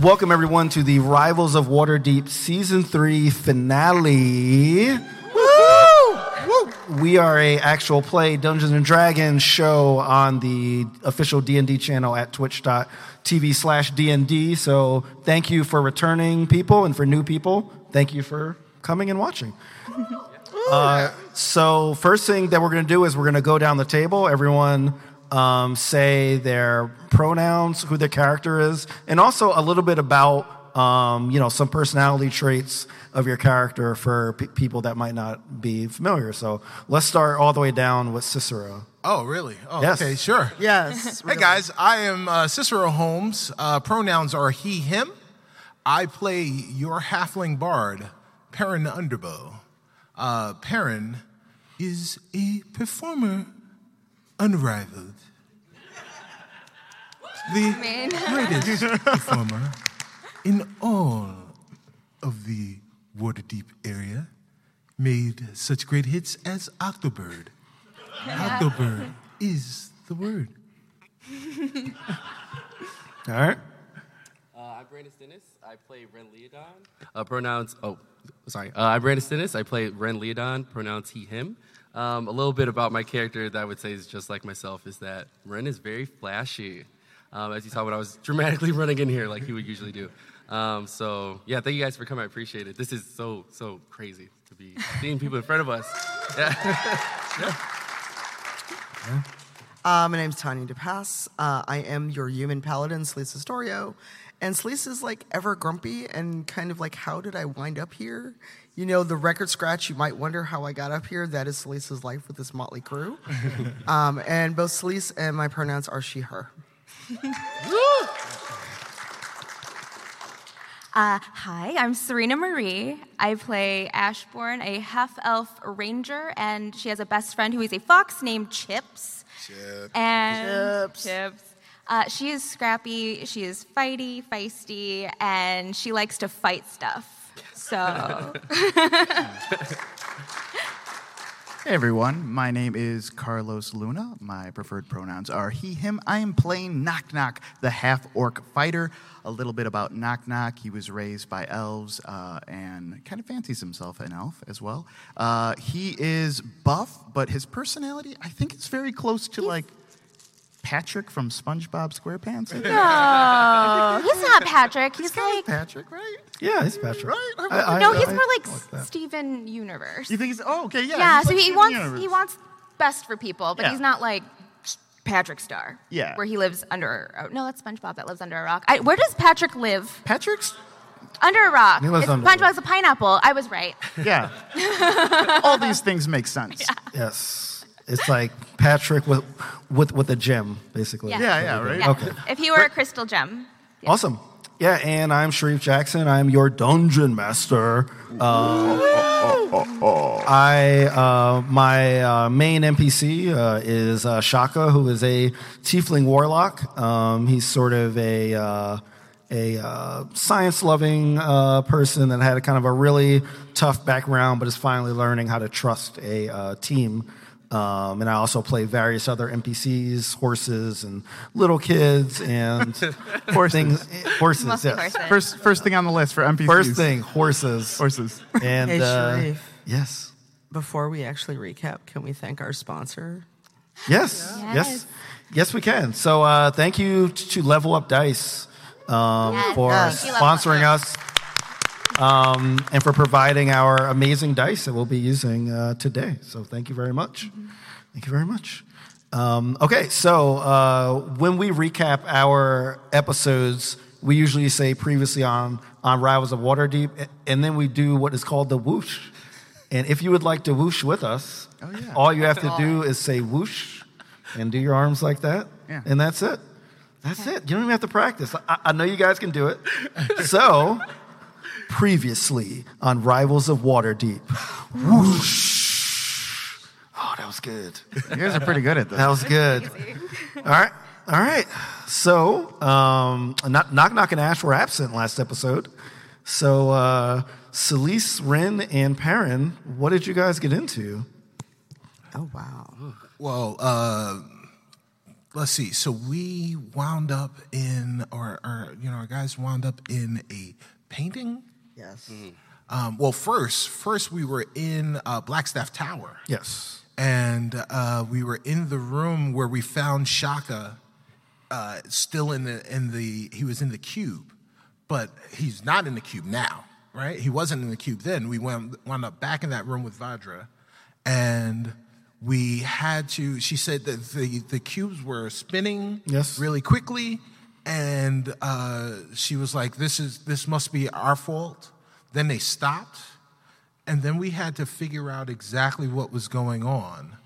Welcome, everyone, to the Rivals of Waterdeep Season 3 finale. We are a actual play Dungeons and Dragons show on the official D&D channel at twitch.tv slash D&D. So thank you for returning people and for new people. Thank you for coming and watching. Uh, so first thing that we're going to do is we're going to go down the table. Everyone um, say their pronouns, who their character is, and also a little bit about um, you know some personality traits of your character for pe- people that might not be familiar. So let's start all the way down with Cicero. Oh, really? Oh, Yes. okay, sure. Yes. Hey guys, I am uh, Cicero Holmes. Uh, pronouns are he, him. I play your halfling bard, Perrin Underbow. Uh, Perrin is a performer unrivaled, the greatest performer in all of the Waterdeep area. Made such great hits as Octobird. Octobird is the word. All right. Uh, I'm Brandon Stennis. I play Ren Leodon. Uh, pronouns, oh, sorry. Uh, I'm Brandon Stennis. I play Ren Leodon. Pronouns he, him. Um, a little bit about my character that I would say is just like myself is that Ren is very flashy. Um, as you saw when I was dramatically running in here like he would usually do. Um, so, yeah, thank you guys for coming. I appreciate it. This is so, so crazy to be seeing people in front of us. Uh, my name's Tanya DePass. Uh, I am your human paladin, Sleece Astorio. And Sleece is like ever grumpy and kind of like, how did I wind up here? You know, the record scratch, you might wonder how I got up here. That is Sleece's life with this motley crew. um, and both Sleece and my pronouns are she, her. Uh, hi, I'm Serena Marie. I play Ashbourne, a half elf ranger, and she has a best friend who is a fox named Chips. Chips. And Chips. Uh, she is scrappy, she is fighty, feisty, and she likes to fight stuff. So, Hey everyone, my name is Carlos Luna. My preferred pronouns are he, him. I am playing Knock Knock, the half orc fighter. A little bit about Knock Knock. He was raised by elves uh, and kind of fancies himself an elf as well. Uh, he is buff, but his personality, I think, is very close to like Patrick from SpongeBob SquarePants. Isn't it no, he's not Patrick. He's like, Patrick, right? Yeah, he's Patrick. Right? I- I- I- no, he's I- oh, more I like, that. Steven Universe. You think he's oh okay yeah. yeah, he's so like he Steven wants Universe. he wants best for people, but Yeah. he's not like Patrick Star. Yeah. where he lives under. A, no, that's SpongeBob that lives under a rock. I, where does Patrick live? Patrick's Under a rock. He lives It's- under a SpongeBob's a pineapple. I was right. yeah. All these things make sense. Yes. It's like Patrick with with with a gem, basically. Yeah. Yeah, yeah, right. Yeah. Okay. If he were a crystal gem. Awesome. Yeah, and I'm Sharif Jackson. I'm your dungeon master. Uh, I uh, my uh, main NPC uh, is uh, Shaka, who is a tiefling warlock. Um, he's sort of a uh, a uh, science loving uh, person that had a kind of a really tough background, but is finally learning how to trust a uh, team. Um, and I also play various other NPCs, horses, and little kids, and horses. Things, horses, Mostly yes. horses. First, first thing on the list for NPCs. First thing, horses. horses. And Hey, uh, Sharif. yes, Before we actually recap, can we thank our sponsor? yes, Yeah. yes, Yes. yes, we can. So uh, thank you t- to Level Up Dice um, Yes, for Yes. thank you, Level Up sponsoring Dice. us um, and for providing our amazing dice that we'll be using uh, today. So thank you very much. Mm-hmm. Thank you very much. Um, okay, so uh, when we recap our episodes, we usually say previously on on Rivals of Waterdeep, a- and then we do what is called the whoosh. And if you would like to whoosh with us, Oh, yeah. all you have to do is say whoosh and do your arms like that, Yeah. and that's it. That's it. You don't even have to practice. I, I know you guys can do it. So, previously on Rivals of Waterdeep. Whoosh. Oh, that was good. You guys are pretty good at That this. was good. All right. All right. So, um, Knock Knock Knock and Ash were absent last episode. So, uh, Celise, Ren, and Perrin, what did you guys get into? Oh, wow. Well, uh, let's see. So we wound up in, or, or you know, our guys wound up in a painting. Yes. Um, well, first, first we were in uh, Blackstaff Tower, Yes. and uh, we were in the room where we found Shaka uh, still in the in the he was in the cube, but he's not in the cube now, right? He wasn't in the cube then. We wound, wound up back in that room with Vadra, and we had to. She said that the the cubes were spinning Yes. really quickly, and uh, she was like, "This is this must be our fault." Then they stopped, and then we had to figure out exactly what was going on.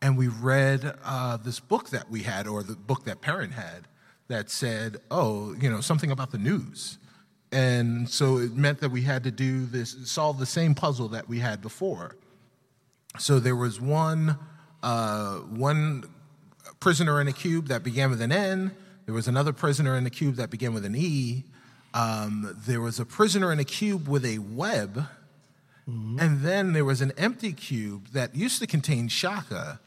And we read uh, this book that we had, or the book that Perrin had, that said, oh, you know, something about the news. And so it meant that we had to do this, solve the same puzzle that we had before. So there was one, uh, one prisoner in a cube that began with an N. There was another prisoner in a cube that began with an E. Um, there was a prisoner in a cube with a web. And then there was an empty cube that used to contain Shaka,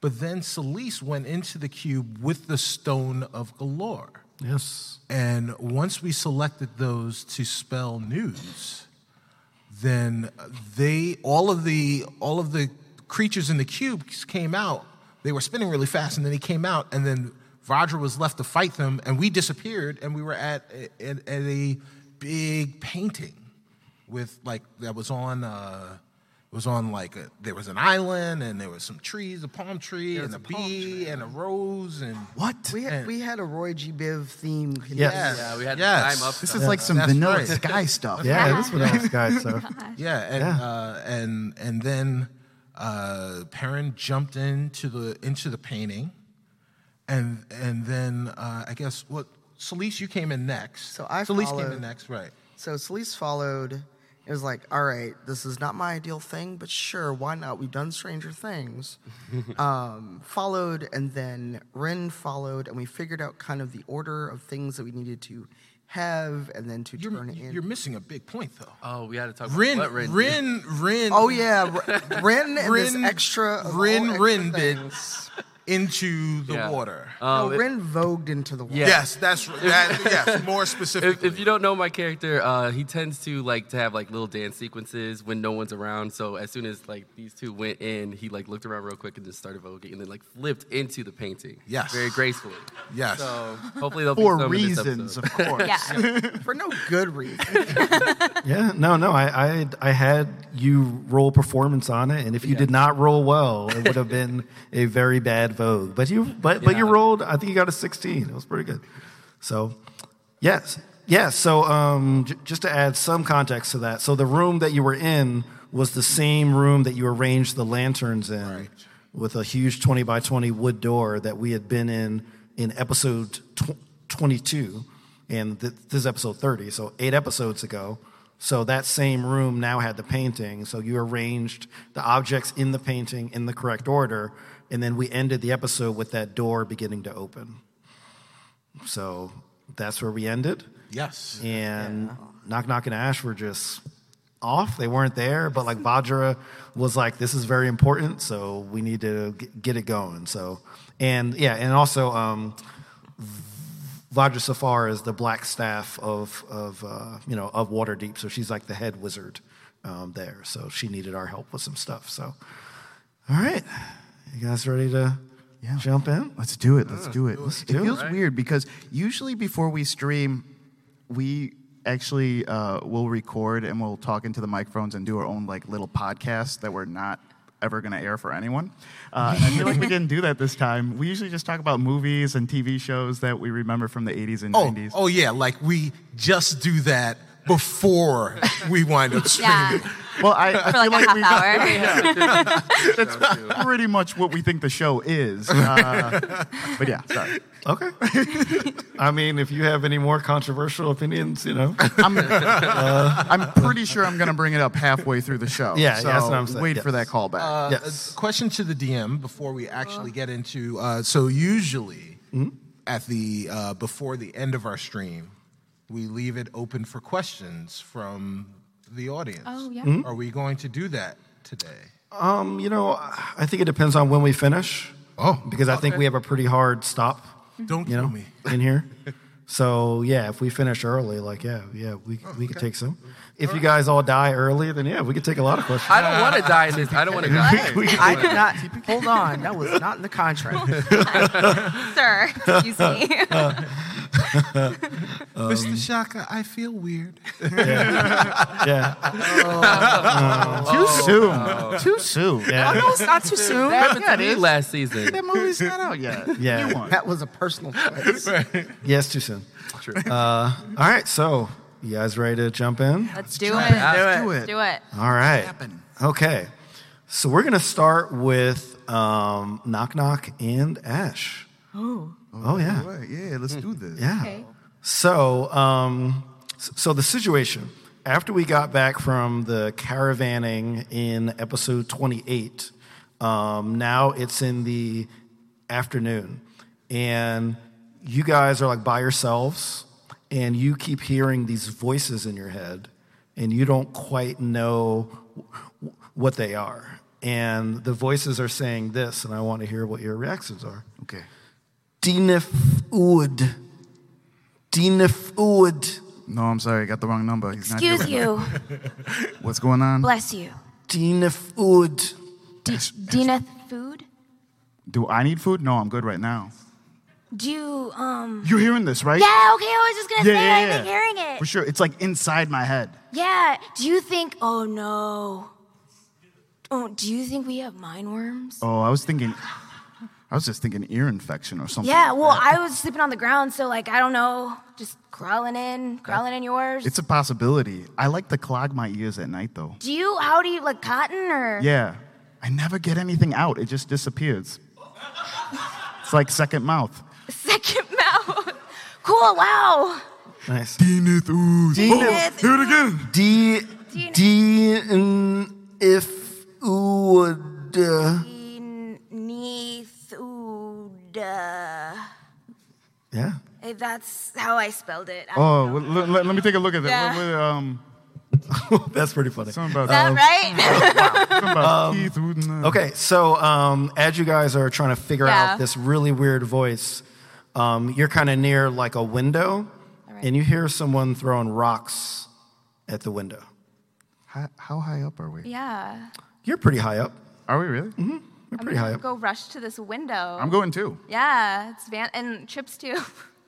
but then Celeste went into the cube with the stone of Galore. Yes. And once we selected those to spell news, then they all of the all of the creatures in the cubes came out. They were spinning really fast, and then they came out, and then Roger was left to fight them, and we disappeared, and we were at at, at a big painting with like that was on. Uh, it was on like a, there was an island and there was some trees, a palm tree and a, bee and a rose and What? We had, we had a Roy G. Biv theme. Yes. Yeah, we had to Yes. climb up. This is like some That's vanilla right. sky stuff. Yeah, this one else guy. So Yeah, and Yeah. Uh, and and then uh, Perrin jumped into the into the painting, and and then uh, I guess what Celeste you came in next. So I Celeste came followed. in next, right? So Celeste followed. It was like, all right, this is not my ideal thing, but sure, why not? We've done Stranger Things. um, followed, and then Ren followed, and we figured out kind of the order of things that we needed to have and then to You're, turn in. you're missing a big point though. Oh, we had to talk Rin, about what Rin, Rin. did. Rin, oh, yeah. R- Ren and this Rin- extra. of Rin- all extra Rin did. things. into the Yeah. Uh, water. No, Rin vogued into the water. Yeah. yes, that's that. yes, more If, specifically. if you don't know my character, uh, he tends to like to have like little dance sequences when no one's around. So as soon as like these two went in, he like looked around real quick and just started voguing, and then like flipped into the painting. Yes. very gracefully. yes. So hopefully there'll be For some In this reasons, of episode. course. Yeah. For no good reason. yeah, no, no. I, I I had you roll performance on it, and if you did not roll well, it would have been a very bad vogue. But you but but you Yeah. rolled. I think you got a sixteen. It was pretty good. So yes, yes. So um, j- just to add some context to that, so the room that you were in was the same room that you arranged the lanterns in. With a huge 20 by 20 wood door that we had been in in episode tw- 22 and th- this is episode 30 so eight episodes ago so that same room now had the painting so you arranged the objects in the painting in the correct order and then we ended the episode with that door beginning to open so that's where we ended yes. and knock knock and ash were just off they weren't there but like vajra was like this is very important so we need to g- get it going so and yeah and also um Vajra Safar is the black staff of of uh, you know of Waterdeep, so she's like the head wizard um, there. So she needed our help with some stuff. So, all right, you guys ready to Yeah. jump in? Let's do it. Let's do it. Let's do it it. feels Right. weird because usually before we stream, we actually uh, will record and we'll talk into the microphones and do our own like little podcast that we're not ever going to air for anyone. Uh, and I feel like we didn't do that this time. We usually just talk about movies and TV shows that we remember from the 80s and Oh, 90s. oh yeah, like we just do that before we wind up streaming. yeah. Well, I, I For like feel like a we half hour. that's pretty much what we think the show is. Uh, but yeah, sorry. Okay. I mean, if you have any more controversial opinions, you know, I'm, I'm pretty sure I'm going to bring it up halfway through the show. Yeah, yeah, so that's what I'm saying, Wait yes. for Uh, that callback. yes, question to the DM before we actually Uh-huh. get into. Uh, so usually Hmm? at the uh, before the end of our stream, we leave it open for questions from the audience. Oh, yeah. Hmm? Mm-hmm. Are we going to do that today? um, you know, I think it depends on when we finish. Oh, because I think we have a pretty hard stop. Don't you kill know, me. in here. So yeah, if we finish early, like yeah, yeah, we we could take some. If you guys all die early, then yeah, we could take a lot of questions. I don't want to die in this. I don't want to die. I did not. Hold on, that was not in the contract. Sir, excuse me. um, Mr. Shaka, I feel weird. yeah, Too soon. Too soon. yeah. No, it's not too soon. happened to me last season. That movie's not out yet. Yeah. New one. That was a personal choice. Yes, too soon. Uh, all right, so you guys ready to jump in? Let's do Let's it. Let's do it. Do it. All right. Okay. So we're gonna start with um, knock knock and Ash. Oh. Oh yeah. Right, Yeah, let's do this. Yeah. Okay. So, um, s- so the situation after we got back from the caravanning in episode 28, um, now it's in the afternoon, and you guys are like by yourselves, and you keep hearing these voices in your head, and you don't quite know w- what they are. And the voices are saying this, and I want to hear what your reactions are. Okay. Dinifud. Dinifud. No, I'm sorry. I got the wrong number. He's not here Excuse right you. now. What's going on? Bless you. Dinifud. D- Ash- Dina food? Do I need food? No, I'm good right now. Do you, um. You're hearing this, right? Yeah, okay, I was just gonna say, I've been hearing For it. sure. It's like inside my head. Yeah, do you think, oh no. Oh, do you think we have mind worms? Oh, I was thinking, I was just thinking ear infection or something. Yeah, well, I was sleeping on the ground, so like, I don't know, just crawling in, crawling in yours. It's a possibility. I like to clog my ears at night, though. do you, how do you, like cotton or? Yeah. I never get anything out, it just disappears. It's like second mouth. Second mouth. Cool, wow. Nice. Denith ooze. Dinif- Do it again. D. Dinif- Dinifud. Neithuda. Yeah. Eh, That's how I spelled it. I don't Oh, know. well, let, let- let me take a look at that. Yeah. What- what, um, That's pretty funny. something about, um, Is that right? something about teeth. uh, ooh, nah. Okay, so um, as you guys are trying to figure Yeah. out this really weird voice, um, you're kind of near like a window, right. and you hear someone throwing rocks at the window. How, how high up are we? yeah. You're pretty high up. Are we really? You're pretty high up. Go rush to this window. I'm going too. yeah, it's van and chips too.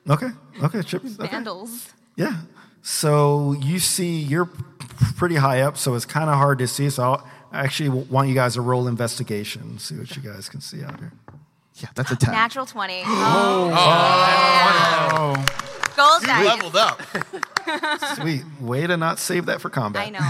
Okay. Okay. Chip. Okay. Vandals. Yeah. So you see, you're p- pretty high up, so it's kind of hard to see. So I'll, I actually w- want you guys to roll investigation, see what you guys can see out here. Yeah, that's a 10. Natural twenty. Oh, Oh, gold dice. Leveled up. Sweet. Way to not save that for combat. I know.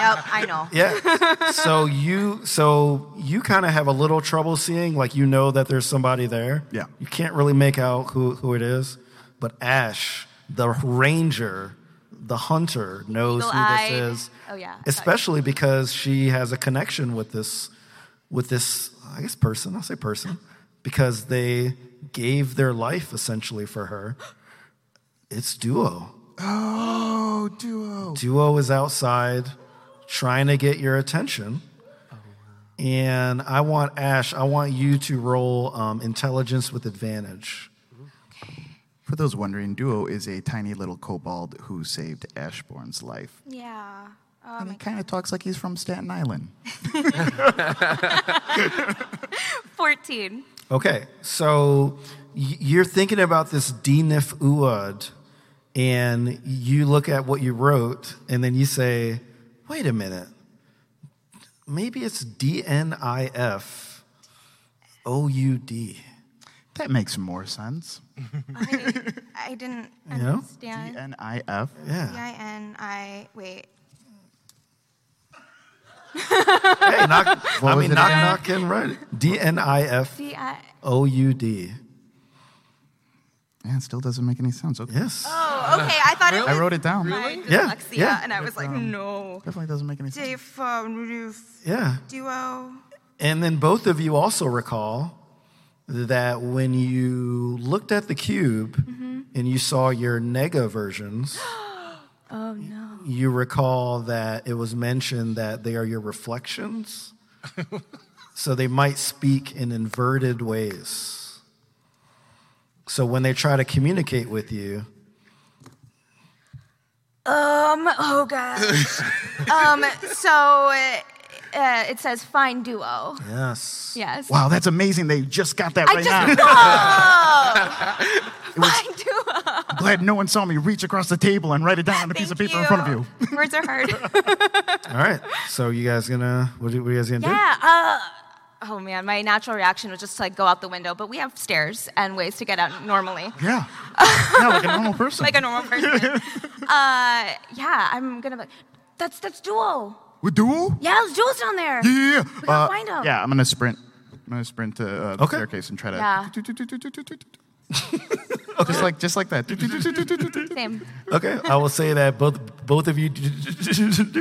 yep, I know. Yeah. So you so you kind of have a little trouble seeing, like you know that there's somebody there. Yeah. You can't really make out who who it is, but Ash, the ranger, the hunter, knows who Eagle-eyed. this is. Oh, yeah. Especially because she has a connection with this with this I guess person. I'll say person because they gave their life essentially for her. It's duo. oh duo. Duo is outside trying to get your attention. And I want Ash, I want you to roll um, intelligence with advantage. For those wondering, Duo is a tiny little kobold who saved Ashbourne's life. Yeah. Oh, and he kind of talks like he's from Staten Island. Fourteen. Okay, so y- you're thinking about this Dinif Uad, and you look at what you wrote, and then you say, wait a minute, maybe it's D N I F O U D. That makes more sense. I, I didn't know? understand. N I F. Yeah. I N I wait. Hey, knock, I was mean, it knock, again? knock, and right. D N I F D I O U D. Yeah, it still doesn't make any sense. Okay. Yes. Oh, okay. I thought it was I wrote it down. my Yeah, dyslexia, yeah. and I was like, no. Definitely doesn't make any sense. Dif- um, Yeah. Duo. And then both of you also recall that when you looked at the cube Mm-hmm. and you saw your nega versions, Oh no. you recall that it was mentioned that they are your reflections. So they might speak in inverted ways. So when they try to communicate with you, Um. Oh gosh. um. So uh, uh, it says fine duo. yes. Yes. Wow, that's amazing. They just got that I right now. just know. fine duo. Glad no one saw me reach across the table and write it down on a piece of Thank paper in front of you. Words are hard. All right. So you guys gonna what are you guys gonna do? yeah. Uh, oh man, my natural reaction was just to like go out the window, but we have stairs and ways to get out normally. Yeah. Yeah, like a normal person. Like a normal person. uh, yeah, I'm gonna be like, that's that's duo. we duo? Yeah, there's duo's down there. Yeah. yeah, yeah. We gotta find 'em. Yeah, I'm gonna sprint. I'm gonna sprint to uh, the Okay. staircase and try to. Yeah. Just like just like that. Same. Okay. I will say that both both of you.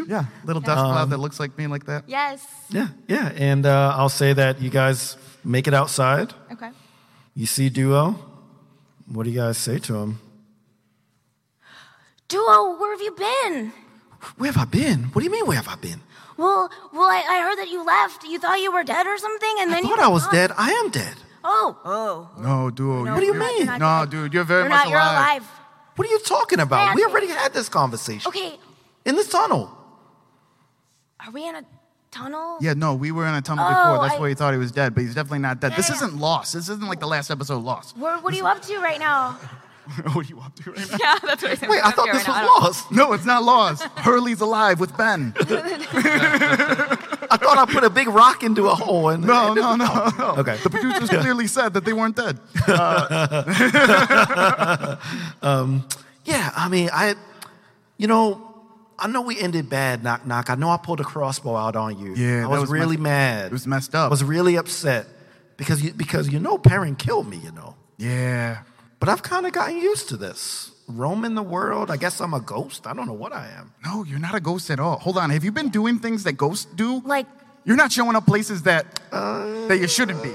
yeah, little dust cloud that looks like me like that. Yes. Yeah. Yeah. And uh, I'll say that you guys make it outside. Okay. You see Duo. What do you guys say to him? Duo, where have you been? Where have I been? What do you mean? Where have I been? Well, well, I, I heard that you left. You thought you were dead or something, and I then you thought I was gone. dead. I am dead. Oh, oh. No, duo. No, What do you you're not- mean? you're not No, dead. dude, you're very You're much not. You're alive. alive. What are you talking about? We Bad. already had this conversation Okay, in this tunnel. are we in a tunnel? Yeah, no, we were in a tunnel Oh, before. That's I- why he thought he was dead, but he's definitely not dead. Yeah, this yeah. isn't Lost. This isn't like the last episode of Lost. Where, what are you up to right now? what are you up to right now? yeah, that's what I said. Wait, I thought this was lost. No, it's not Lost. Hurley's alive with Ben. I thought I put a big rock into a hole. And No, no, no, no. Okay. The producers clearly said that they weren't dead. Yeah, I mean, I, you know, I know we ended bad, knock knock. I know I pulled a crossbow out on you. Yeah, I that was, was really messed- mad. it was messed up. I was really upset because you, because you know, Perrin killed me. You know, Yeah. but I've kind of gotten used to this. Roaming the world. I guess I'm a ghost. I don't know what I am. No, you're not a ghost at all. Hold on. Have you been doing things that ghosts do? Like- you're not showing up places that that you shouldn't be.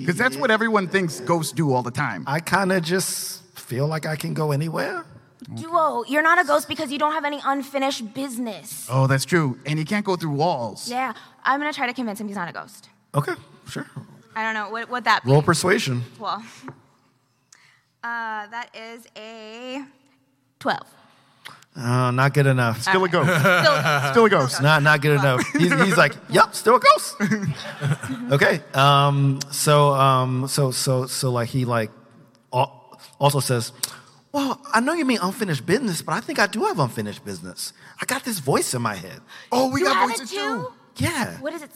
Because that's what everyone thinks ghosts do all the time. I kind of just feel like I can go anywhere. Duo, you're not a ghost because you don't have any unfinished business. oh, that's true. And you can't go through walls. Yeah, I'm gonna try to convince him he's not a ghost. Okay, sure. I don't know what what that. Roll persuasion. Well, uh, that is a twelve. Uh, not good enough. Still a ghost. Still- Still a ghost. Not not good enough. He's, he's like, yep, still a ghost. okay. Um, so um, so so so like he like al- also says, well, I know you mean unfinished business, but I think I do have unfinished business. I got this voice in my head. Oh, we you got have voices it too. Yeah. What is it?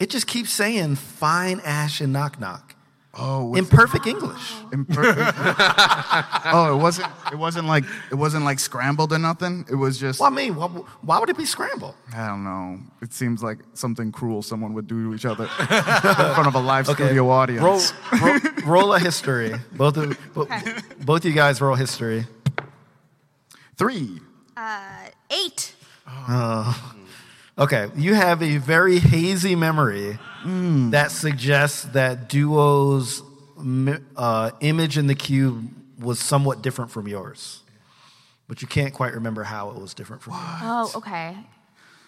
It just keeps saying fine ash and knock knock Oh, in it's perfect English. imperfect. oh, it wasn't. It wasn't like it wasn't like scrambled or nothing. It was just. Well, I mean, why, why would it be scrambled? I don't know. It seems like something cruel someone would do to each other in front of a live studio audience. Roll, roll, roll a history. Both of bo- both you guys roll history. Three. Uh, eight. Okay, you have a very hazy memory Mm. that suggests that Duo's mi- uh, image in the cube was somewhat different from yours, but you can't quite remember how it was different from yours. Oh, okay.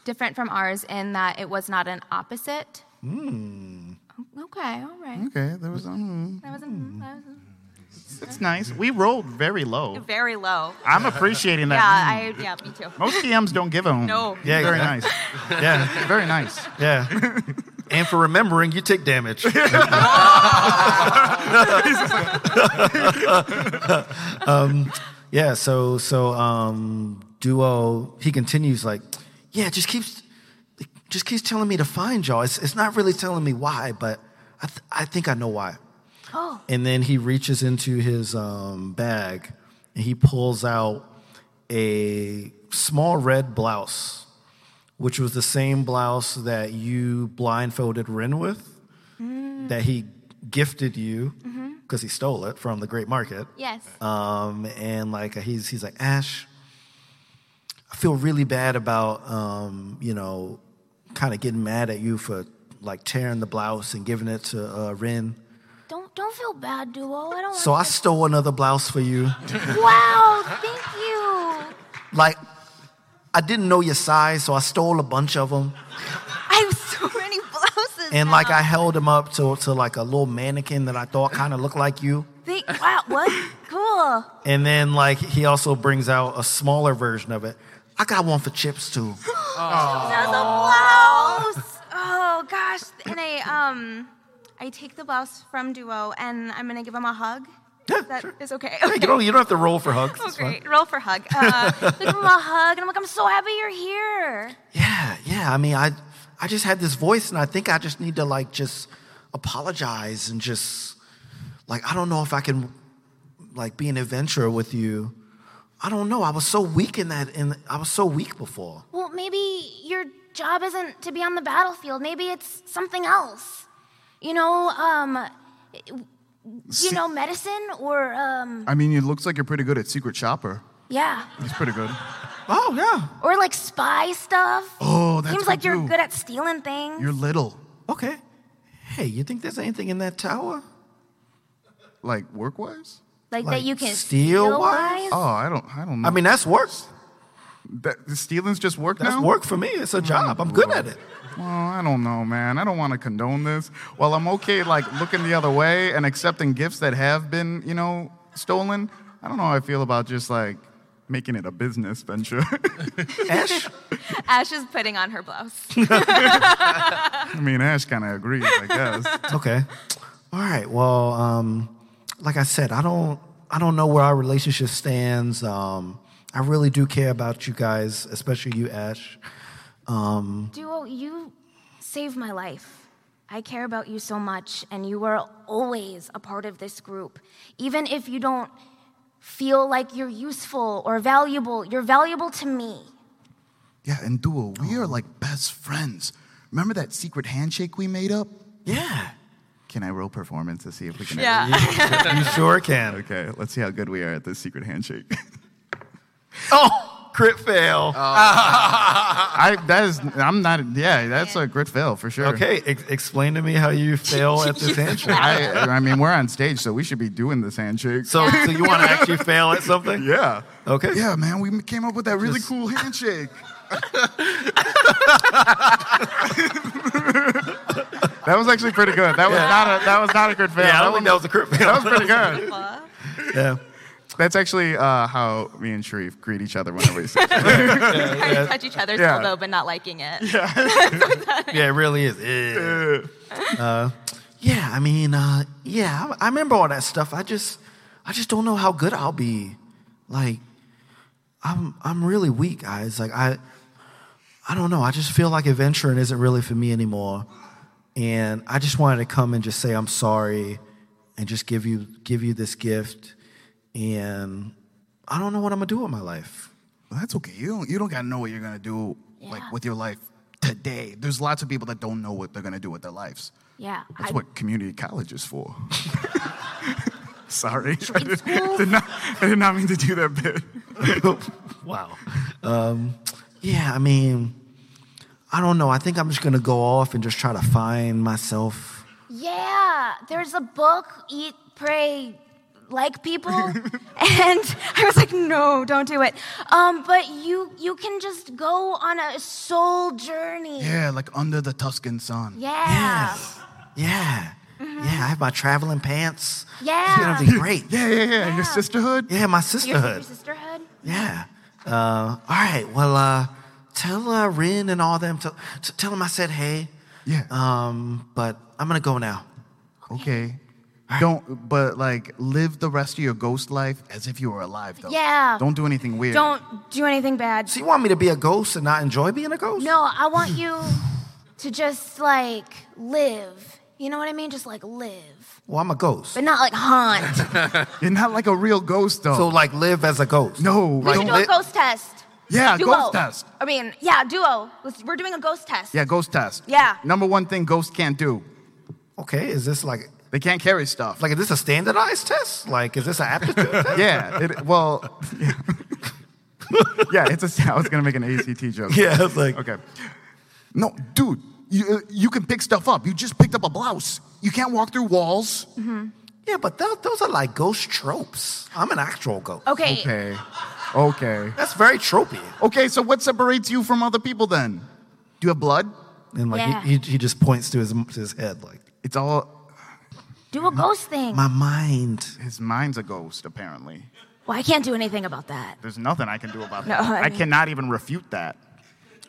Different from ours in that it was not an opposite. Hmm. Mm. Okay, all right. Okay, there was. mm, That was, mm, that was It's nice. We rolled very Hmm. low. very low. I'm appreciating that. Yeah, I yeah, me too. Most DMs don't give them. No. Yeah, very yeah. nice. Yeah, Very nice. yeah. and for remembering, you take damage. Yeah, so so um Duo he continues like, yeah, it just keeps it just keeps telling me to find y'all. It's it's not really telling me why, but I th- I think I know why. Oh. And then he reaches into his um bag and he pulls out a small red blouse, which was the same blouse that you blindfolded Ren with, that he gifted you because he stole it from the great market. Yes. Um, and like he's he's like Ash, I feel really bad about um, you know, kind of getting mad at you for like tearing the blouse and giving it to uh, Ren. don't don't feel bad, Duo. I don't So I want stole another blouse for you. to. Wow, thank you. Like I didn't know your size, so I stole a bunch of them. I have so many blouses. is and like now- I held him up to, to like a little mannequin that I thought kind of looked like you. They, wow, what? cool. And then like he also brings out a smaller version of it. I got one for chips too. That was a blouse. Oh gosh. And I um I take the blouse from Duo and I'm gonna give him a hug. Yeah, That sure. is okay. Hey, you, don't, you don't have to roll for hugs. Oh, It's fine. great. Roll for hug. Uh, I give him a hug, and I'm like, I'm so happy you're here. Yeah, yeah. I mean, I I just had this voice, and I think I just need to like just apologize and just like I don't know if I can like be an adventurer with you. I don't know. I was so weak in that, and I was so weak before. Well, maybe your job isn't to be on the battlefield. Maybe it's something else. You know, um, you See- know, medicine or um, I mean, it looks like you're pretty good at Secret Shopper. yeah, It's pretty good. Oh yeah. or like spy stuff. Oh, that's Seems good like you're too. good at stealing things. You're little. Okay. Hey, you think there's anything in that tower? Like work wise? like, Like that you can steel steal, wise? wise. Oh, I don't I don't know. I mean, that's work. that, stealing's just work That's now? work for me. It's a job. I'm good at it. Well, I don't know, man. I don't want to condone this. While I'm okay, like looking the other way and accepting gifts that have been, you know, stolen, I don't know how I feel about just like making it a business venture. Ash, Ash is putting on her blouse. I mean, Ash kind of agrees, I guess. Okay. All right. Well, um, like I said, I don't I don't know where our relationship stands. Um, I really do care about you guys, especially you, Ash. Um, Duo, you saved my life. I care about you so much, and you are always a part of this group. Even if you don't feel like you're useful or valuable, you're valuable to me. yeah, and Duo, we are like best friends. Remember that secret handshake we made up? yeah, Can I roll performance to see if we can? you sure can. Okay, let's see how good we are at this secret handshake. Oh, crit fail. Uh, I that is I'm not yeah, that's a grit fail for sure. okay, ex- explain to me how you fail at this handshake. I, I mean, we're on stage, so we should be doing this handshake. So, so you want to actually fail at something? yeah. Okay. Yeah, man, we came up with that really Just- cool handshake. that was actually pretty good. That was not a that was not a good fail. Yeah, I don't think that, that was a crit fail. was pretty good. Yeah. That's actually uh, how me and Sharif greet each other whenever we see. each other. Trying to touch each other's Yeah. elbow, but not liking it. Yeah, it really is. Eh. Uh, yeah, I mean, uh, yeah, I, I remember all that stuff. I just, I just don't know how good I'll be. Like, I'm, I'm really weak, guys. Like, I, I don't know. I just feel like adventuring isn't really for me anymore. And I just wanted to come and just say I'm sorry, and just give you, give you this gift. And I don't know what I'm gonna do with my life. Well, that's okay. You don't you don't gotta know what you're gonna do Yeah. like with your life today. There's lots of people that don't know what they're gonna do with their lives. Yeah. That's I- what community college is for. Sorry, I did, It's cool. did not I did not mean to do that bit. wow. Um, yeah, I mean, I don't know. I think I'm just gonna go off and just try to find myself. Yeah, there's a book, Eat, Pray, Like People. and I was like, no, don't do it. Um, but you you can just go on a soul journey. Yeah, like under the Tuscan sun. Yeah. Yeah, yeah. I have my traveling pants. It's Mm-hmm. Yeah. gonna be great. Yeah, yeah, yeah. Your sisterhood. Yeah, my Your, your sisterhood. sisterhood? Yeah. Uh, all right. Well, uh, tell uh, Rin and all them. To, to tell them I said hey. Yeah. Uh, Uh, Um, but I'm gonna go now. okay. Don't, but like, live the rest of your ghost life as if you were alive, though. Yeah. Don't do anything weird. Don't do anything bad. So you want me to be a ghost and not enjoy being a ghost? No, I want you to just like live. You know what I mean? Just like live. Well, I'm a ghost. But not like haunt. You're not like a real ghost, though. So like, live as a ghost. no, We like, should do a li- ghost test. yeah, Duo. ghost test. I mean, yeah, duo. Let's- We're doing a ghost test. Yeah, ghost test. Yeah. Number one thing ghosts can't do. Okay. Is this like? They can't carry stuff. Like, is this a standardized test? Like, is this an aptitude test? yeah. It, well, yeah. yeah, it's a. I was gonna make an ACT joke. Yeah, it's like, Okay. No, dude, you uh, you can pick stuff up. You just picked up a blouse. You can't walk through walls. yeah, but tho- those are like ghost tropes. I'm an actual ghost. Okay. Okay. Okay. That's very tropey. Okay. So what separates you from other people then? Do you have blood? and like Yeah. he, he, he just points to his to his head like It's all Do a ghost thing. my mind. his mind's a ghost. Apparently, Well, I can't do anything about that. there's nothing I can do about No, that. I I, mean- cannot even refute that.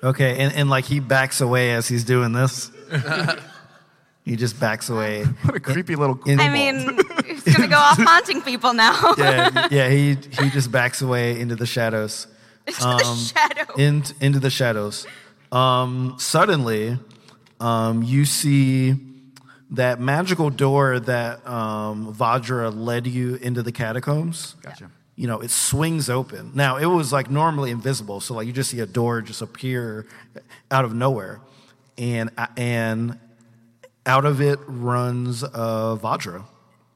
Okay, and, and like he backs away as he's doing this. he just backs away. What a creepy little. In- I mean, he's gonna go off haunting people now. Yeah, yeah, he he just backs away into the shadows. Into the um, shadow. in, into the shadows. Um, suddenly, um, you see that magical door that um, Vajra led you into the catacombs. Gotcha. You know, it swings open. Now, it was like normally invisible, so like you just see a door just appear out of nowhere, and uh, and out of it runs uh, Vajra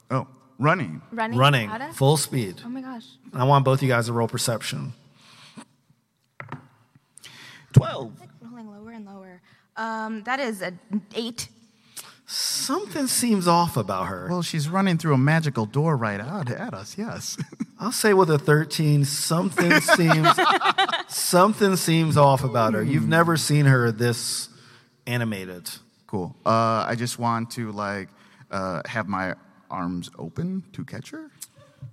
Oh, running. running. running out of- full speed. Oh my gosh. I want both you guys to roll perception. Twelve. Like rolling lower and lower. Um, that is a eight. Something seems off about her. Well, she's running through a magical door right out at us. Yes. I'll say with a 13, something seems something seems off about her. Hmm. You've never seen her this animated. cool. Uh, I just want to like uh, have my arms open to catch her.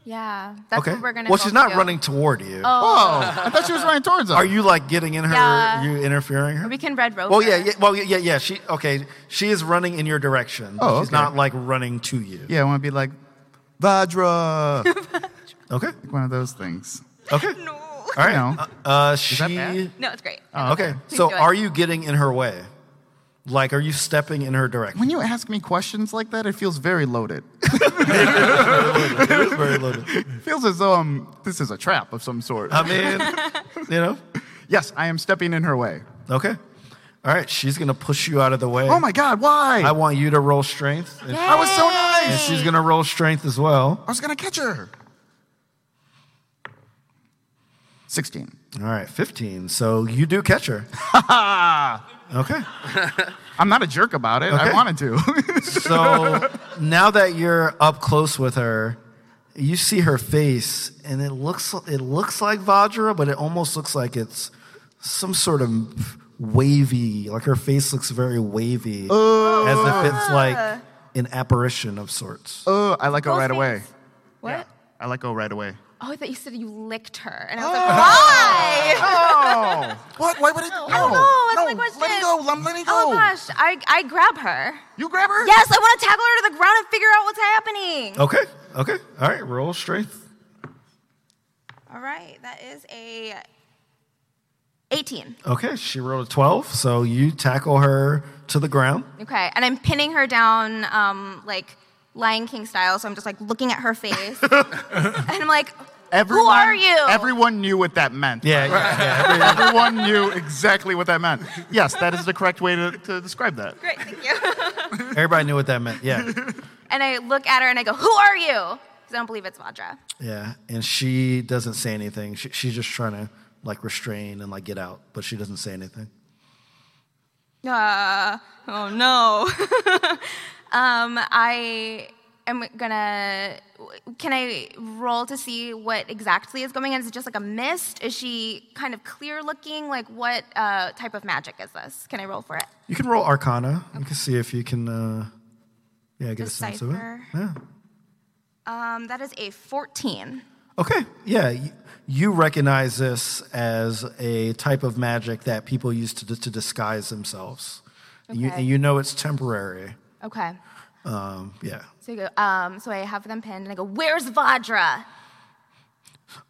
Yeah, that's okay. what we're gonna. well, go she's not to. running toward you. Oh, I thought she was running towards us. Are you like getting in her? Yeah. You interfering her? We can red rope. well, yeah, her. yeah. Well, yeah, yeah, yeah. She okay. She is running in your direction. Oh, she's okay. not like running to you. Yeah, I want to be like Vajra, like Okay. one of those things. Okay. No. All right. know. Oh. Uh, she. that bad? No, it's great. Okay. Please So, do it. are you getting in her way? Like, are you stepping in her direction? When you ask me questions like that, it feels very loaded. Very loaded. It feels as though i this is a trap of some sort. I mean, you know. yes, I am stepping in her way. Okay. All right. She's gonna push you out of the way. Oh my God, why? I want you to roll strength. And, I was so nice. and she's gonna roll strength as well. I was going to catch her. 16. All right, 15. So you do catch her. okay. I'm not a jerk about it. Okay. I wanted to. So now that you're up close with her, you see her face, and it looks it looks like Vajra, but it almost looks like it's some sort of wavy. Like her face looks very wavy, Oh. as if it's like an apparition of sorts. oh, I let go Both right away. things. What? I let go right away. Oh, I thought you said you licked her, and I was like, why? Oh, what? Why would it? No, I don't know. That's my question. Let me go. I'm letting go. Oh gosh, I I grab her. You grab her? Yes, I want to tackle her to the ground and figure out what's happening. Okay. Okay. All right. Roll strength. All right, that is a 18. Okay, she rolled a 12, so you tackle her to the ground. Okay, and I'm pinning her down, um, like Lion King style. So I'm just like looking at her face, and I'm like, Everyone, "Who are you?" Everyone knew what that meant. Yeah, yeah, yeah. Everyone knew exactly what that meant. Yes, that is the correct way to, to describe that. Great, thank you. every- everybody knew what that meant. Yeah, and I look at her and I go, "Who are you?" Because I don't believe it's Vajra. yeah. And she doesn't say anything. She, she's just trying to like restrain and like get out, but she doesn't say anything. Uh, oh no. um, I am gonna. Can I roll to see what exactly is going on? Is it just like a mist? Is she kind of clear looking? Like what uh, type of magic is this? Can I roll for it? You can roll Arcana. You can see if you can, uh, yeah, get a sense of it. Decipher. Yeah. Um, that is a 14. Okay, yeah. You, you recognize this as a type of magic that people use to, to disguise themselves. You, Okay. and you know it's temporary. Okay. Um, yeah. So you go. Um, so I have them pinned, and I go, "Where's Vajra?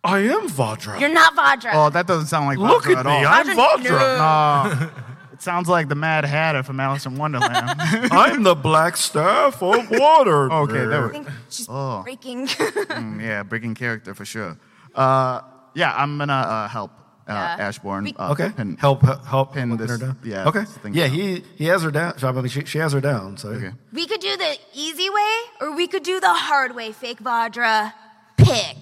I am Vajra. You're not Vajra." Oh, that doesn't sound like Look Vajra at at me. all. I'm Vajra. It sounds like the Mad Hatter from Alice in Wonderland. I'm the black staff of water. okay, that I worked. think she's breaking. Mm, yeah, breaking character for sure. Uh, yeah, I'm gonna uh, help uh, Yeah. Ashbourne. We- Uh, Okay. pin- help help pin pin her this- down. yeah, Okay. this thing Yeah, down. he he has her down. I mean, she, she has her down. So Okay. we could do the easy way, or we could do the hard way. Fake Vajra, pick.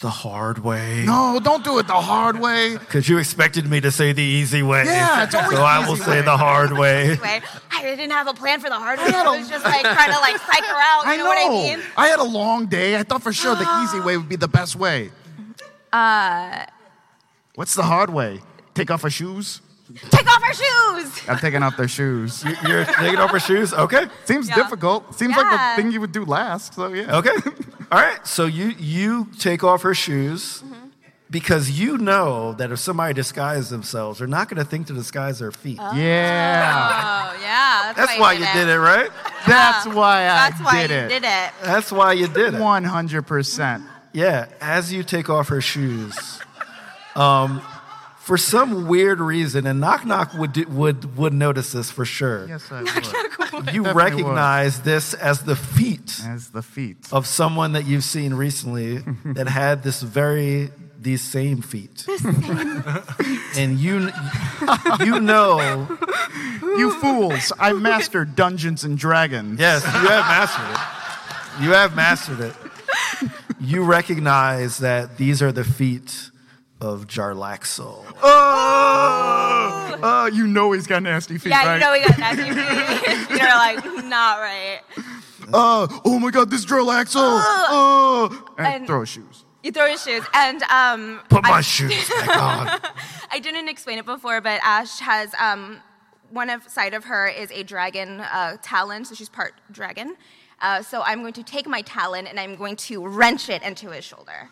the hard way. No, don't do it the hard way. Cause you expected me to say the easy way. Yeah, it's always so the I will easy say way. the hard way. Anyway, I didn't have a plan for the hard way. I was just like trying to like psych her out. You I know. what I mean? I had a long day. I thought for sure the easy way would be the best way. Uh, What's the hard way? Take off her shoes? Take off our shoes! I'm taking off their shoes. You- You're taking off her shoes? Okay. Seems Yeah. difficult. Seems like Yeah. the thing you would do last. So yeah. Okay. All right. So you you take off her shoes because you know that if somebody disguises themselves, they're not going to think to disguise their feet. Yeah. Oh, yeah. That's, That's why you did it, right? That's why I That's why did you it. did it. That's why you did it. 100%. Yeah. As you take off her shoes, um, for some weird reason, and Knock Knock would do, would would notice this for sure. Yes, I would. you definitely recognize this as the feet As the feet. of someone that you've seen recently that had this very these same feet. and you you know You fools, I mastered Dungeons and Dragons. Yes, you have mastered it. You have mastered it. You recognize that these are the feet of Jarlaxle. Oh, oh, you know he's got nasty feet, Yeah, right? you know we got that. TV. You're like, not right. Oh, oh my God, this drill axle. Oh, and, And- throw shoes. You throw your shoes. And um, Put my I- shoes back on. I didn't explain it before, but Ash has um, one of, side of her is a dragon uh, talon, so she's part dragon. Uh, so I'm going to take my talon and I'm going to wrench it into his shoulder.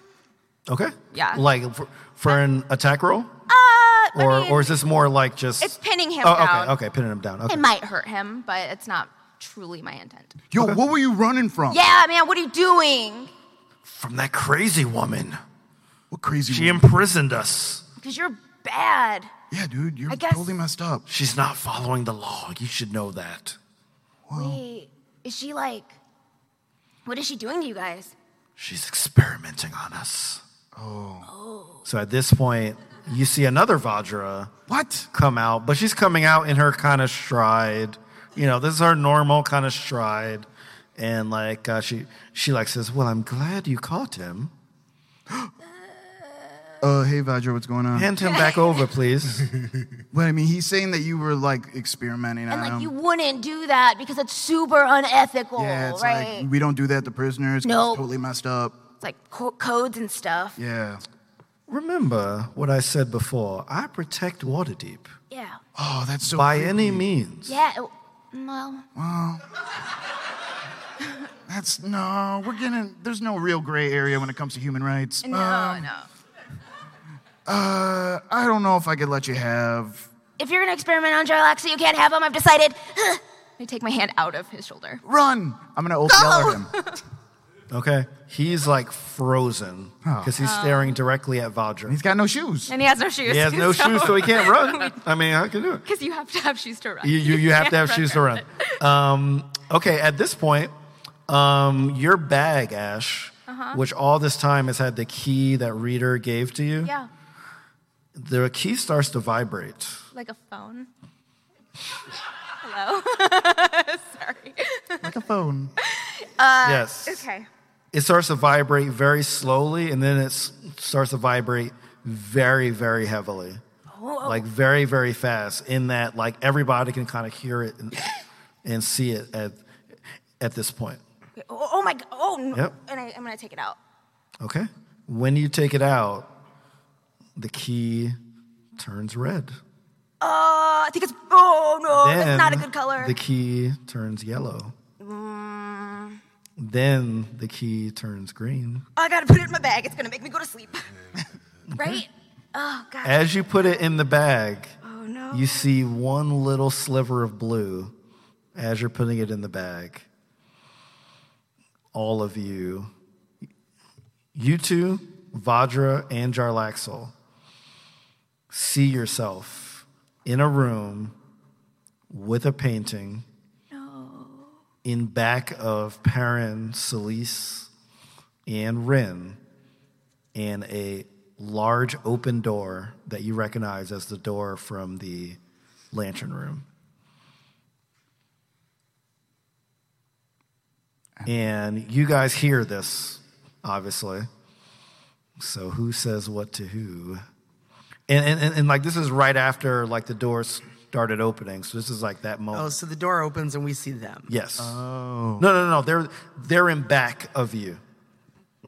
Okay. Yeah. Like for, for an attack roll, Uh, I or mean, or is this more like just? it's pinning him oh, down. okay. Okay, pinning him down. Okay. It might hurt him, but it's not truly my intent. Yo, what were you running from? Yeah, man, what are you doing? From that crazy woman, What crazy she woman? imprisoned us. Because you're bad. Yeah, dude, you're I guess- totally messed up. She's not following the law. You should know that. Wait, is she like, what is she doing to you guys? She's experimenting on us. Oh. So at this point, you see another Vajra What? come out, but she's coming out in her kind of stride. You know, this is her normal kind of stride, and like uh, she she like says, "Well, I'm glad you caught him. Uh, hey, Vajra, what's going on? Hand him back over, please." But I mean, he's saying that you were like experimenting And on him. like, you wouldn't do that because it's super unethical, yeah, it's right? like we don't do that to prisoners. 'cause Nope. It's totally messed up. it's like co- codes and stuff. Yeah. Yeah. Remember what I said before. I protect Waterdeep Yeah. Oh, that's so. by creepy. any means. it- well, That's no. We're getting. There's no real gray area when it comes to human rights. no, Um, no. Uh, I don't know if I could let you have. If you're gonna experiment on Jarlaxy, you can't have him. I've decided. I take my hand out of his shoulder. Run! I'm gonna open yell at him. Okay, he's like frozen because he's staring directly at Vajra. He's got no shoes. And he has no shoes. He has no shoes, so he can't run. I mean, I can do it. Because you have to have shoes to run. You, you, you have to have shoes to run. Um, okay, at this point, um, your bag, Ash, Uh-huh. which all this time has had the key that Reader gave to you, Yeah, the key starts to vibrate. like a phone. Hello. Sorry. Like a phone. yes. Uh, Okay. It starts to vibrate very slowly, and then it s- starts to vibrate very, very heavily. Oh. Like very, very fast, in that like everybody can kind of hear it and, and see it at, at this point. Okay. Oh, oh my. g- Oh. No. Yep. And I, I'm gonna take it out. Okay. When you take it out, the key turns red. Oh, I think it's. Oh no, Then that's not a good color. The key turns yellow. Mm. Then the key turns green. I gotta put it in my bag. It's gonna make me go to sleep. right? Oh god. As you put it in the bag, Oh no. you see one little sliver of blue as you're putting it in the bag. All of you, you two, Vajra and Jarlaxle, see yourself in a room with a painting in back of Perrin, Celise, and Rin, and a large open door that you recognize as the door from the lantern room. And you guys hear this, obviously. So who says what to who? And, and, and, and like this is right after like the door started opening. So this is like that moment. Oh, so the door opens and we see them. Yes. Oh. No, no, no. They're they're in back of you.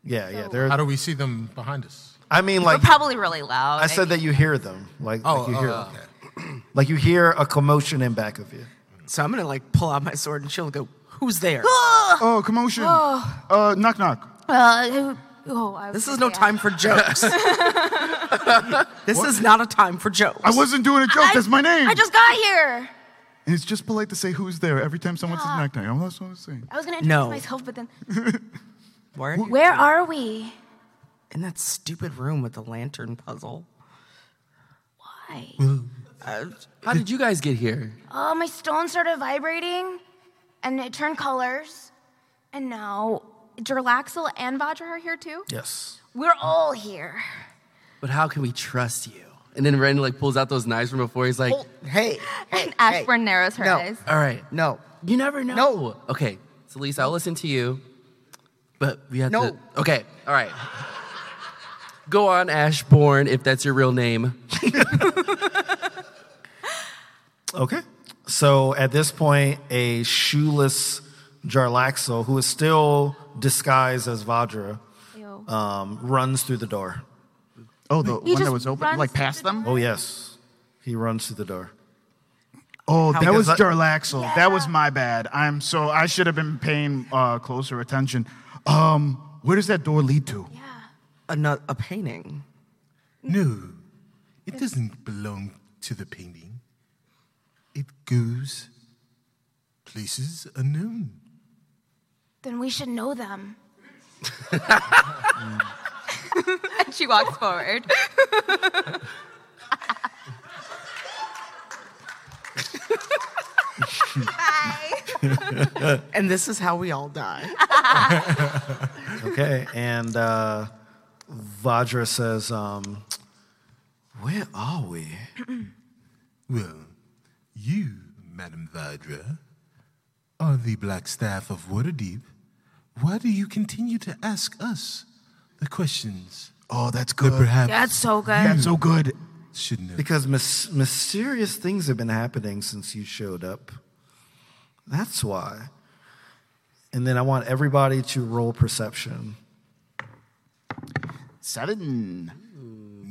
Yeah, yeah. They're. How do we see them behind us? I mean, like We're probably really loud. Oh, I said that you hear them. Like, like you hear them. okay. like you hear a commotion in back of you. So I'm gonna like pull out my sword and she'll go, "Who's there?" Oh, commotion. Uh, knock, knock. Uh, oh, I This was is no gonna say, time for jokes. this is not a time for jokes. I wasn't doing a joke. I- That's my name. I just got here. and it's just polite to say who's there every time someone says knock, knock. I'm not supposed to say. I was gonna introduce No. myself, but then Why are you where are we? in that stupid room with the lantern puzzle? Why? How did you guys get here? Oh, my stone started vibrating, and it turned colors, and now Durlaxel and Vajra are here too. Yes. We're all here. But how can we trust you? And then Ren like pulls out those knives from before. He's like, Hey, And Ashburn narrows her No. eyes. all right, no, you never know. No. Okay, so Lisa, I'll listen to you, but we have No. to. Okay, all right. Go on, Ashborn, if that's your real name. Okay. So at this point, a shoeless Jarlaxo, who is still disguised as Vajra, Ew. um, runs through the door. Oh, the one that just was open, runs like to past the them. Oh, yes. He runs through the door. Oh, that was I- Jarlaxle. That was my bad. I'm so I should have been paying uh, closer attention. Um, where does that door lead to? another a painting. No, it doesn't belong to the painting. It goes places unknown. Then we should know them. and she walks forward. And this is how we all die. Okay. and uh, Vajra says, um, Where are we? Well, you, Madam Vadra, are the Black Staff of Waterdeep. Why do you continue to ask us the questions Oh, that's good. that perhaps That's so good. That's so good. should know? Because mys- mysterious things have been happening since you showed up. That's why. And then I want everybody to roll perception. Seven.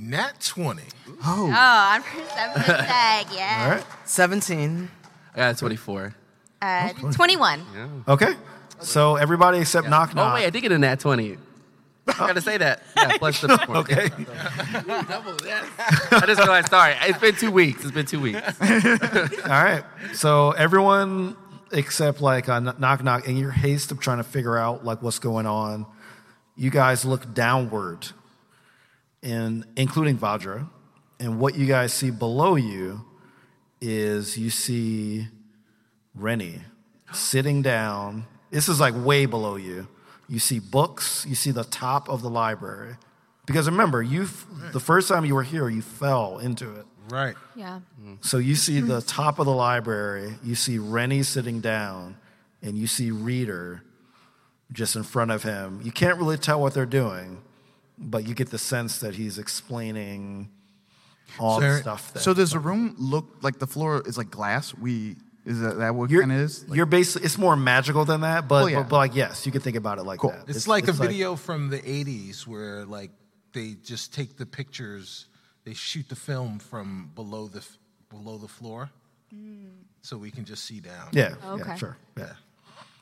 Nat 20. Oh, I'm perception tag, All yeah. right. Seventeen. I got Oh, 24. Uh, 21. Okay. So everybody except Knock Knock. Oh, wait, I did get a nat 20. I gotta say that. Yeah, plus the Okay. Double that. I just realized, sorry, it's been two weeks. It's been two weeks. All right. So everyone except like uh, Kn- knock knock in your haste of trying to figure out like what's going on, you guys look downward, and including Vajra, and what you guys see below you is you see Rennie sitting down. This is like way below you. You see books. You see the top of the library. Because remember, you f- the first time you were here, you fell into it. Right. Yeah. So you see the top of the library, you see Rennie sitting down, and you see Reader just in front of him. You can't really tell what they're doing, but you get the sense that he's explaining all the Sir, stuff. That So does the room look like the floor is like glass? We is that, that what you're, kind of is? Like, you're basically it's more magical than that, but, Oh, yeah. but, but like yes, you can think about it like Cool. that. It's, like a video from the 80s where like they just take the pictures, they shoot the film from below the f- below the floor. So we can just see down. yeah, yeah, Okay. sure, yeah,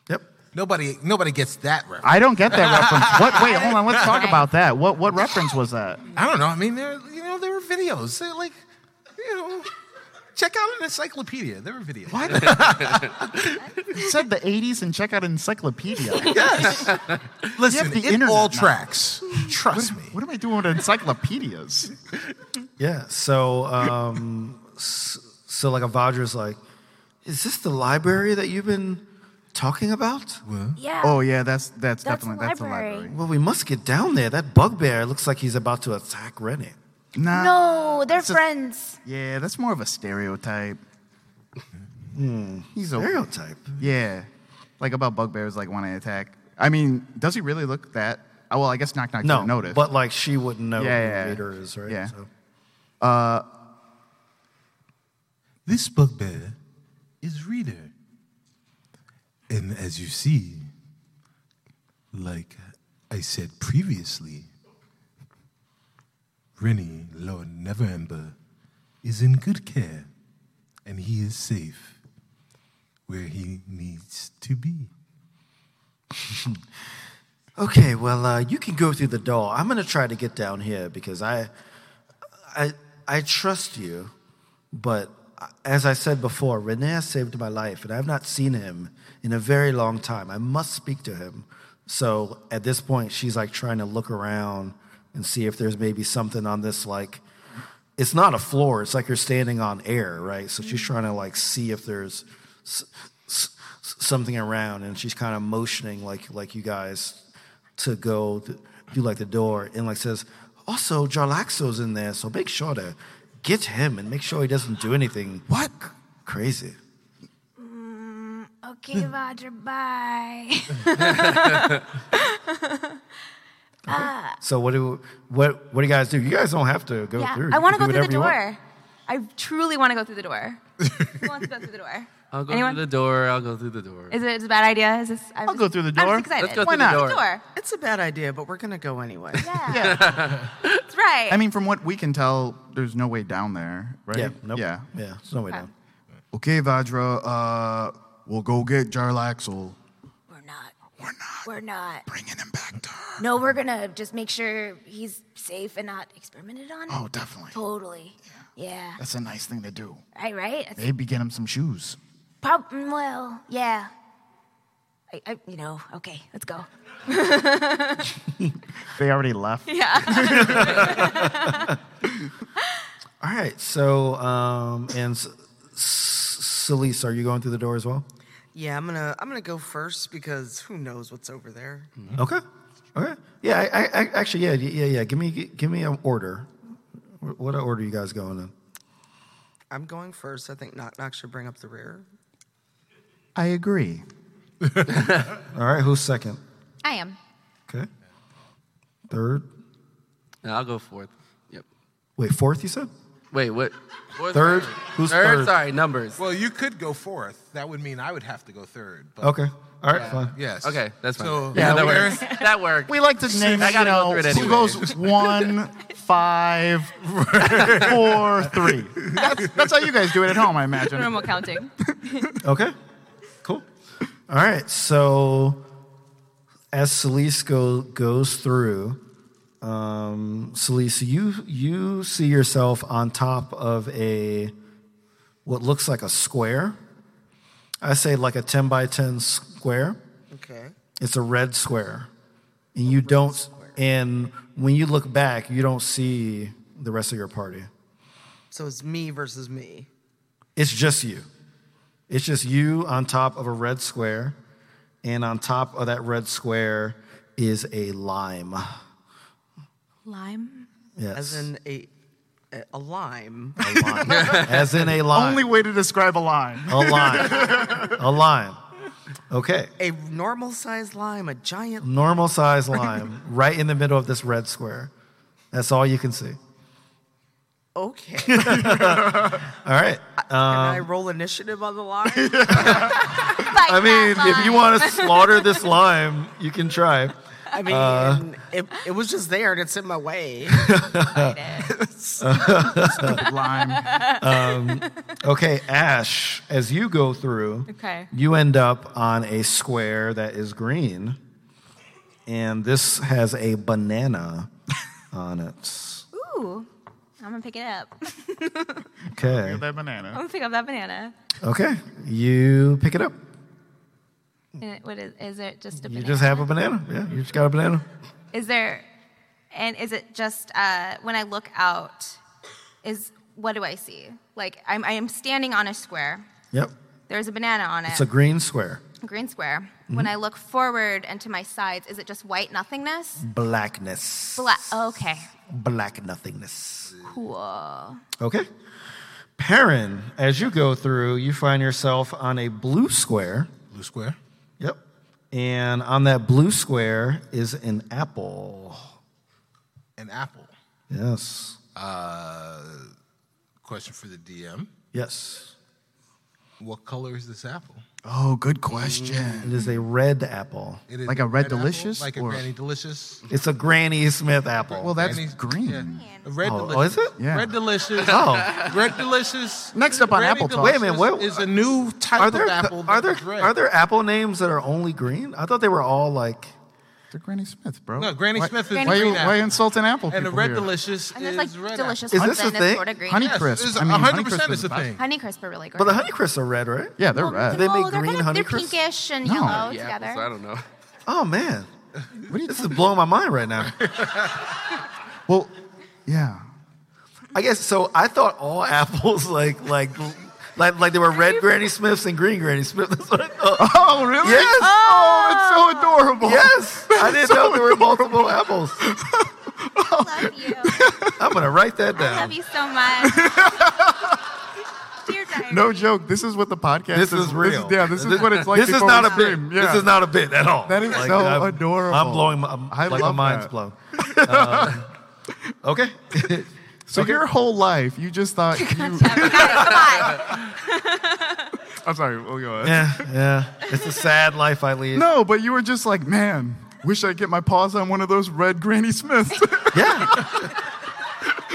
yep. Nobody nobody gets that reference. I don't get that reference. What? Wait, hold on. Let's talk Right. about that. What what reference was that? I don't know. I mean, there you know there were videos. They're like, you know, check out an encyclopedia. There were videos. You said the '80s and check out an encyclopedia. Listen, have the it internet all now. tracks. Trust me. what am I doing with encyclopedias? Yeah. So, um, s- so like a Vajra's like, is this the library that you've been talking about? Yeah. Oh yeah, that's that's, That's definitely a that's a library. library. Well, we must get down there. That bugbear looks like he's about to attack Rennie. Nah. No, they're friends. Yeah, that's more of a stereotype. He's a Hmm. Stereotype. Yeah, like about bugbears, like want to attack. I mean, does he really look that? Oh, well, I guess knock knock No, didn't notice. but like she wouldn't know Yeah, who yeah, yeah. Vader is, right? Yeah. This bugbear is Reader. And as you see, like I said previously, Rennie Lord Neverember is in good care and he is safe where he needs to be. Okay, well, uh, you can go through the door. I'm going to try to get down here because I, I, I trust you. But as I said before, Renea saved my life, and I've not seen him in a very long time. I must speak to him. So at this point, she's like trying to look around and see if there's maybe something on this like. It's not a floor. It's like you're standing on air, right? So she's trying to like see if there's s- s- s- something around, and she's kind of motioning like like you guys to go th- do like the door and like says, also Jarlaxo's in there, so make sure to get him and make sure he doesn't do anything What? crazy. Okay, Roger, bye. So what do what what do you guys do? You guys don't have to go yeah, through. I You want to can go do through the whatever you want. door. I truly want to go through the door. Who wants to go through the door? I'll go Anyone? through the door. I'll go through the door. Is it is it a bad idea? Is this? i I'll go through the door. I'm just excited. Let's go Why through the not? Through door. the door. It's a bad idea, but we're gonna go anyway. Yeah. Yeah. That's right. I mean, from what we can tell, there's no way down there, right? Yeah, nope. Yeah. yeah. There's no way down. Okay, Vajra, uh, we'll go get Jarlaxle. We're not. We're not We're not. bringing him back to her. No, we're gonna just make sure he's safe and not experimented on. Oh, definitely. Totally. Yeah. That's a nice thing to do. Right, right? That's Maybe get him some shoes. prob- mm, well, yeah. I, I, you know, okay, let's go. They already left. All right. So um and S- S- Celise, are you going through the door as well? Yeah, I'm gonna I'm gonna go first because who knows what's over there. Okay. Okay. Yeah. I, I, I actually yeah yeah yeah. Give me give me an order. Wh- What order you guys going in? I'm going first. I think Knock Knock should bring up the rear. I agree. All right. Who's second? I am. Okay. Third. And I'll go fourth. Yep. Wait. Fourth. You said. Wait, what? Fourth, Third? third? Who's third? Sorry, numbers. Well, you could go fourth. That would mean I would have to go third. But Okay. All right. Fine. Yes. Okay, that's fine. So yeah, that we're- works. that worked. We like to name I I gotta gotta go you know, through it who goes one, five, four, three. That's, that's how you guys do it at home, I imagine. Normal counting. Okay. Cool. All right. So as Celise go, goes through, um, Celise, you you see yourself on top of a what looks like a square. I say like a ten by ten square. Okay. It's a red square, and you don't. And when you look back, you don't see the rest of your party. So it's me versus me. It's just you. It's just you on top of a red square, and on top of that red square is a lime. Lime. Yes. As in a a, a lime. a lime. As in a lime. Only way to describe a line. a lime. A lime. Okay. a normal sized lime, a giant Normal size lime, right in the middle of this red square. That's all you can see. okay. Can All right. I roll initiative on the lime? I mean, if you want to slaughter this lime, you can try. I mean it, it was just there and it's in my way. Lime. Okay, Ash, as you go through, Okay. you end up on a square that is green, and this has a banana on it. Ooh. I'm gonna pick it up. I'm Okay. That banana. gonna pick up that banana. Okay. You pick it up. And What is? Is it just a Mm. You banana? just have a banana. Yeah, you just got a banana. Is there? And is it just uh, when I look out? Is what do I see? Like I'm, I am standing on a square. Yep. There's a banana on it. It's a Mm-hmm. green square. green square. When I look forward and to my sides, is it just white nothingness? Blackness. Black. Okay. Black nothingness. Cool. Okay. Perrin, as you go through, you find yourself on a blue square. Blue square. Yep. And on that blue square is an apple. An apple. Yes. Question for the DM. Yes. What color is this apple? Oh, good question. It is a red apple. It is Like a Red Delicious Apple, like or- a Granny Delicious. It's a Granny Smith apple. Well, that's Granny's- green. yeah. A Red Oh, Delicious. oh, is it? Yeah. Red Delicious. Oh. Red Delicious. Next up on Granny Apple Talk. Wait a minute, Delicious what- Is a new type are there of apple. are there that's red. are there apple names that are only green? I thought they were all like They're Granny Smith, bro. No, Granny Why- Smith is Why, you, green why apple. insulting Apple And a people Red here? Delicious And is there's like red delicious Is ones this a and thing? that's sort of green. Honey Yes, crisp. it's I mean, 100% Honeycrisp is a about- thing. Honey crisp are really great. But the honey crisps are red, right? Yeah, they're Well, red. they make they're green kind of, Honey They're Crisps? pinkish and No. yellow Yeah, together. apples, I don't know. Oh man. What are you This is blowing my mind right now. Well, yeah. I guess so I thought all apples like like like like they were red Granny Smiths and green Granny Smiths. That's what I thought. Oh, really? Yes. Oh, it's so adorable. Yes. I didn't know there were multiple apples. I love you. I'm gonna write that I love down. you so much. Dear diary. No joke. This is what the podcast This is. is real. yeah, this is what it's like. this is before not we a bit. stream. Yeah. This is not a bit at all. That is so I'm- adorable. I'm blowing my, I'm, I like love my mind's that. blown. Um, okay. So your whole life, you just thought you. Guys, come on. I'm sorry. We'll go ahead. yeah, yeah. It's a sad life I lead. No, but you were just like, man, wish I get my paws on one of those red Granny Smiths. Yeah.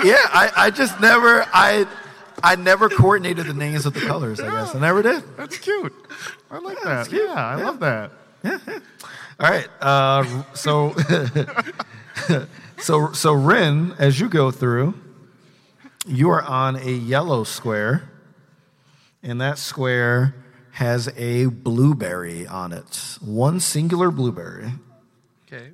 yeah, I, I just never I I never coordinated the names of the colors, I guess. I never did. That's cute. I like that. cute. Yeah, I love that. All right. Uh, so so so Ren, as you go through, you are on a yellow square, and that square has a blueberry on it. One singular blueberry. Okay.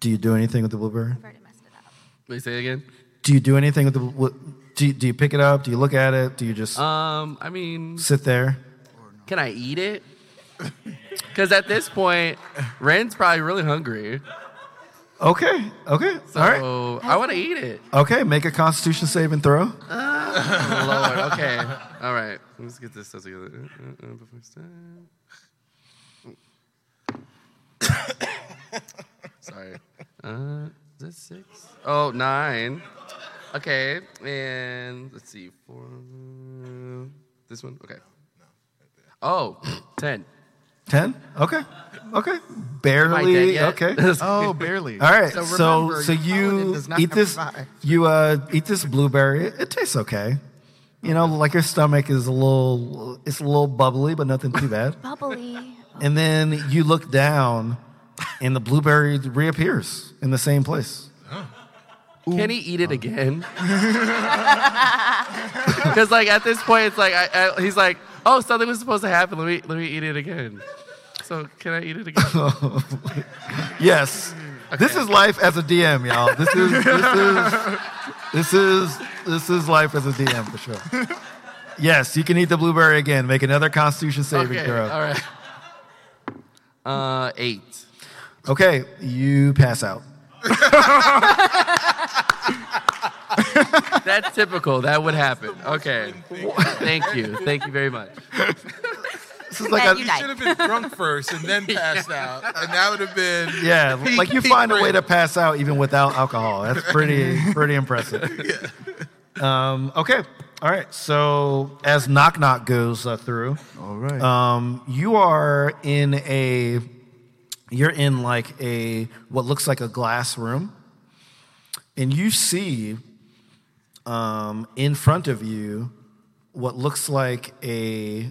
Do you do anything with the blueberry? I've already messed it up. Let me say it again. Do you do anything with the? What, do you, do you pick it up? Do you look at it? Do you just Um, I mean, sit there? can I eat it? Because at this point, Ren's probably really hungry. Okay. Okay. So All right. I want to eat it. Okay. Make a Constitution saving throw. Oh, Lord. Okay. All right. Let's get this stuff together. Uh, uh, uh, before we start. Sorry. Uh, is that six? Oh, nine. Okay. And let's see. Four. uh, This one? Okay. Oh, ten. Ten. Okay. Okay. Am I dead Barely. yet? Okay. Oh, barely. All right. So So so, remember, Paladin you does not eat have this. five. You uh, eat this blueberry. It tastes okay. You know, like your stomach is a little. It's a little bubbly, but nothing too bad. Bubbly. And then you look down, and the blueberry reappears in the same place. Can he eat it again? Because like at this point, it's like I, I, he's like, oh, something was supposed to happen. Let me let me eat it again. So can I eat it again? Yes. Mm, This is life as a DM, y'all. This is this is this is this is life as a DM for sure. Yes, you can eat the blueberry again. Make another Constitution saving okay, throw. all right. Uh, eight. Okay, you pass out. That's typical. That would happen. Okay. Thank you. Thank you very much. This is like Matt, a, you You should have been drunk first and then passed out, and that would have been yeah, peak- like you peak find a way Ren. to pass out even without alcohol. That's pretty pretty impressive. Um, okay, all right. So as knock knock goes uh, through, All right. um, you are in a you're in like a what looks like a glass room and you see um, in front of you what looks like a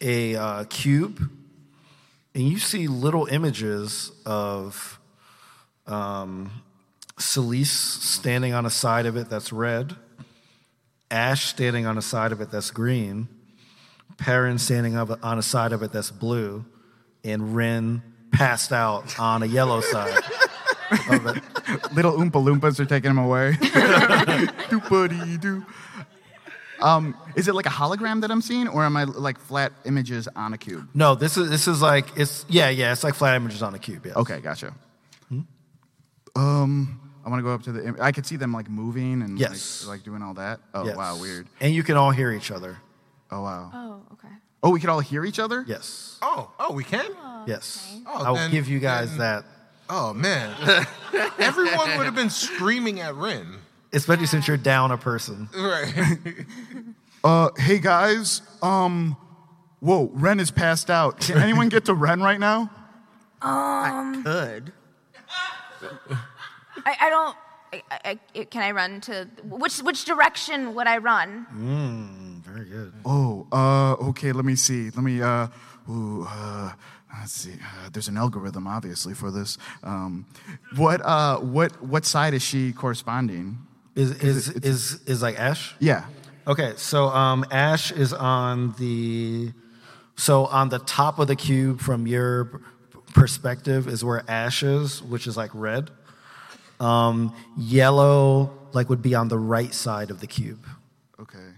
a uh, cube and you see little images of um, Celise standing on a side of it that's red, Ash standing on a side of it that's green, Perrin standing up on a side of it that's blue, and Ren passed out on a yellow side. of it. Little Oompa Loompas are taking him away. Doopity doo. Um, is it like a hologram that I'm seeing, or am I like flat images on a cube? No, this is this is like it's yeah yeah it's like flat images on a cube. Yeah. Okay, gotcha. Hmm? Um, I want to go up to the. Im- I could see them like moving and like- Yes. like, doing all that. Oh Yes. wow, weird. And you can all hear each other. Oh wow. Oh, okay. Oh, we could all hear each other. Yes. Oh, oh, we can. Yes. Oh, I will then- give you guys then- that, Oh man, everyone would have been screaming at Rin. especially since you're down a person. Right. Uh, hey guys, um, whoa, Ren is passed out. Can anyone get to Ren right now? Good. I, I don't. I, I, I, can I run to which which direction would I run? Very good. Oh, uh, okay, let me see. Let me, uh, ooh, uh, let's see. Uh, there's an algorithm, obviously, for this. Um, what, uh, what, what side is she corresponding? Is is is is like Ash? Yeah. Okay, so um, Ash is on the so on the top of the cube from your p- perspective is where Ash is, which is like red. Um, yellow like would be on the right side of the cube. Okay.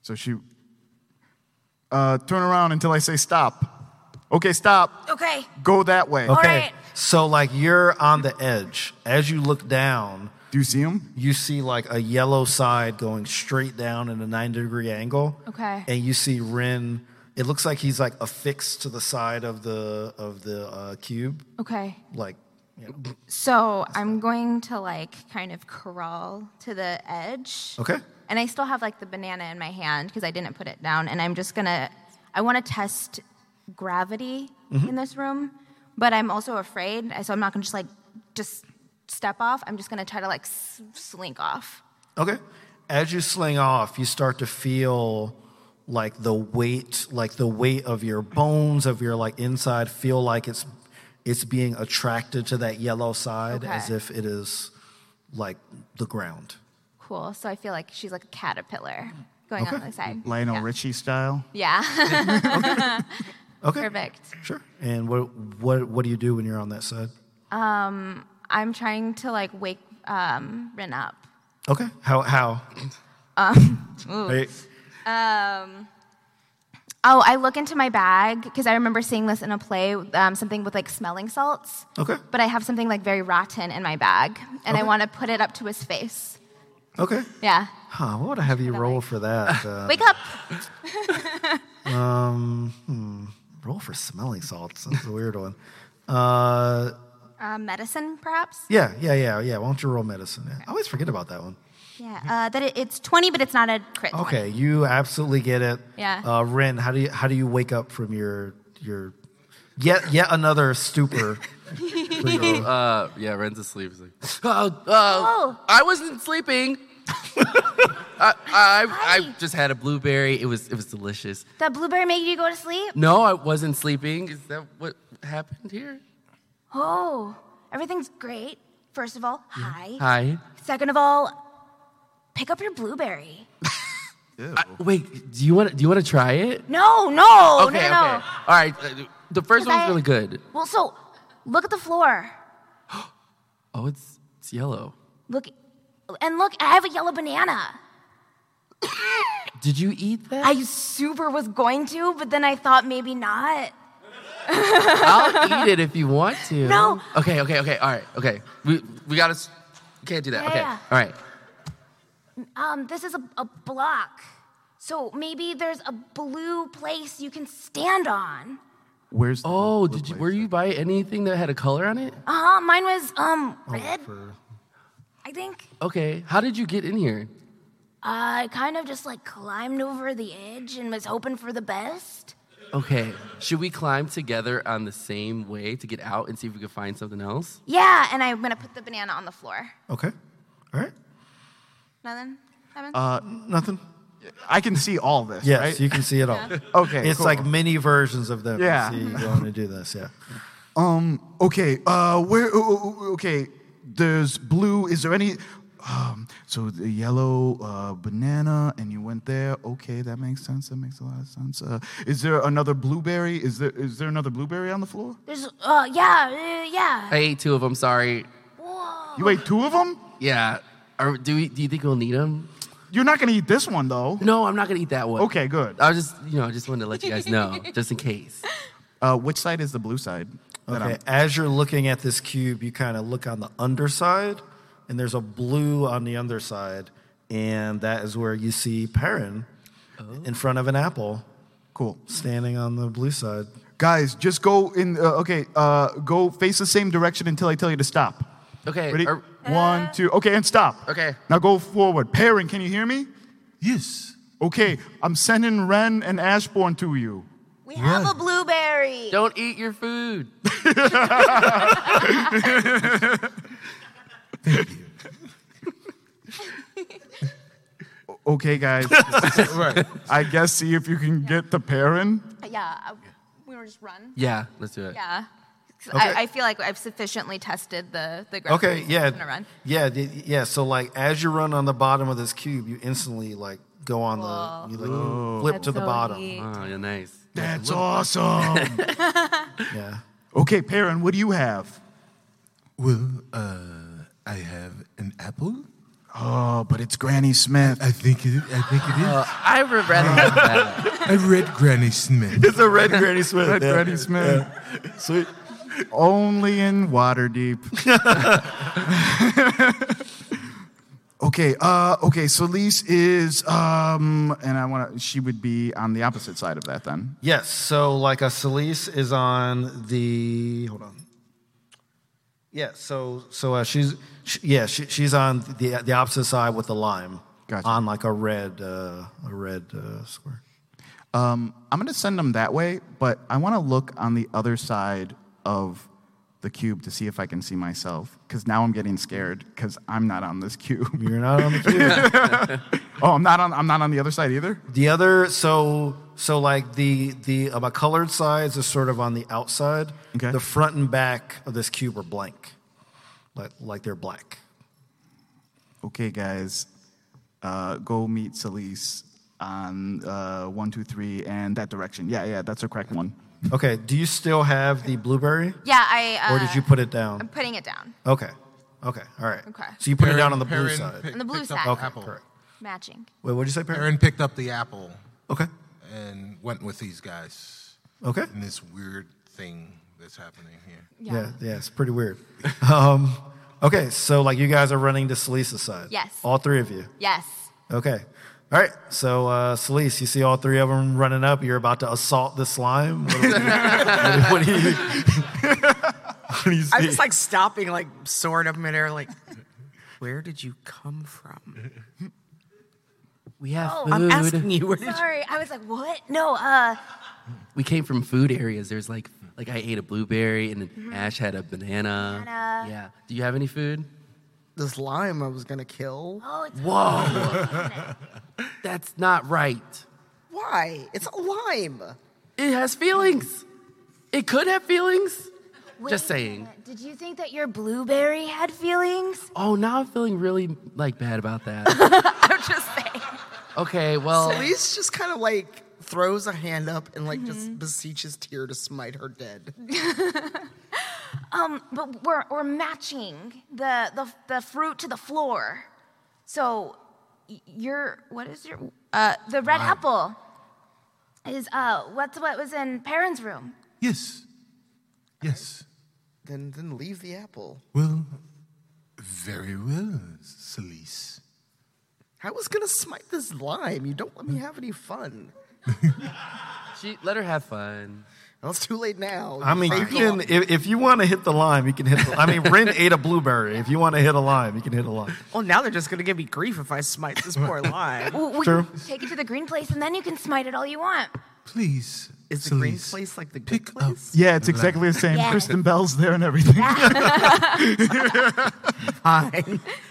So she, uh, turn around until I say stop. Okay, stop. Okay. Go that way. Okay. right. So like you're on the edge. As you look down, Do you see him? you see like a yellow side going straight down in a 90 degree angle. Okay. And you see Rin. It looks like he's like affixed to the side of the of the uh, cube. Okay. Like, you know. So I'm going to like kind of crawl to the edge. okay. And I still have like the banana in my hand because I didn't put it down. And I'm just gonna, I wanna test gravity in this room, but I'm also afraid. So I'm not gonna just like, just step off. I'm just gonna try to like s- slink off. Okay. As you sling off, you start to feel like the weight, like the weight of your bones, of your like inside, feel like it's it's being attracted to that yellow side Okay. as if it is like the ground. Cool. So I feel like she's like a caterpillar going on the side. Lionel yeah. Richie style. Yeah. Okay. Perfect. Sure. And what what what do you do when you're on that side? I'm trying to like wake um, Rin up. Okay. How how? Um. Um, Oh, I look into my bag because I remember seeing this in a play, um, something with like smelling salts. Okay. But I have something like very rotten in my bag, and I Okay. want to put it up to his face. Okay. Yeah. Huh, what would I have you roll for that? Uh, Wake up. Um, hmm, roll for smelling salts. That's a weird one. Uh, Uh, medicine, perhaps? yeah, yeah, yeah, yeah. Why don't you roll medicine? Yeah. I always forget about that one. Yeah. Uh, that it, it's 20, but it's not a crit. 20. Okay, you absolutely get it. Yeah. Uh, Ren, how do you how do you wake up from your your yet yet another stupor? for you? Uh, yeah, Ren's asleep. He's like, oh, oh, I wasn't sleeping. I, I, I just had a blueberry. It was, it was delicious. That blueberry made you go to sleep? No, I wasn't sleeping. Is that what happened here? Oh, everything's great. First of all, hi. Hi. Second of all, pick up your blueberry. Wait, do you want to do you want to try it? No, no, okay, no, no, no. okay. All right. uh, The first Cause one's I- really good. Well, so look at the floor. Oh, it's it's yellow. Look, and look, I have a yellow banana. Did you eat that? I super was going to, but then I thought maybe not. I'll eat it if you want to. No. Okay, okay, okay. All right. Okay. We we got to we can't do that. Okay. Yeah. All right. Um, this is a, a block. So maybe there's a blue place you can stand on. Where's the Oh, did you were you by anything that had a color on it? Uh huh. Mine was um red, I think. Uh, Okay. How did you get in here? I kind of just like climbed over the edge and was hoping for the best. Okay. Should we climb together on the same way to get out and see if we can find something else? Yeah, and I'm going to put the banana on the floor. okay, all right, Nothing? Evan? nothing. I can see all this, Yes, right? you can see it all. Okay, it's cool. like mini versions of them. You Yeah. see you going to do this? Yeah. Okay, uh, where? o- o- o- Okay, there's blue. Is there any? Um, so the yellow uh, banana, and you went there. Okay, that makes sense. That makes a lot of sense. Uh, is there another blueberry? Is there is there another blueberry on the floor? There's uh yeah uh, yeah. I ate two of them. Sorry. Whoa. You ate two of them. Yeah. Are, do we, do you think we'll need them? You're not gonna eat this one though. No, I'm not gonna eat that one. Okay, good. I was just you know I just wanted to let you guys know just in case. Uh, which side is the blue side? that Okay. I'm- As you're looking at this cube, you kind of look on the underside, and there's a blue on the underside, and that is where you see Perrin in front of an apple Cool. standing on the blue side. Guys, just go in. Uh, okay, uh, go face the same direction until I tell you to stop. Okay. Ready? are- One, two. Okay, and stop. Okay. Now go forward. Perrin, can you hear me? Yes. Okay, I'm sending Ren and Ashbourne to you. We have a blueberry. Don't eat your food. Okay, guys, right. I guess see if you can get the parent. Yeah. uh, We were just run. Yeah, let's do it. Yeah. 'Cause Okay. I, I feel like I've sufficiently tested the the. ground Okay, rules. yeah. I'm gonna run. Yeah, the- yeah. So like as you run on the bottom of this cube, you instantly like go on the you like flip to the bottom. Oh, yeah, nice. That's awesome. Yeah. okay, Perrin, what do you have? Well, uh, I have an apple. Oh, but it's Granny Smith. I think it, I think it is. I regret that. I read Granny Smith. It's a red Granny Smith. Red Granny Smith. Sweet. Only in Waterdeep. okay, uh, okay, so Lise is, um, and I want to, she would be on the opposite side of that then. Yes. So like a Celise is on the hold on. Yeah. So so uh, she's sh yeah she, she's on the the opposite side with the lime Gotcha. on like a red uh, a red uh, square. Um, I'm going to send them that way, but I want to look on the other side of the cube to see if I can see myself, because now I'm getting scared because I'm not on this cube. You're not on the cube. oh, I'm not on, I'm not on the other side either? the other so so like the the uh, my colored sides are sort of on the outside. Okay. The front and back of this cube are blank, like like they're black. okay, guys, uh, go meet Celise on uh, one, two, three, and that direction. Yeah, yeah, that's a correct one. Okay. Do you still have the blueberry, Yeah. I. Uh, or did you put it down? I'm putting it down. Okay. Okay. All right. Okay. So you put Perrin- it down on the blue Perrin side. pick- On the blue picked up side. okay. apple. Correct. Matching. Wait, what did you say, Perrin? Aaron picked up the apple Okay. and went with these guys Okay. in this weird thing that's happening here. Yeah. Yeah. it's pretty weird. um, okay. So like you guys are running to Selisa's side. Yes. All three of you. Yes. Okay. All right. So uh, Selise, you see all three of them running up. You're about to assault the slime. What do you, what do you, what do you see? I'm just like stopping, like soaring up midair, like, where did you come from? We have Oh, I'm food. asking you where did you Sorry, I was like, what? No, uh, we came from food areas. There's like, like I ate a blueberry and then Ash had a Mm-hmm. banana. Banana. Yeah. Do you have any food? this lime I was gonna kill. oh, it's Whoa. That's not right. Why? It's a lime. It has feelings. It could have feelings. Wait Just a saying. minute, Did you think that your blueberry had feelings? Oh, now I'm feeling really like bad about that. I'm just saying. okay, well, Elise just kind of like throws a hand up and like just beseeches Tyr to smite her dead. But we're we're matching the the the fruit to the floor. So y- your what is your uh the red apple is uh what's what was in Perrin's room. Yes. Yes. Then then leave the apple. Well, very well, Celise. I was gonna smite this lime. You don't let me have any fun. she, let her have fun. Well, it's too late now. I mean, you Thank can if, if you want to hit the lime, you can hit. The, I mean, Rin ate a blueberry. If you want to hit a lime, you can hit a lime. Well, Oh, now they're just gonna give me grief if I smite this poor lime. Well, we True. can Take it to the green place and then you can smite it all you want. Please. Is the green Celise, place like the good Pick up. place? Yeah, it's exactly the same. Yeah. Kristen Bell's there and everything. Fine.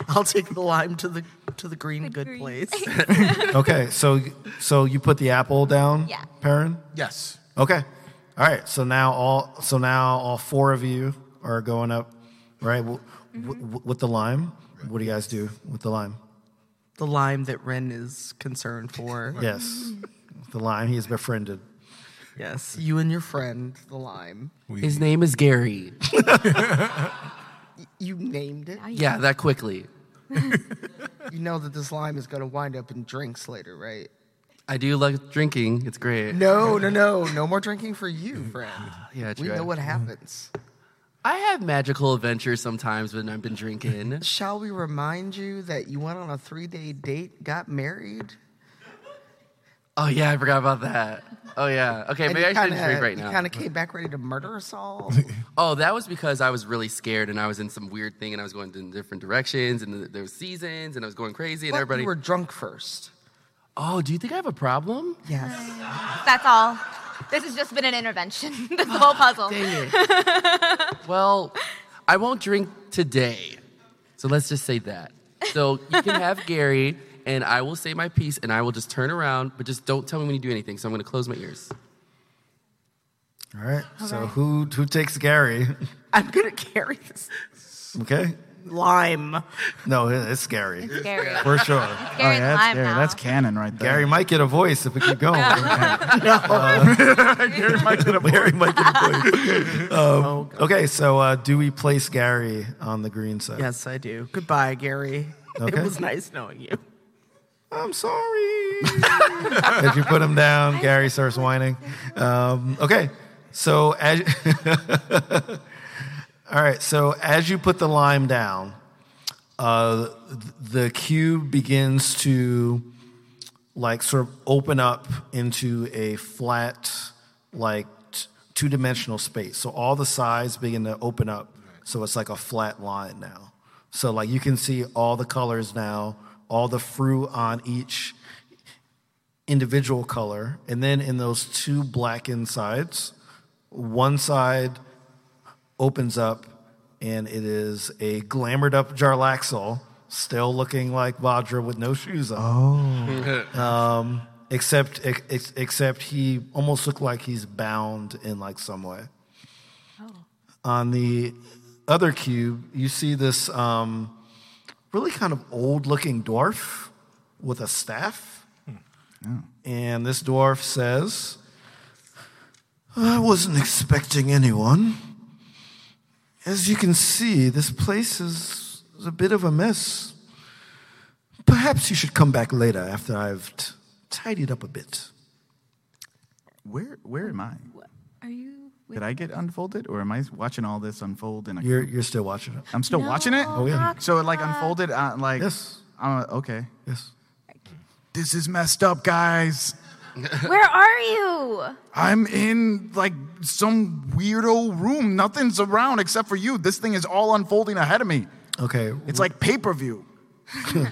I'll take the lime to the to the green good green place. Okay, so so you put the apple down, Yeah. Perrin. Yes. Okay, all right. So now all so now all four of you are going up, right? W- w- with the lime. What do you guys do with the lime? the lime that Ren is concerned for. Yes, the lime. He is befriended. Yes, you and your friend, the lime. We, His name is Gary. You named it. Yeah, that quickly. You know that this lime is going to wind up in drinks later, right? I do like drinking. It's great. No, no, no. No more drinking for you, friend. Yeah, We true. know what happens. I have magical adventures sometimes when I've been drinking. Shall we remind you that you went on a three day date, got married? Oh yeah, I forgot about that. Oh yeah. Okay, maybe I you shouldn't drink right you now. kind of came back ready to murder us all. Oh, that was because I was really scared and I was in some weird thing and I was going in different directions and th- there was seasons and I was going crazy and But everybody. You were drunk first. Oh, do you think I have a problem? Yes. That's all. This has just been an intervention. this whole puzzle. Dang it. well, I won't drink today. So let's just say that. So you can have Gary, and I will say my piece, and I will just turn around, but just don't tell me when you do anything. So I'm going to close my ears. All right. So who who takes Gary? I'm gonna carry this Okay. lime. No, it- it's Gary Gary. for sure. Gary's Oh, yeah, that's, lime Gary, now. that's canon right there. Gary might get a voice if we keep going. Uh, Gary might get a voice. Um, okay, so uh, do we place Gary on the green side? Yes, I do. Goodbye, Gary. Okay. It was nice knowing you. I'm sorry. if you put him down, Gary starts whining. Um, okay, so as all right, so as you put the lime down, uh, th- the cube begins to like sort of open up into a flat, like t- two dimensional space. So all the sides begin to open up. So it's like a flat line now. So like you can see all the colors now, all the fruit on each individual color, and then in those two blackened sides, one side opens up and it is a glamored up Jarlaxle, still looking like Vajra with no shoes on except ex- except he almost looked like he's bound in like some way. On the other cube, you see this um, really kind of old looking dwarf with a staff, and this dwarf says, "I wasn't expecting anyone. As you can see, this place is, is a bit of a mess." Perhaps you should come back later after I've t- tidied up a bit. Where where am I? Are you with Did I get unfolded, or am I watching all this unfold? And You're, you're still watching it. I'm still watching it. Oh, yeah. So it like unfolded. Uh, like Yes. Uh, okay. Yes. This is messed up, guys. Where are you? I'm in like some weirdo room. Nothing's around except for you. This thing is all unfolding ahead of me. Okay. It's like pay per view. All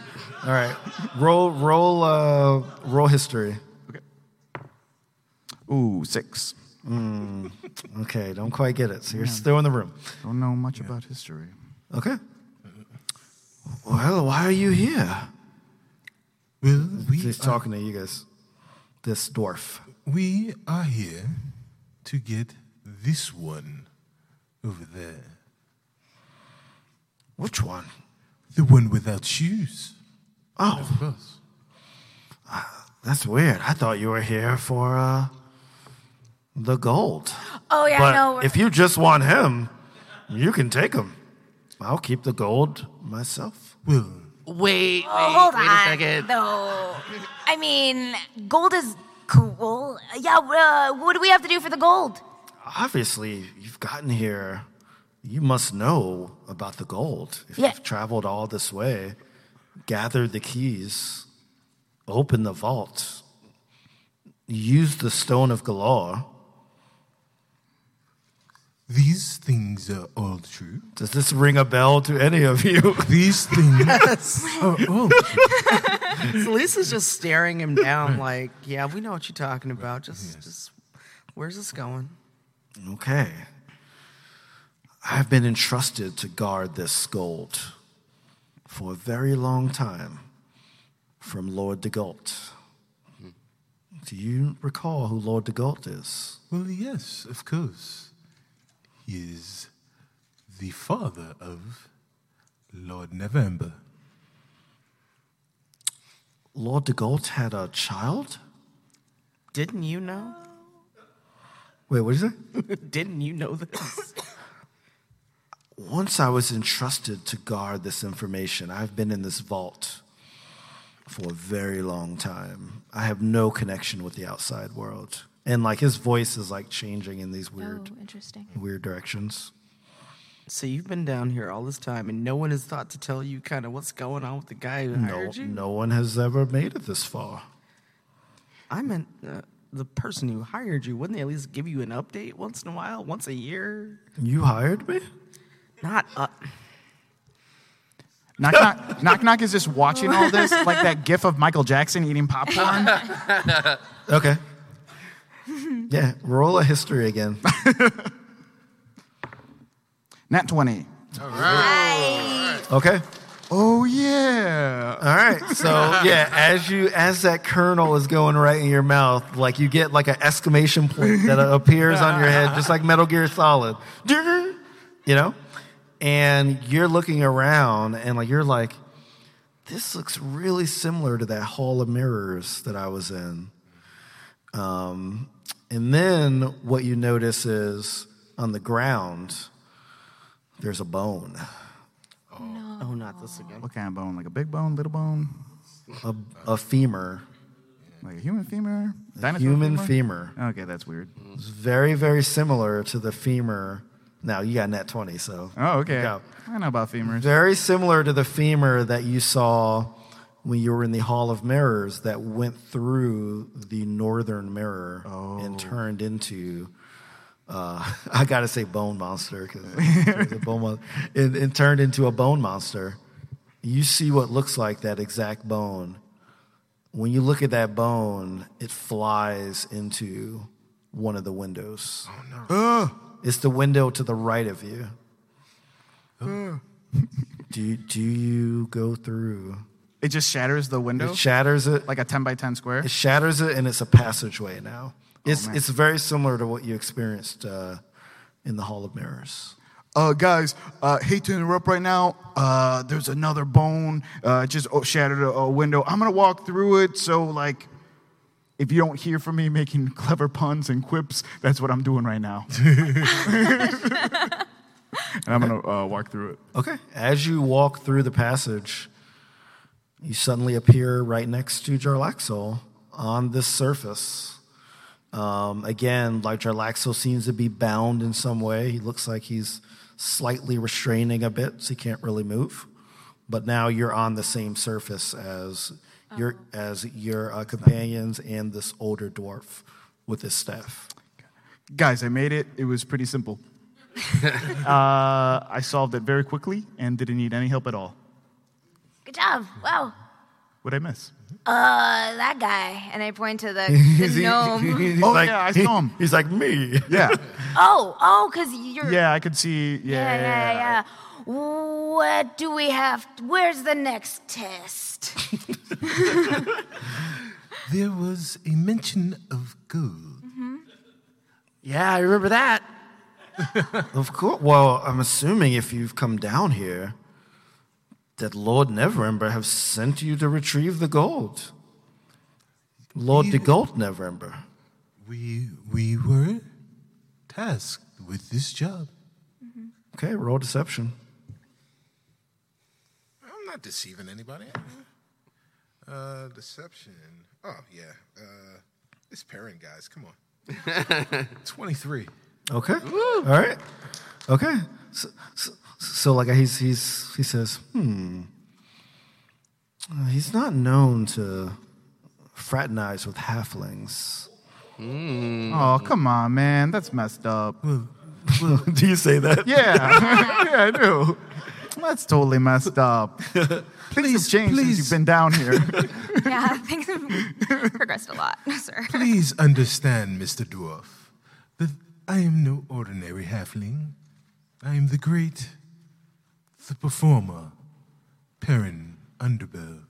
right. Roll roll uh, roll history. Ooh, six. Okay. Don't quite get it. So you're still in the room. Don't know much about history. Okay. Well, why are you here? Well, we He's are, talking to you guys. This dwarf. we are here to get this one over there. Which one? The one without shoes. Oh, Of course. that's weird. I thought you were here for uh, the gold. Oh yeah, But I know. if you just want him, you can take him. I'll keep the gold myself. Well, Wait, wait, hold wait on, a second. though. I mean, gold is cool. Yeah. Uh, what do we have to do for the gold? Obviously, you've gotten here. You must know about the gold. If Yeah. you've traveled all this way, gathered the keys, opened the vault, used the stone of galore. these things are all true. Does this ring a bell to any of you? These things are all true. Lisa's just staring him down, like, "Yeah, we know what you're talking about. Just, just, where's this going?" Okay. I've been entrusted to guard this gold for a very long time from Lord de Gault. Do you recall who Lord de Gault is? Well, yes, of course. He is the father of Lord November. Lord de Gault had a child? Didn't you know? Wait, what did you say? Didn't you know this? Once I was entrusted to guard this information, I've been in this vault for a very long time. I have no connection with the outside world. And like his voice is like changing in these weird Oh, interesting. weird directions. so you've been down here all this time, and no one has thought to tell you kind of what's going on with the guy who No, hired you. no one has ever made it this far. I meant uh, the person who hired you. Wouldn't they at least give you an update once in a while, once a year? You hired me? Not. Uh, Knock knock, knock knock is just watching all this like that gif of Michael Jackson eating popcorn. Okay. Yeah, roll a history again. Nat twenty. Okay. Oh yeah. All right. So yeah, as you as that kernel is going right in your mouth, like you get like an exclamation point that appears on your head, just like Metal Gear Solid. You know? And you're looking around and like you're like, this looks really similar to that hall of mirrors that I was in. Um, and then what you notice is on the ground, there's a bone. Oh, not this again. What kind of bone? Like a big bone, little bone, a, a femur, like a human femur, dinosaur human femur. Mm. Okay, that's weird. It's very, very similar to the femur. Now you got net 20, so. Oh, okay. Yeah. I know about femurs. Very similar to the femur that you saw when you were in the Hall of Mirrors that went through the northern mirror and turned into. Uh, I gotta say bone monster because bone monster. It, it turned into a bone monster. You see what looks like that exact bone. When you look at that bone, it flies into one of the windows. It's the window to the right of you. do do you go through? It just shatters the window, It shatters it. like a ten by ten square. It shatters it, and it's a passageway now. It's it's very similar to what you experienced uh, in the Hall of Mirrors. Uh, guys, uh, hate to interrupt right now. Uh, there's another bone uh, just oh, shattered a, a window. I'm gonna walk through it. So like, if you don't hear from me making clever puns and quips, that's what I'm doing right now. and I'm gonna uh, walk through it. Okay. As you walk through the passage, you suddenly appear right next to Jarlaxle on this surface. Um, again, like Jarlaxle seems to be bound in some way. He looks like he's slightly restraining a bit, so he can't really move. But now you're on the same surface as your as your uh, companions and this older dwarf with his staff. Guys, I made it. It was pretty simple. uh, I solved it very quickly and didn't need any help at all. Good job. Wow. What'd I miss? Uh, that guy. And I point to the, the gnome. he's Oh, yeah, I saw him. He's like me. Yeah, Oh, oh, because you're. yeah, I could see. Yeah, yeah, yeah, yeah. What do we have? Where's the next test? There was a mention of gold. Yeah, I remember that. of course. Well, I'm assuming if you've come down here, that Lord Neverember have sent you to retrieve the gold. Lord the Gold Neverember. We we were tasked with this job. Okay, roll deception. I'm not deceiving anybody. Uh, deception. Oh yeah. Uh, this pairing, guys. Come on. Twenty-three. Okay. All right. Okay. So, so, so like he's he's he says, hmm. Uh, He's not known to fraternize with halflings. Oh, come on, man. That's messed up. Do you say that? Yeah. yeah, I do. That's totally messed up. Things Please, have changed since you've been down here. Yeah, things have progressed a lot, sir. Please understand, Mr. Dwarf, that I am no ordinary halfling. I am the great, the performer, Perrin Underbow.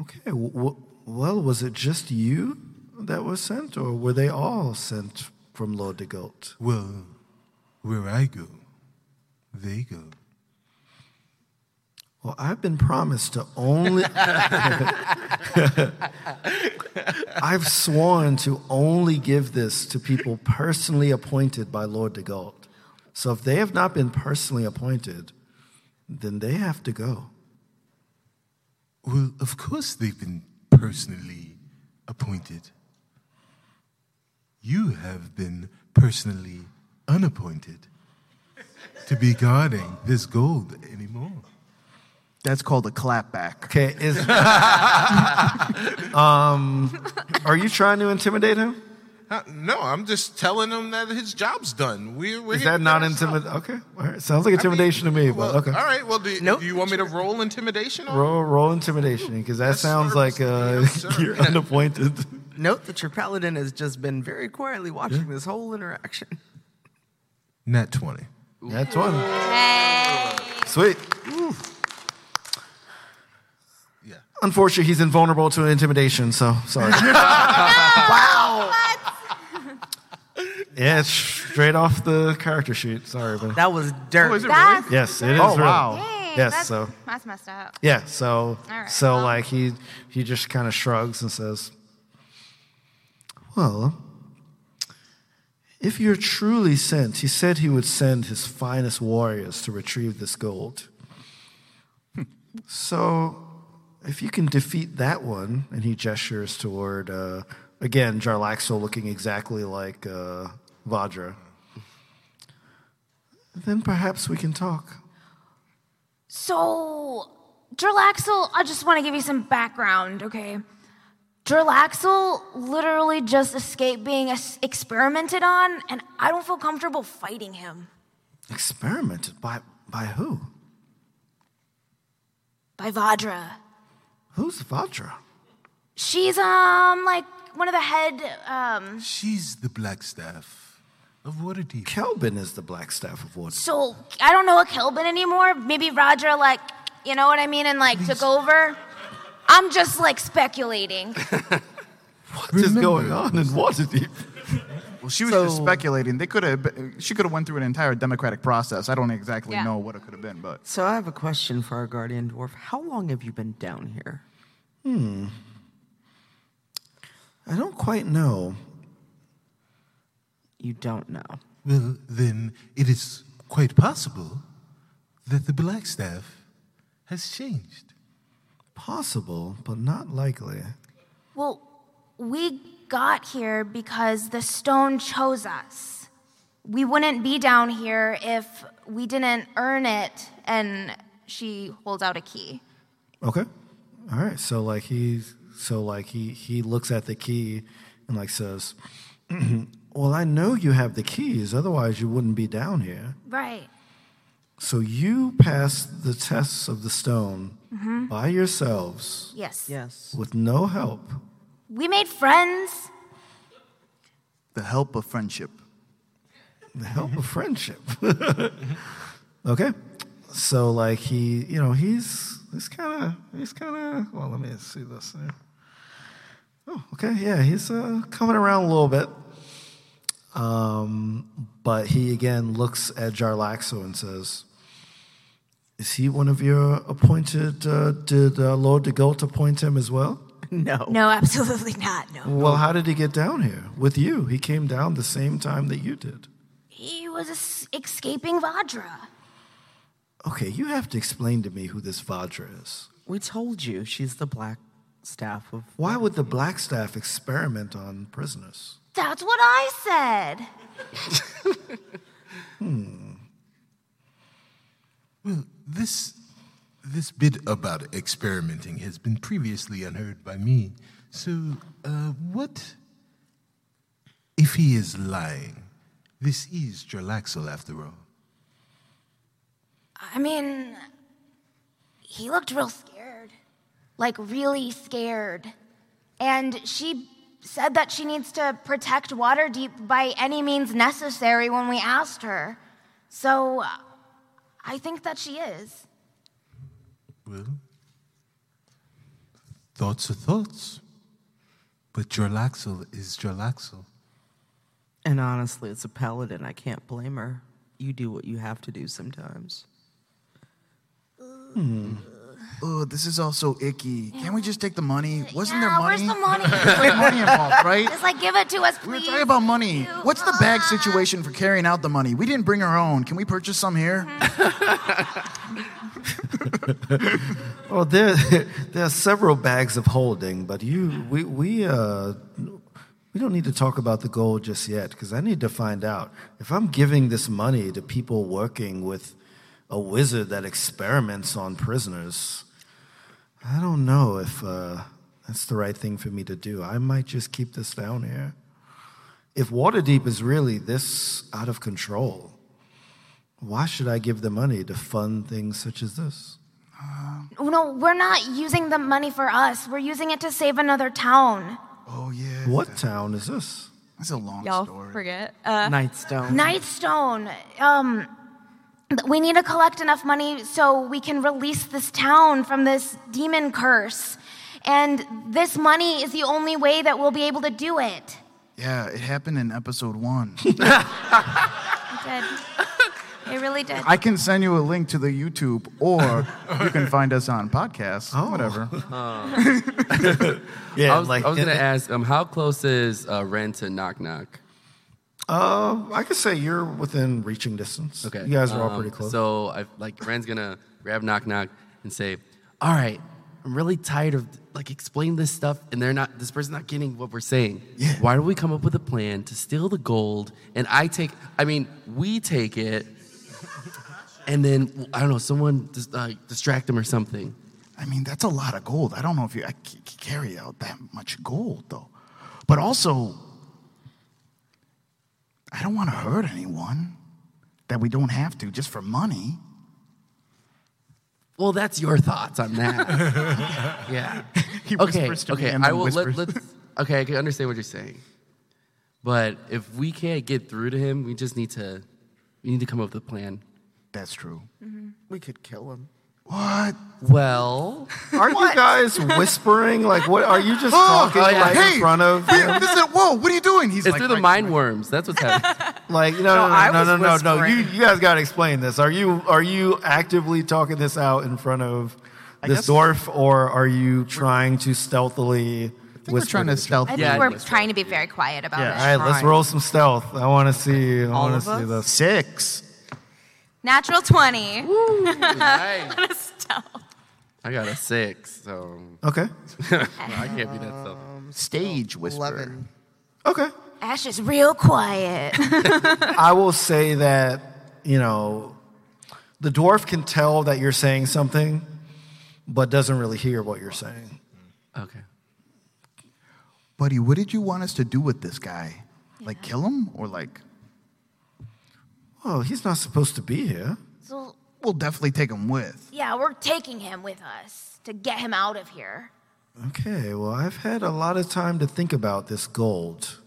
Okay. W- w- well, was it just you that was sent, or were they all sent from Lord de Goat? Well, where I go, they go. Well, I've been promised to only. I've sworn to only give this to people personally appointed by Lord de Goat. So if they have not been personally appointed, then they have to go. Well, of course they've been personally appointed. You have been personally unappointed to be guarding this gold anymore. That's called a clapback. Okay, is um, are you trying to intimidate him? Uh, No, I'm just telling him that his job's done. We, we're Is here that to not finish up. intimidation? Okay. All right. Sounds like intimidation to me, but Well, okay. All right. Well, do, Nope. do you want me to roll intimidation? on Roll, roll intimidation because that sounds sir. like uh, Yes, sir. you're unappointed. Note that your paladin has just been very quietly watching this whole interaction. it? Net 20. That's one. Hey. Sweet. Yeah. Unfortunately, he's invulnerable to intimidation, so sorry. yeah, it's straight off the character sheet. Sorry, but That was dirt. is it That's yes, it is. Oh, real. wow. Dang, Yes, that's, so- that's messed up. Yeah, so right, so well- like he he just kind of shrugs and says, "Well, if you're truly sent, he said he would send his finest warriors to retrieve this gold. so, if you can defeat that one, and he gestures toward uh, again Jarlaxo, looking exactly like uh, Vajra, then perhaps we can talk." So, Drillaxel, I just want to give you some background, okay? Drillaxel literally just escaped being es- experimented on, and I don't feel comfortable fighting him Experimented by by who? by Vadra. Who's Vajra? She's, um, like one of the head, um, She's the black staff of Waterdeep. Kelvin is the black staff of water. so I don't know a Kilbin anymore. Maybe Vadra, like, you know what I mean, and like took over. I'm just like speculating. What is going on in Waterdeep? Well, she was just speculating. They could have. She could have went through an entire democratic process. I don't exactly Yeah. know what it could have been, but So I have a question for our guardian dwarf. How long have you been down here? I don't quite know. You don't know. Well, then it is quite possible that the black staff has changed. Possible, but not likely. Well, we got here because the stone chose us. We wouldn't be down here if we didn't earn it. And she holds out a key. Okay. All right. So like he's so like he he looks at the key and like says, "Well, I know you have the keys. Otherwise, you wouldn't be down here. Right. So you passed the tests of the stone Mm-hmm. by yourselves Yes. Yes. with no help. We made friends. the help of friendship. the help of friendship. okay, so like he, you know, he's he's kind of he's kind of well. Let me see this. Here. Oh, okay, yeah, he's uh, coming around a little bit. Um, but he again looks at Jarlaxo and says, "Is he one of your appointed? Uh, did uh, Lord de Golt appoint him as well? No. No, absolutely not. No. Well, how did he get down here with you? He came down the same time that you did." He was es- escaping Vadra. Okay, you have to explain to me who this Vajra is. We told you she's the black staff of. Why would the black staff experiment on prisoners? That's what I said. This this bit about experimenting has been previously unheard by me. So, uh, what if he is lying? This is Jarlaxle, after all. I mean, he looked real scared. Like, really scared. And she said that she needs to protect Waterdeep by any means necessary when we asked her. So, I think that she is. Well, thoughts are thoughts, but Jarlaxle is Jarlaxle. And honestly, it's a paladin. I can't blame her. You do what you have to do sometimes. Oh, this is all so icky. Can't we just take the money? Wasn't yeah, there money? where's the money? There's like money involved, right? Just like give it to us, We please. were talking about money. Thank you. What's the bag situation for carrying out the money? We didn't bring our own. Can we purchase some here? Mm-hmm. Oh, there, there are several bags of holding, but you, we, we, uh, we don't need to talk about the gold just yet because I need to find out if I'm giving this money to people working with a wizard that experiments on prisoners. I don't know if uh, that's the right thing for me to do. I might just keep this down here if Waterdeep is really this out of control, why should I give the money to fund things such as this? No, we're not using the money for us. We're using it to save another town. Oh yeah. What town is this? That's a long Y'all story. forget. Uh, Nightstone. Nightstone. Um, th- we need to collect enough money so we can release this town from this demon curse. And this money is the only way that we'll be able to do it. Yeah, it happened in episode one. It did. It really did. I can send you a link to the YouTube, or you can find us on podcasts. Oh. Whatever. Yeah, I was, I was gonna ask, um, how close is uh, Ren to Knock Knock? Uh, I could say you're within reaching distance. Okay, you guys are all um, pretty close. So, I, like, Ren's gonna grab Knock Knock and say, "All right, I'm really tired of like explaining this stuff, and they're not. This person's not getting what we're saying. Yeah. Why don't we come up with a plan to steal the gold? And I take, I mean, we take it, and then I don't know, someone just uh, distract them or something. I mean, that's a lot of gold. I don't know if you I c- c- carry out that much gold, though. But also, I don't want to hurt anyone that we don't have to just for money. Well, that's your thoughts on that. yeah. He Okay. whispers to me Okay. and I then will. Let, whispers. let's. Okay. I can understand what you're saying, but if we can't get through to him, we just need to. We need to come up with a plan. That's true. We could kill him. What? Well, are you guys whispering? Like, what are you just talking oh, yeah. like in front of? Hey, this is- whoa, what are you doing? He's it's like, through the right- mind worms. That's what's happening. Like, no, no, I no, no, was no, no, no, You, whispering. you guys got to explain this. Are you are you actively talking this out in front of this guess- dwarf, or are you trying to stealthily? I think we're trying to stealth. I think Yeah, I we're guess so. trying to be very quiet about All it. right, let's Trying. roll some stealth. I want to see. I All want of to see us? this. Six. Natural 20. Nice. Stealth. I got a six, so Okay. I can't be that stuff. Stage whisper. Eleven. Okay. Ash is real quiet. I will say that, you know, the dwarf can tell that you're saying something, but doesn't really hear what you're saying. Okay. Buddy, what did you want us to do with this guy? Like kill him or like Oh, he's not supposed to be here. so, we'll definitely take him with. yeah, we're taking him with us to get him out of here. Okay, well, I've had a lot of time to think about this gold.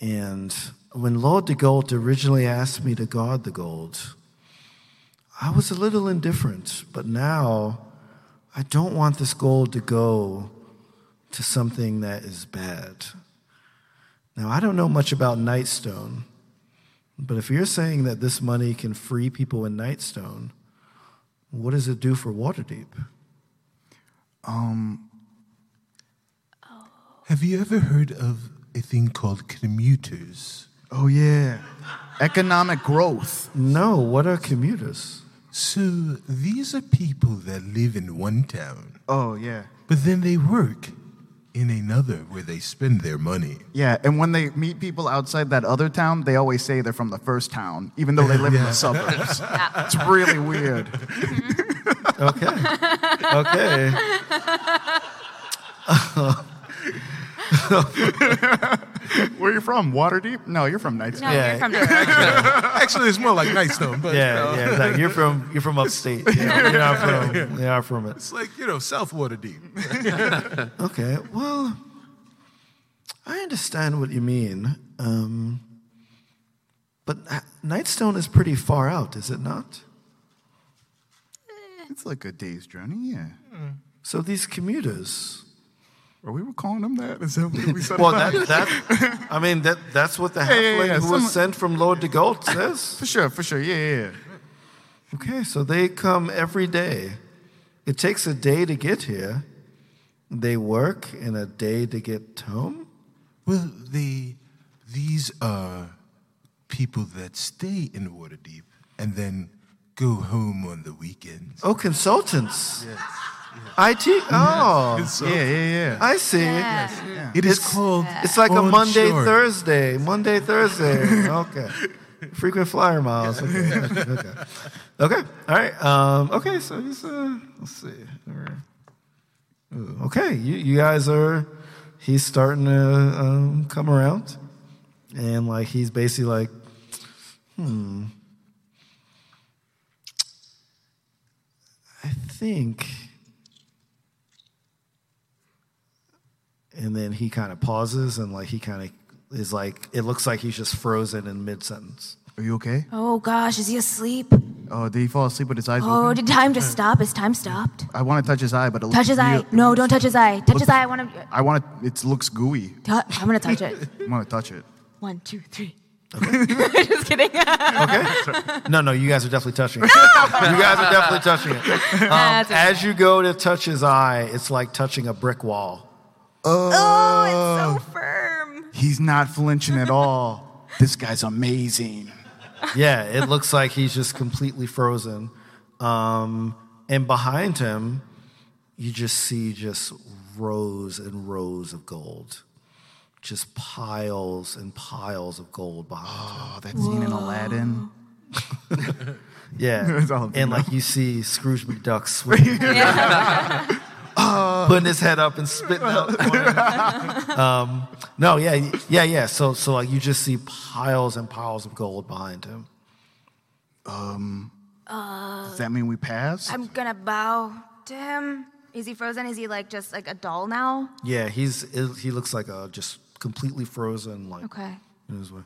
And when Lord de Gold originally asked me to guard the gold, I was a little indifferent, but now I don't want this gold to go to something that is bad. Now, I don't know much about Nightstone, but if you're saying that this money can free people in Nightstone, what does it do for Waterdeep? Have you ever heard of a thing called commuters? Oh yeah. Economic growth. No, what are commuters? So these are people that live in one town, Oh yeah. but then they work in another where they spend their money. Yeah, and when they meet people outside that other town, they always say they're from the first town, even though they live in the suburbs. It's really weird. Okay. okay. Where you from? Waterdeep? No, you're from Knightsville. No, Yeah. you're from New Actually, it's more like Nightstone, but you know, Yeah, yeah. like, you're from you're from upstate. Yeah, you're not from you're not from it. it's like, you know, South Water Deep. Okay. Well, I understand what you mean. Um, but N- Nightstone is pretty far out, is it not? It's like a day's journey, yeah. So these commuters. Or Hmm. we were calling them that? Is that what we said? Well, about it? that, that I mean that that's what the halfling yeah, yeah, who was someone- sent from Lord de Gault says. for sure, for sure, yeah, yeah, yeah. Okay, so they come every day. It takes a day to get here. They work and a day to get home. Well, they, these are people that stay in Waterdeep and then go home on the weekends. Oh, consultants. IT. Oh, It's, uh, Yeah, yeah, yeah. I see. it is called. It's like a on Monday, shore. Thursday. Monday, Thursday. okay. Frequent flyer miles. Okay. gotcha, okay. Okay. All right. Um, okay. So he's, uh, let's see. All right. Ooh, Okay. You, you guys are, he's starting to um, come around. and like he's basically like, hmm. I think. And then he kind of pauses and like he kind of is like it looks like he's just frozen in mid sentence. Are you okay? Oh gosh, is he asleep? Oh, did he fall asleep with his eyes Oh, open? did time just stop? Is time stopped? I want to touch his eye, but it Touch looks his eye. real- No, don't touch his eye. Touch his eye. I want to. I want to. It looks gooey. I'm gonna touch it. I want to touch it. One, two, three. just kidding. No, no, you guys are definitely touching it. you guys are definitely touching it. Um, That's okay. As you go to touch his eye, it's like touching a brick wall. oh, it's so firm. He's not flinching at all. This guy's amazing. Yeah, it looks like he's just completely frozen. Um, and behind him, you just see just rows and rows of gold. Just piles and piles of gold behind him. Oh, that scene in Aladdin. Yeah. That's all I'm thinking and like you see Scrooge McDuck swinging. putting his head up and spitting out coins. um, no, yeah, yeah, yeah. So, so like you just see piles and piles of gold behind him. Does that mean we pass? I'm gonna bow to him. Is he frozen? Is he like just like a doll now? Yeah, he's he looks like a just completely frozen, like Okay. in his way.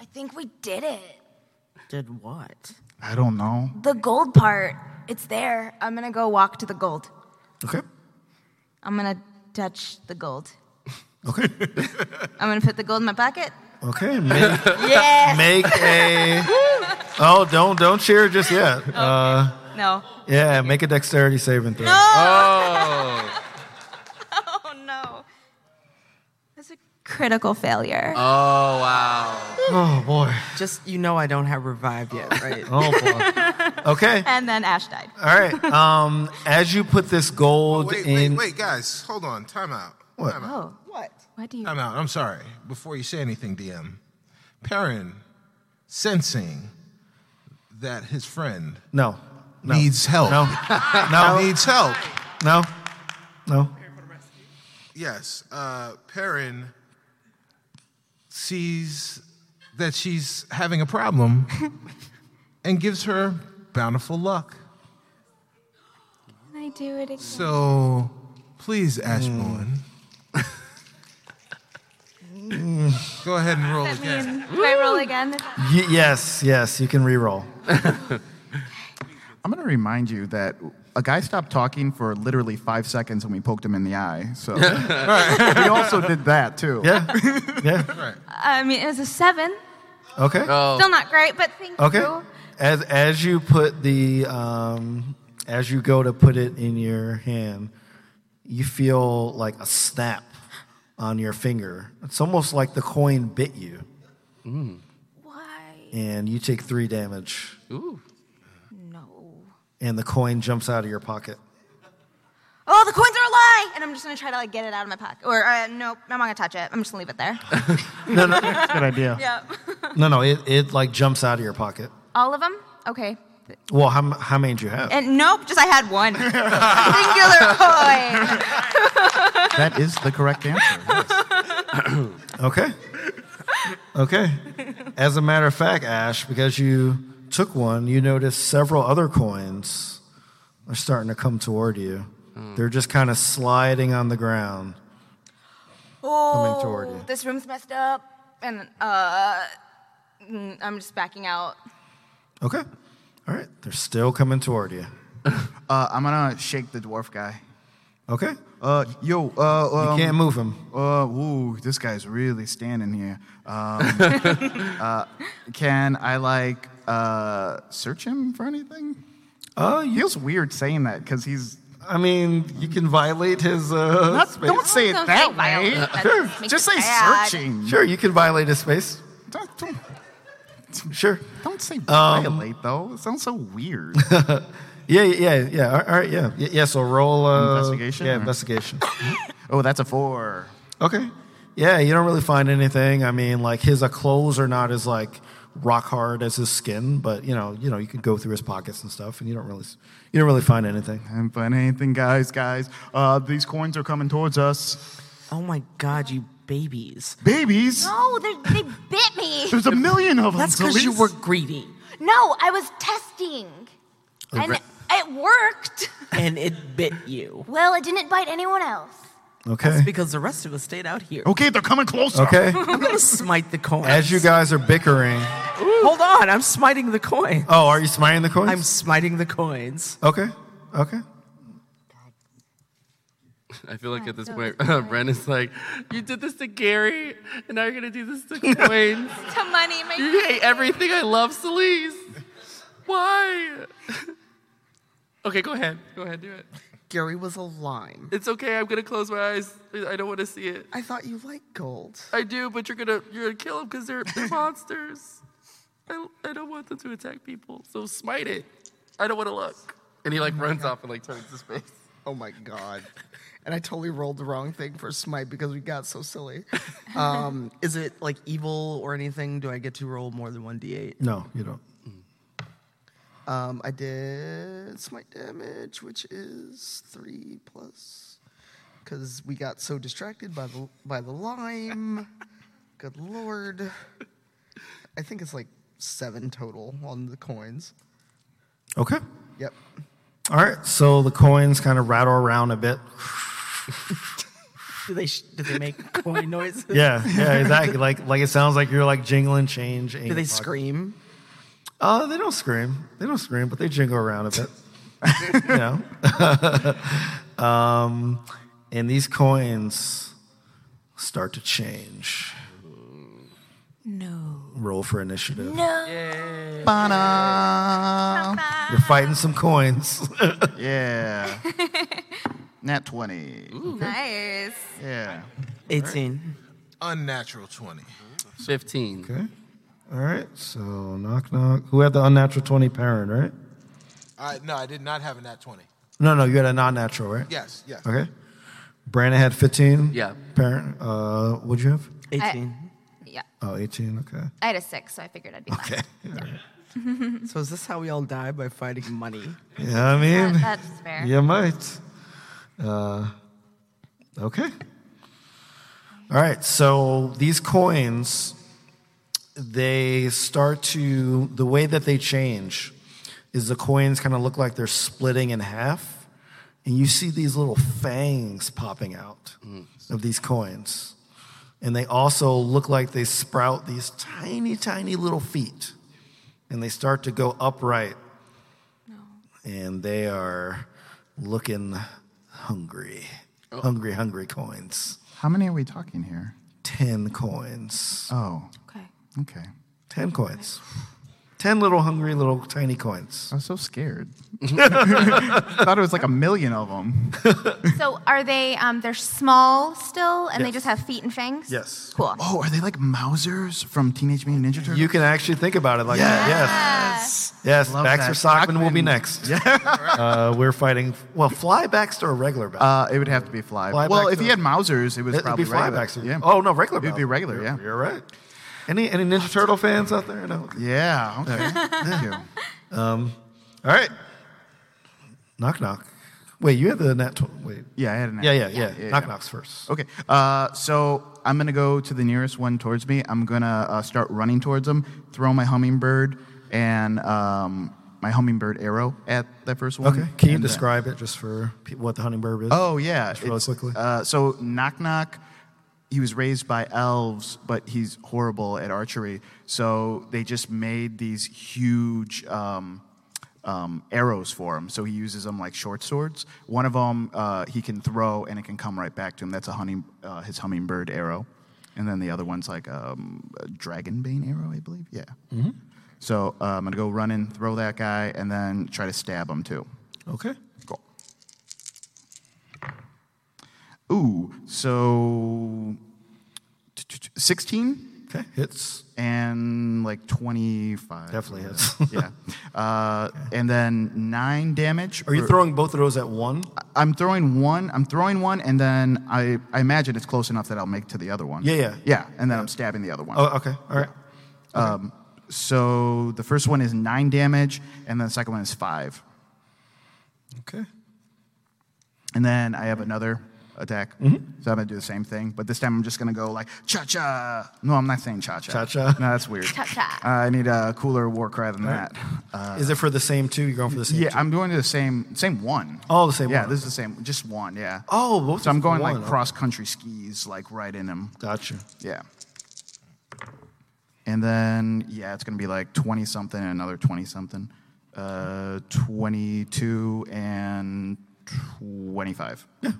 I think we did it. Did what? I don't know. The gold part, it's there. I'm gonna go walk to the gold. Okay, I'm gonna touch the gold. okay, I'm gonna put the gold in my pocket. okay. Make, Yes. make a oh, don't don't cheer just yet. Uh, No. yeah, make a dexterity saving throw. Oh. Oh no. That's a critical failure. Oh, wow. Oh boy, Just you know I don't have revived yet, right? oh boy. Okay, And then Ash died. all right. Um, as you put this gold Oh, Wait, wait, in, wait, guys. Hold on. Time out. What? Time out. Oh. What? What do you? Time out. I'm sorry. Before you say anything, DM, Perrin, sensing that his friend no, no, needs help, no, no, needs help. no, no. Yes, uh, Perrin sees that she's having a problem and gives her bountiful luck. Can I do it again? So please, Mm. Ashbourne, go ahead and roll That again. mean, do I roll again? Y- yes, yes, you can re-roll. I'm going to remind you that a guy stopped talking for literally five seconds when we poked him in the eye. So we also did that too. Yeah, yeah. Right. I mean, it was a seven. Okay. Oh. Still not great, but thank Oh. Okay. you. As as you put the um, as you go to put it in your hand, you feel like a snap on your finger. It's almost like the coin bit you, Why? and you take three damage, Ooh. No. and the coin jumps out of your pocket. Oh, the coins are a lie! And I'm just gonna try to like get it out of my pocket. Or uh, nope, I'm not gonna touch it. I'm just gonna leave it there. No, no, Good idea. yeah. no, no. It it like jumps out of your pocket. All of them? Okay. Well, how m- how many do you have? And nope, just I had one singular coin. That is the correct answer. Okay. Okay. As a matter of fact, Ash, because you took one, you notice several other coins are starting to come toward you. They're just kind of sliding on the ground. Coming toward Oh, you. this room's messed up, and uh, mm, I'm just backing out. Okay. All right. They're still coming toward you. Uh, I'm going to shake the dwarf guy. Okay. You Uh, yo, uh, um, can't move them. Uh, ooh, this guy's really standing here. Um, uh, can I like uh, search him for anything? Oh, you, Feels weird saying that because he's. I mean, you can violate his. Uh, Not, space. don't say it Don't that say way. violent. That just makes Just it say bad. searching. Sure, you can violate his space. Don't, don't, Sure. don't say violate though. It sounds so weird. Yeah, yeah, yeah. All right, yeah. Yeah, yeah so roll. Uh, Investigation, Yeah, or- investigation. oh, that's a four. Okay. Yeah, you don't really find anything. I mean, like his uh, clothes are not as like rock hard as his skin, but you know, you know, you can go through his pockets and stuff, and you don't really, s- you don't really find anything. Haven't found anything, guys. Guys, uh, these coins are coming towards us. Oh my god, you babies. Babies? No, they, they bit me. There's a million of them. That's because you Talise. were greedy. No, I was testing. And re- it worked. and it bit you. Well, it didn't bite anyone else. Okay. Because the rest of us stayed out here. Okay, they're coming closer. Okay. I'm gonna smite the coin. As you guys are bickering. Hold on, I'm smiting the coin. Oh, are you smiting the coins? I'm smiting the coins. Okay. Okay. I feel like at this point, Ren is like, "You did this to Gary, and now you're gonna do this to Quain. To money, my You hate everything I love, Celise. Why?" okay, go ahead. Go ahead, do it. Gary was a lime. It's okay. I'm gonna close my eyes. I don't want to see it. I thought you liked gold. I do, but you're gonna you're gonna kill them because they're they're monsters. I, I don't want them to attack people, so smite it. I don't want to look. And he like runs off and like turns his face. Oh my god. And I totally rolled the wrong thing for smite because we got so silly. Um, Is it like evil or anything? Do I get to roll more than one d8? No, you don't. um, I did smite damage, which is three plus, because we got so distracted by the by the lime. Good lord! I think it's like seven total on the coins. Okay. Yep. All right. So the coins kind of rattle around a bit. Do they sh- do they make coin noises? Yeah. Yeah. Exactly. like like it sounds like you're like jingling change. Do they scream? Uh, they don't scream. They don't scream, but they jingle around a bit. you know. um, and these coins start to change. No. Roll for initiative. Ba-da. You're fighting some coins. Yeah. Nat 20. nice. Yeah. 18. Unnatural 20. Fifteen. okay. All right. So knock knock. Who had the unnatural twenty parent? Right. Uh, no, I did not have a nat 20. No, no. You had a non-natural, right? Yes, yes. Okay. Brandon had 15. Yeah. Parent, uh, what'd you have? 18. Yeah. Oh, 18. Okay. I had a six, so I figured I'd be last. so is this how we all die by fighting money? You know what I That- mean? that's fair. You might. Uh, okay. All right. So these coins, they start to, the way that they change is the coins kind of look like they're splitting in half. And you see these little fangs popping out of these coins. And they also look like they sprout these tiny, tiny little feet. And they start to go upright and they are looking hungry. Oh. Hungry, hungry coins. How many are we talking here? 10 coins. Oh, Okay. okay. 10 coins. 10 little hungry, little tiny coins. I was so scared. Thought it was like a million of them. So are they? Um, they're small still, and they Yes. just have feet and fangs. Yes. Cool. Oh, are they like Mausers from Teenage Mutant Ninja Turtles? You can actually think about it like that. Yes. Yes. Love Baxter that. Sockman will be next. Yeah. uh, we're fighting, well, Fly Baxter or regular Baxter? uh, it would have to be Fly. Fly well, back if to- he had Mausers, it was It'd probably be Fly regular. Baxter. Yeah. Oh, no, regular It'd be Baxter. regular, You're- yeah. You're right. Any, any Ninja Turtle fans out there? No. Yeah. Okay. Thank you. All right. Knock, knock. Wait, you had the net. Tw- wait. Yeah, I had an. Yeah, yeah, yeah. knock yeah. knocks first. Okay, uh, so I'm gonna go to the nearest one towards me. I'm gonna uh, start running towards him, throw my hummingbird and um, my hummingbird arrow at that first one. Okay. Can you And, uh, describe it just for pe- what the hummingbird is? Oh yeah, Just really it's, quickly. Uh, so knock knock. He was raised by elves, but he's horrible at archery. So they just made these huge um, um, arrows for him. So he uses them like short swords. One of them uh, he can throw, and it can come right back to him. That's a hunting, uh, his hummingbird arrow, and then the other one's like um, a dragonbane arrow, I believe. Yeah. So uh, I'm gonna go run in, throw that guy, and then try to stab him too. okay. Cool. Ooh, so 16 Okay. Hits. and like 25. Definitely hits. yeah. Uh, And then nine damage. Are you or- throwing both of those at one? I'm throwing one. I'm throwing one, and then I, I imagine it's close enough that I'll make to the other one. Yeah, yeah. Yeah, and then I'm stabbing the other one. Oh, okay. All right. Um, so the first one is nine damage, and then the second one is five. Okay. And then I have another attack. Mm-hmm. So I'm gonna do the same thing, but this time I'm just gonna go like cha cha. No, I'm not saying cha cha. Cha-cha. No, that's weird. Cha-cha. Uh, I need a cooler war cry than that. Uh, Is it for the same two? You're going for the same yeah, two? I'm going to the same same one. Oh, the same yeah, one, this is the same, just one. Yeah. Oh, both so I'm of going one, like okay. cross country skis, like right in him. Gotcha. Yeah. And then, yeah, it's going to be like 20 something and another 20 something. Uh, 22 and 25. Yeah.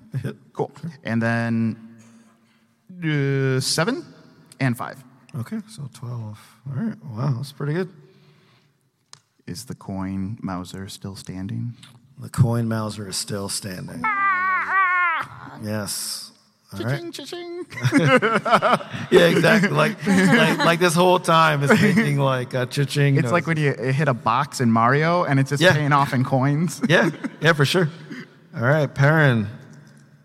Cool. And then uh, 7 and 5 Okay, so 12. All right, wow, that's pretty good. is the coin Mauser still standing? The coin Mauser is still standing. Yes. All right. Yeah, exactly. Like, like, like this whole time is making like a cha-ching. It's like noise. when you hit a box in Mario and it's just Yeah. paying off in coins. yeah, yeah, for sure. All right, Perrin.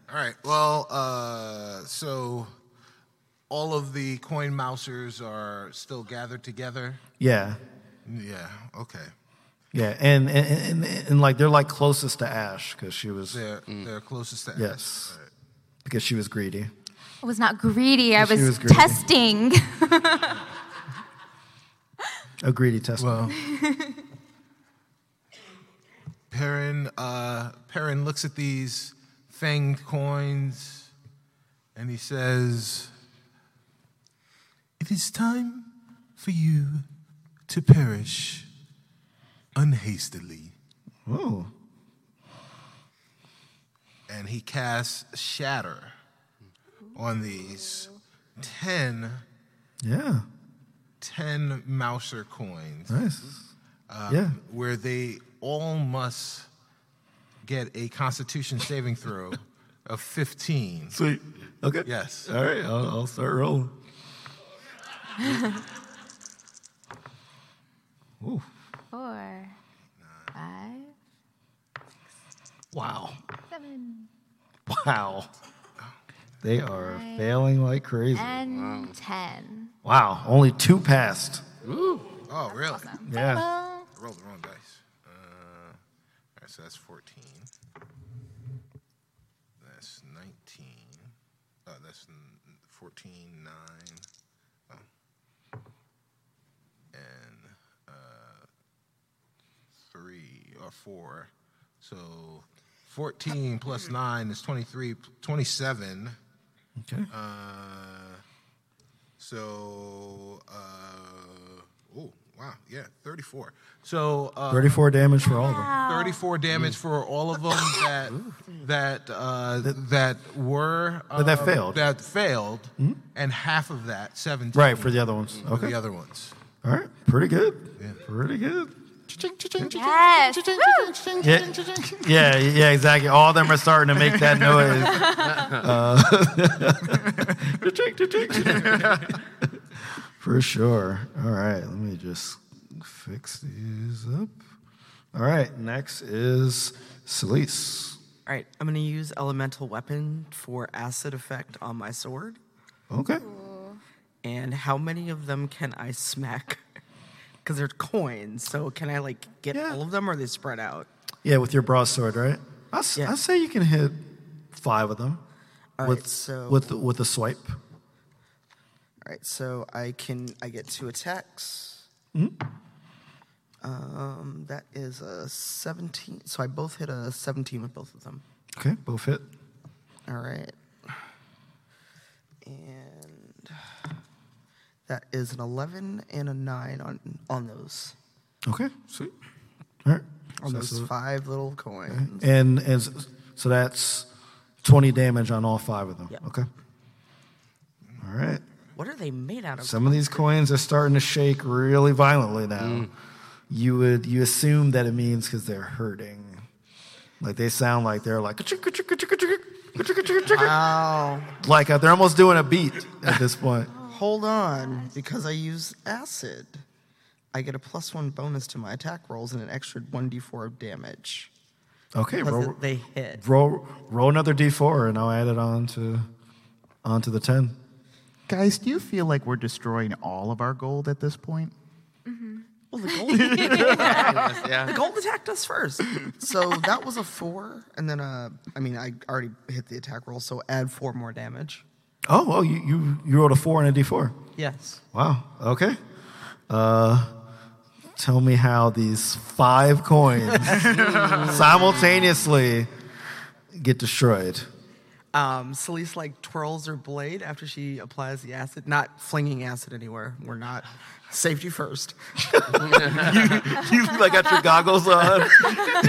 All right. Well, uh, so all of the coin mousers are still gathered together. Yeah, Yeah. Okay. yeah, and and, and and and like they're like closest to Ash because she was They're they're closest to us. yes because she was greedy. I was not greedy. I She was, was greedy. testing. A greedy test. Well, Perrin, uh, Perrin looks at these fanged coins and he says, It is time for you to perish unhastily. Whoa. And he casts Shatter on these 10, Yeah. 10 Mouser coins. Nice. yeah. where they all must get a constitution saving throw of 15. Sweet. Okay. Yes. All right. I'll, I'll start rolling. Ooh. Four, five, Wow. seven, Wow. They are failing like crazy. and ten. Wow. Only two passed. Oh, really? Yeah. I rolled the wrong dice. Uh, all right, so that's 14. That's 19. Oh, that's n- 14, 9. Oh. And uh, 3 or 4. So 14 plus 9 is 23, 27. Okay. Uh, so, uh, oh, wow, yeah, 34. So, uh, 34 damage for all of them. 34 damage for all of them that that uh, that were uh, that failed. Hmm? that failed, and half of that 17 Right, for the other ones. for Okay. the other ones. All right. Pretty good. Pretty good. Yes. Woo! Yeah. yeah, yeah, exactly. All of them are starting to make that noise. Uh, cha-ching, cha-ching. For sure. All right, let me just fix these up. All right, next is Celise. All right, I'm going to use elemental weapon for acid effect on my sword. Okay. And how many of them can I smack? Because they're coins, so can I like get Yeah. all of them, or are they spread out? Yeah, with your broadsword, right? I, s- Yeah. I say you can hit five of them All with, right, so- with, with a swipe. All right, so I can I get two attacks. Mm-hmm. Um, that is a 17. So I both hit a 17 with both of them. Okay, both hit. All right, and that is an 11 and a nine on on those Okay, sweet. All right. on So those that's a- five little coins. And, and s- so that's 20 damage on all five of them. Yep. Okay. All right. What are they made out of? Some of these coins are starting to shake really violently now. Mm. You would you assume that it means because they're hurting. Like they sound like they're like Wow. like uh, they're almost doing a beat at this point. Hold on, because I use acid. I get a plus one bonus to my attack rolls and an extra 1d4 of damage. Okay, Because roll, they hit. roll roll another d4 and I'll add it on to onto the 10. Guys, do you feel like we're destroying all of our gold at this point? Well, the gold, the yeah. gold attacked us first. So that was a four, and then uh, I mean, I already hit the attack roll, so add four more damage. Oh, well, you, you, you rolled a four and a d4. Yes. Wow. Okay. Uh, tell me how these five coins simultaneously get destroyed. Um, Celeste like twirls her blade after she applies the acid, not flinging acid anywhere. We're not safety first. You like got your goggles on,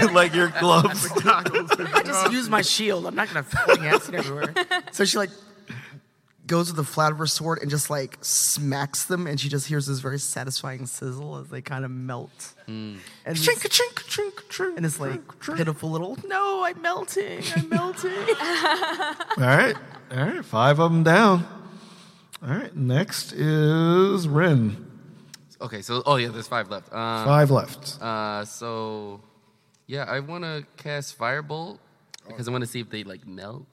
and, like your gloves. I just use my shield. I'm not gonna fling acid everywhere. So she like goes with the flat of her sword and just like smacks them, and she just hears this very satisfying sizzle as they kind of melt. And, this, Chink, chink, chink, chink. and this like pitiful little No, I'm melting. I'm melting. All right. All right. Five of them down. All right. Next is Rin. Okay, so oh yeah, there's five left. Um, Five left. Uh, so yeah, I want to cast Firebolt because I want to see if they like melt.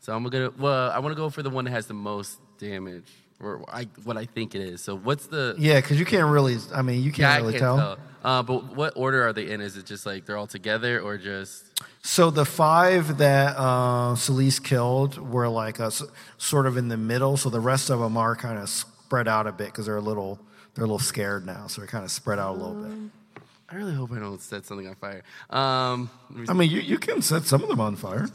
So I'm gonna well, I want to go for the one that has the most damage, or I what I think it is. So what's the Yeah, because you can't really, I mean, you can't I really can't tell. Uh, but what order are they in? Is it just like they're all together, or just So the five that uh, Celeste killed were like us, sort of in the middle. So the rest of them are kind of spread out a bit because they're a little, they're a little scared now. So they're kind of spread out a little Mm. bit. I really hope I don't set something on fire. Um, let me I mean, you, you can set some of them on fire.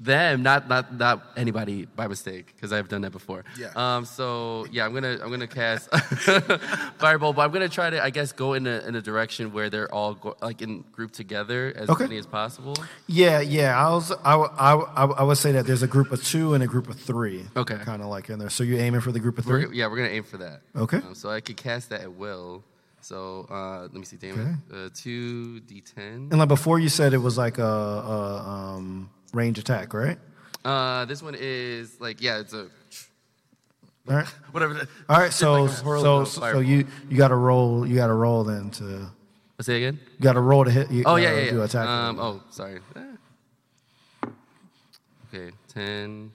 them, not not not anybody by mistake, because I've done that before. Yeah. Um. So yeah, I'm gonna I'm gonna cast fireball, but I'm gonna try to I guess go in a in a direction where they're all go, like in grouped together as Okay. many as possible. Yeah, yeah. I was, I, w- I, w- I w- I would say that there's a group of two and a group of three. Okay. Kind of like in there. So you're aiming for the group of 3 We're, yeah, we're gonna aim for that. Okay. Um, so I could cast that at will. So uh, let me see, damage uh, two d10. And like before, you said it was like a, a um, range attack, right? Uh, this one is like yeah, it's a All right. whatever. The, All right. It's So, like a whirl so, of so fireball. you you got to roll. You got to roll then to. You Say again. got to roll to hit. You, Oh uh, yeah, yeah, do yeah. attack. Um, oh, sorry. Eh. Okay, ten.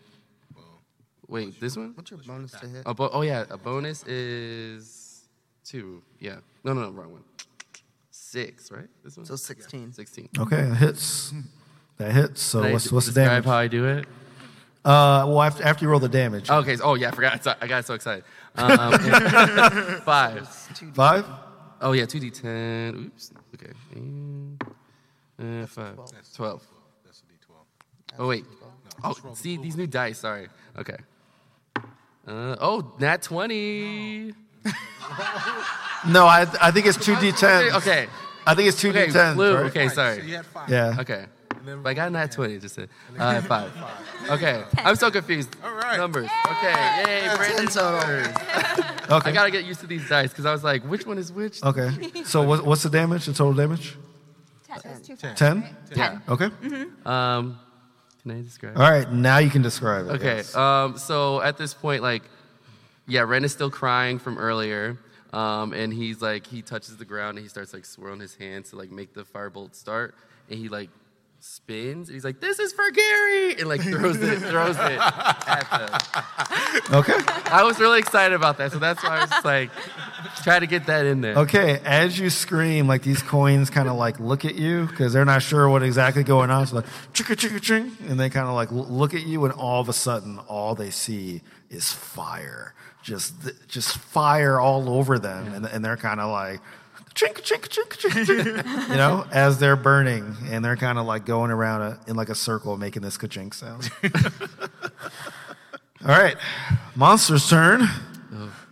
Wait, this one? What's your bonus to hit? A bo- oh yeah, a bonus is two. Yeah. No, no, no, wrong one. Six, right? This one. So 16. Sixteen. Okay, it hits. That hits. So Can I what's d- what's the describe damage? How I do it? Uh, well, after, after you roll the damage, Okay. So, oh yeah, I forgot. So- I got so excited. Um, five. five. Oh yeah, two d ten. Oops. Okay. And, uh, five. Twelve. That's a D12. Oh wait. Oh, see these new dice. Sorry. Okay. Uh, oh, nat twenty. No, I I think it's two d ten. Okay. I think it's two Okay. d ten. blue. Right? Okay. Sorry. So you had five. Yeah. Okay. then But I got a nat 20, just said. Uh, five. Okay. I'm so confused. All right. Numbers. Okay. Yay, Brandon's numbers. I Okay. got to get used to these dice because I was like, which one is which? Okay. So what, what's the damage? The total damage? Ten. Yeah. Okay. Um, can I describe? All right. Now you can describe it. Okay. yes. Um, so at this point, like, yeah, Ren is still crying from earlier. Um, and he's like, he touches the ground and he starts like swirling his hands to like make the firebolt start. And he like spins. And he's like, this is for Gary. And like throws it, throws it at them. Okay. I was really excited about that, so that's why I was just like trying to get that in there. Okay, as you scream, like these coins kind of like look at you because they're not sure what exactly going on. So like chicka chicka ching, and they kind of like l- look at you, and all of a sudden, all they see is fire, just th- just fire all over them, and, and they're kind of like chink chink chink chink, chink, you know, as they're burning, and they're kind of like going around a, in like a circle, making this ka-chink sound. all right, monster's turn.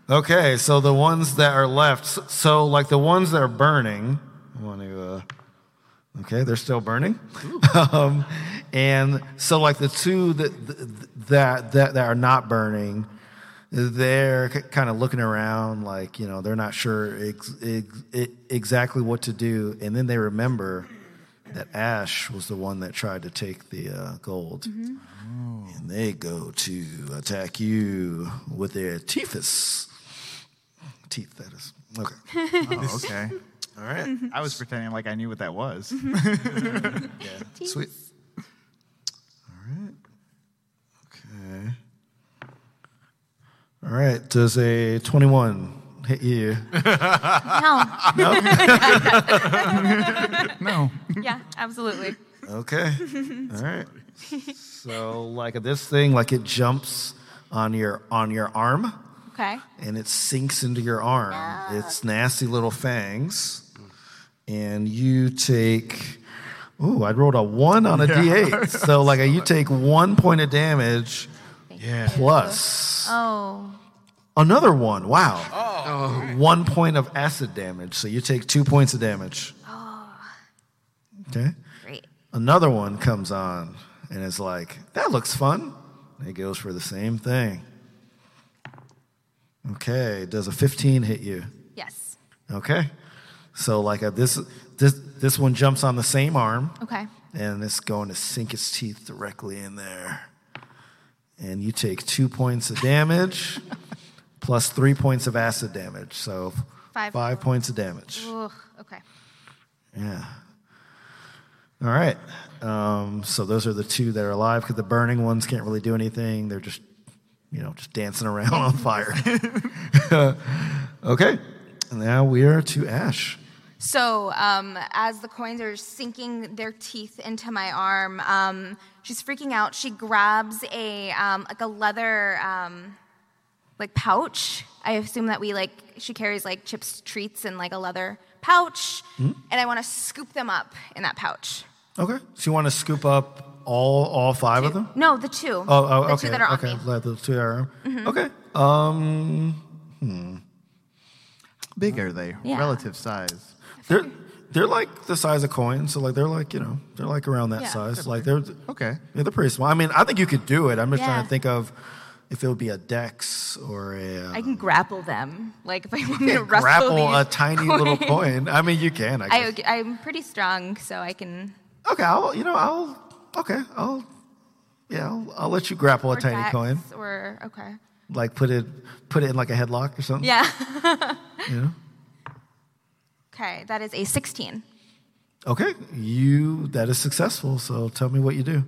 Okay, so the ones that are left, s- so like the ones that are burning, I want to, uh, okay, they're still burning. um, and so like the two that, that, that, that are not burning, they're kind of looking around like, you know, they're not sure ex- ex- e- exactly what to do. And then they remember that Ash was the one that tried to take the uh, gold. And they go to attack you with their teethus. Teeth, that is. Okay. Oh, okay. All right. I was pretending like I knew what that was. Sweet. All right. Okay. All right. Does a 21 hit you. No. No. Yeah, absolutely. Okay. All right. So like this thing, like it jumps on your on your arm Okay. and it sinks into your arm. It's nasty little fangs. And you take Ooh, I rolled a one on a D8. So like you take one point of damage plus Oh. another one. Wow. Oh. One point of acid damage. So you take two points of damage. Okay. Great. Another one comes on and is like, that looks fun. And it goes for the same thing. Okay, does a 15 hit you? Yes. Okay. So like a, this this this one jumps on the same arm Okay. and it's going to sink its teeth directly in there. And you take 2 points of damage plus 3 points of acid damage. So Five. 5 points of damage. Ugh, okay. Yeah. All right. Um, so those are the two that are alive because the burning ones can't really do anything. They're just, you know, just dancing around on fire. okay. Now we are to Ash. So, um, as the coins are sinking their teeth into my arm, um, she's freaking out. She grabs a um, like a leather um, like pouch. I assume that we like she carries like chips treats in like a leather pouch, Hmm? and I want to scoop them up in that pouch. Okay. So you want to scoop up all all five of them? No, the two. Oh, oh the okay. two that are okay. on me. Mm-hmm. Let the two that are. Okay. Um, Big are they? Yeah. Relative size. they're they're like the size of coins. So like they're like you know they're like around that Yeah. size. Like they're Okay. Yeah, they're pretty small. I mean, I think you could do it. I'm just trying Yeah. to think of if it would be a dex or a uh, I can grapple them. Like if I want me to wrestle grapple these a tiny little coins. coin. I mean, you can. I guess. I, I'm pretty strong, so I can. okay, I'll. You know, I'll. Okay, I'll. Yeah, I'll, I'll let you grapple a or tiny dex coin. Or okay. Like put it, put it in like a headlock or something. Yeah. You know? Okay, that is a 16. Okay, you. That is successful. So tell me what you do.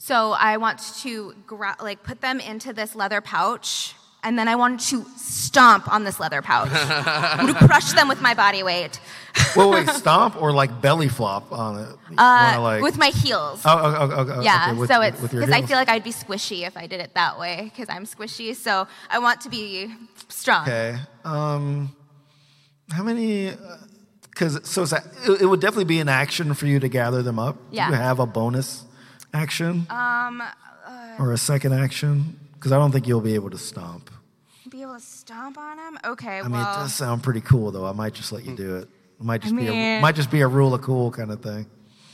So I want to gra- like put them into this leather pouch, and then I want to stomp on this leather pouch. I'm gonna crush them with my body weight, Well, wait, stomp or like belly flop on it. You uh, wanna, like- with my heels. Oh, oh, oh, oh, oh, yeah, okay, with- so it's with your because I heels. feel like I'd be squishy if I did it that way because I'm squishy. So I want to be strong. Okay. Um, how many? Because so it's a, it, it would definitely be an action for you to gather them up. Yeah. Do you have a bonus action? Um. uh, or a second action? Because I don't think you'll be able to stomp. Be able to stomp on them. Okay, I well, Mm. mean, it does sound pretty cool, though. I might just let you do it. It might just be a, mean- might just be a rule of cool kind of thing.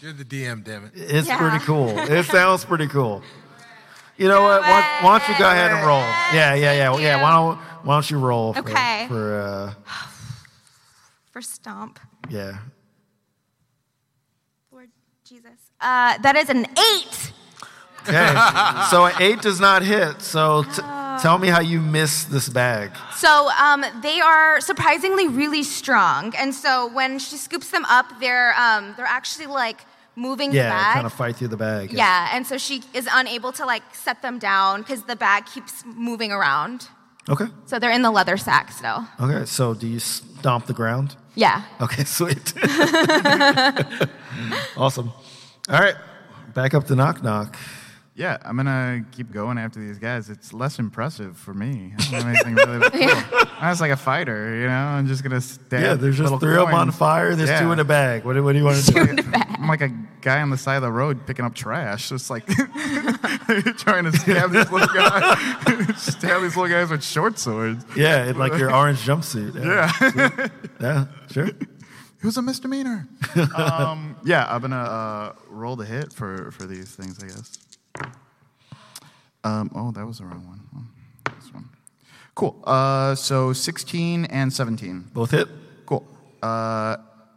You're the DM, damn it. It's Yeah. pretty cool. It sounds pretty cool. You know what? Why, it. why don't you go ahead and roll? Yeah, yeah, yeah, Thank yeah. you. Why don't Why don't you roll? For, Okay. For uh, for stomp, yeah. Lord Jesus, uh, that is an eight. Okay. so an eight does not hit. So t- Oh. tell me how you miss this bag. So um, they are surprisingly really strong, and so when she scoops them up, they're um, they're actually like moving the Yeah, bag. kind of fight through the bag. yeah, and so she is unable to like set them down because the bag keeps moving around. Okay. So they're in the leather sack still. Okay. So do you stomp the ground? Yeah. Okay, sweet. awesome. All right. Back up to knock knock. Yeah, I'm gonna keep going after these guys. It's less impressive for me. I don't have anything really. to prove. I'm just like a fighter, you know. I'm just gonna stab. Yeah, there's just little three of them on coins. fire. There's Yeah. two in a bag. What, do- what do you want to do? I'm like a guy on the side of the road picking up trash. Just like trying to stab these little guys, stab these little guys with short swords. Yeah, in like your orange jumpsuit. Yeah. Yeah, sure. It was a misdemeanor. um, yeah, I'm gonna uh, roll the hit for for these things, I guess. Um, oh, that was the wrong one. Oh, this one. Cool. Uh, so 16 and 17. Both hit. Cool. Uh,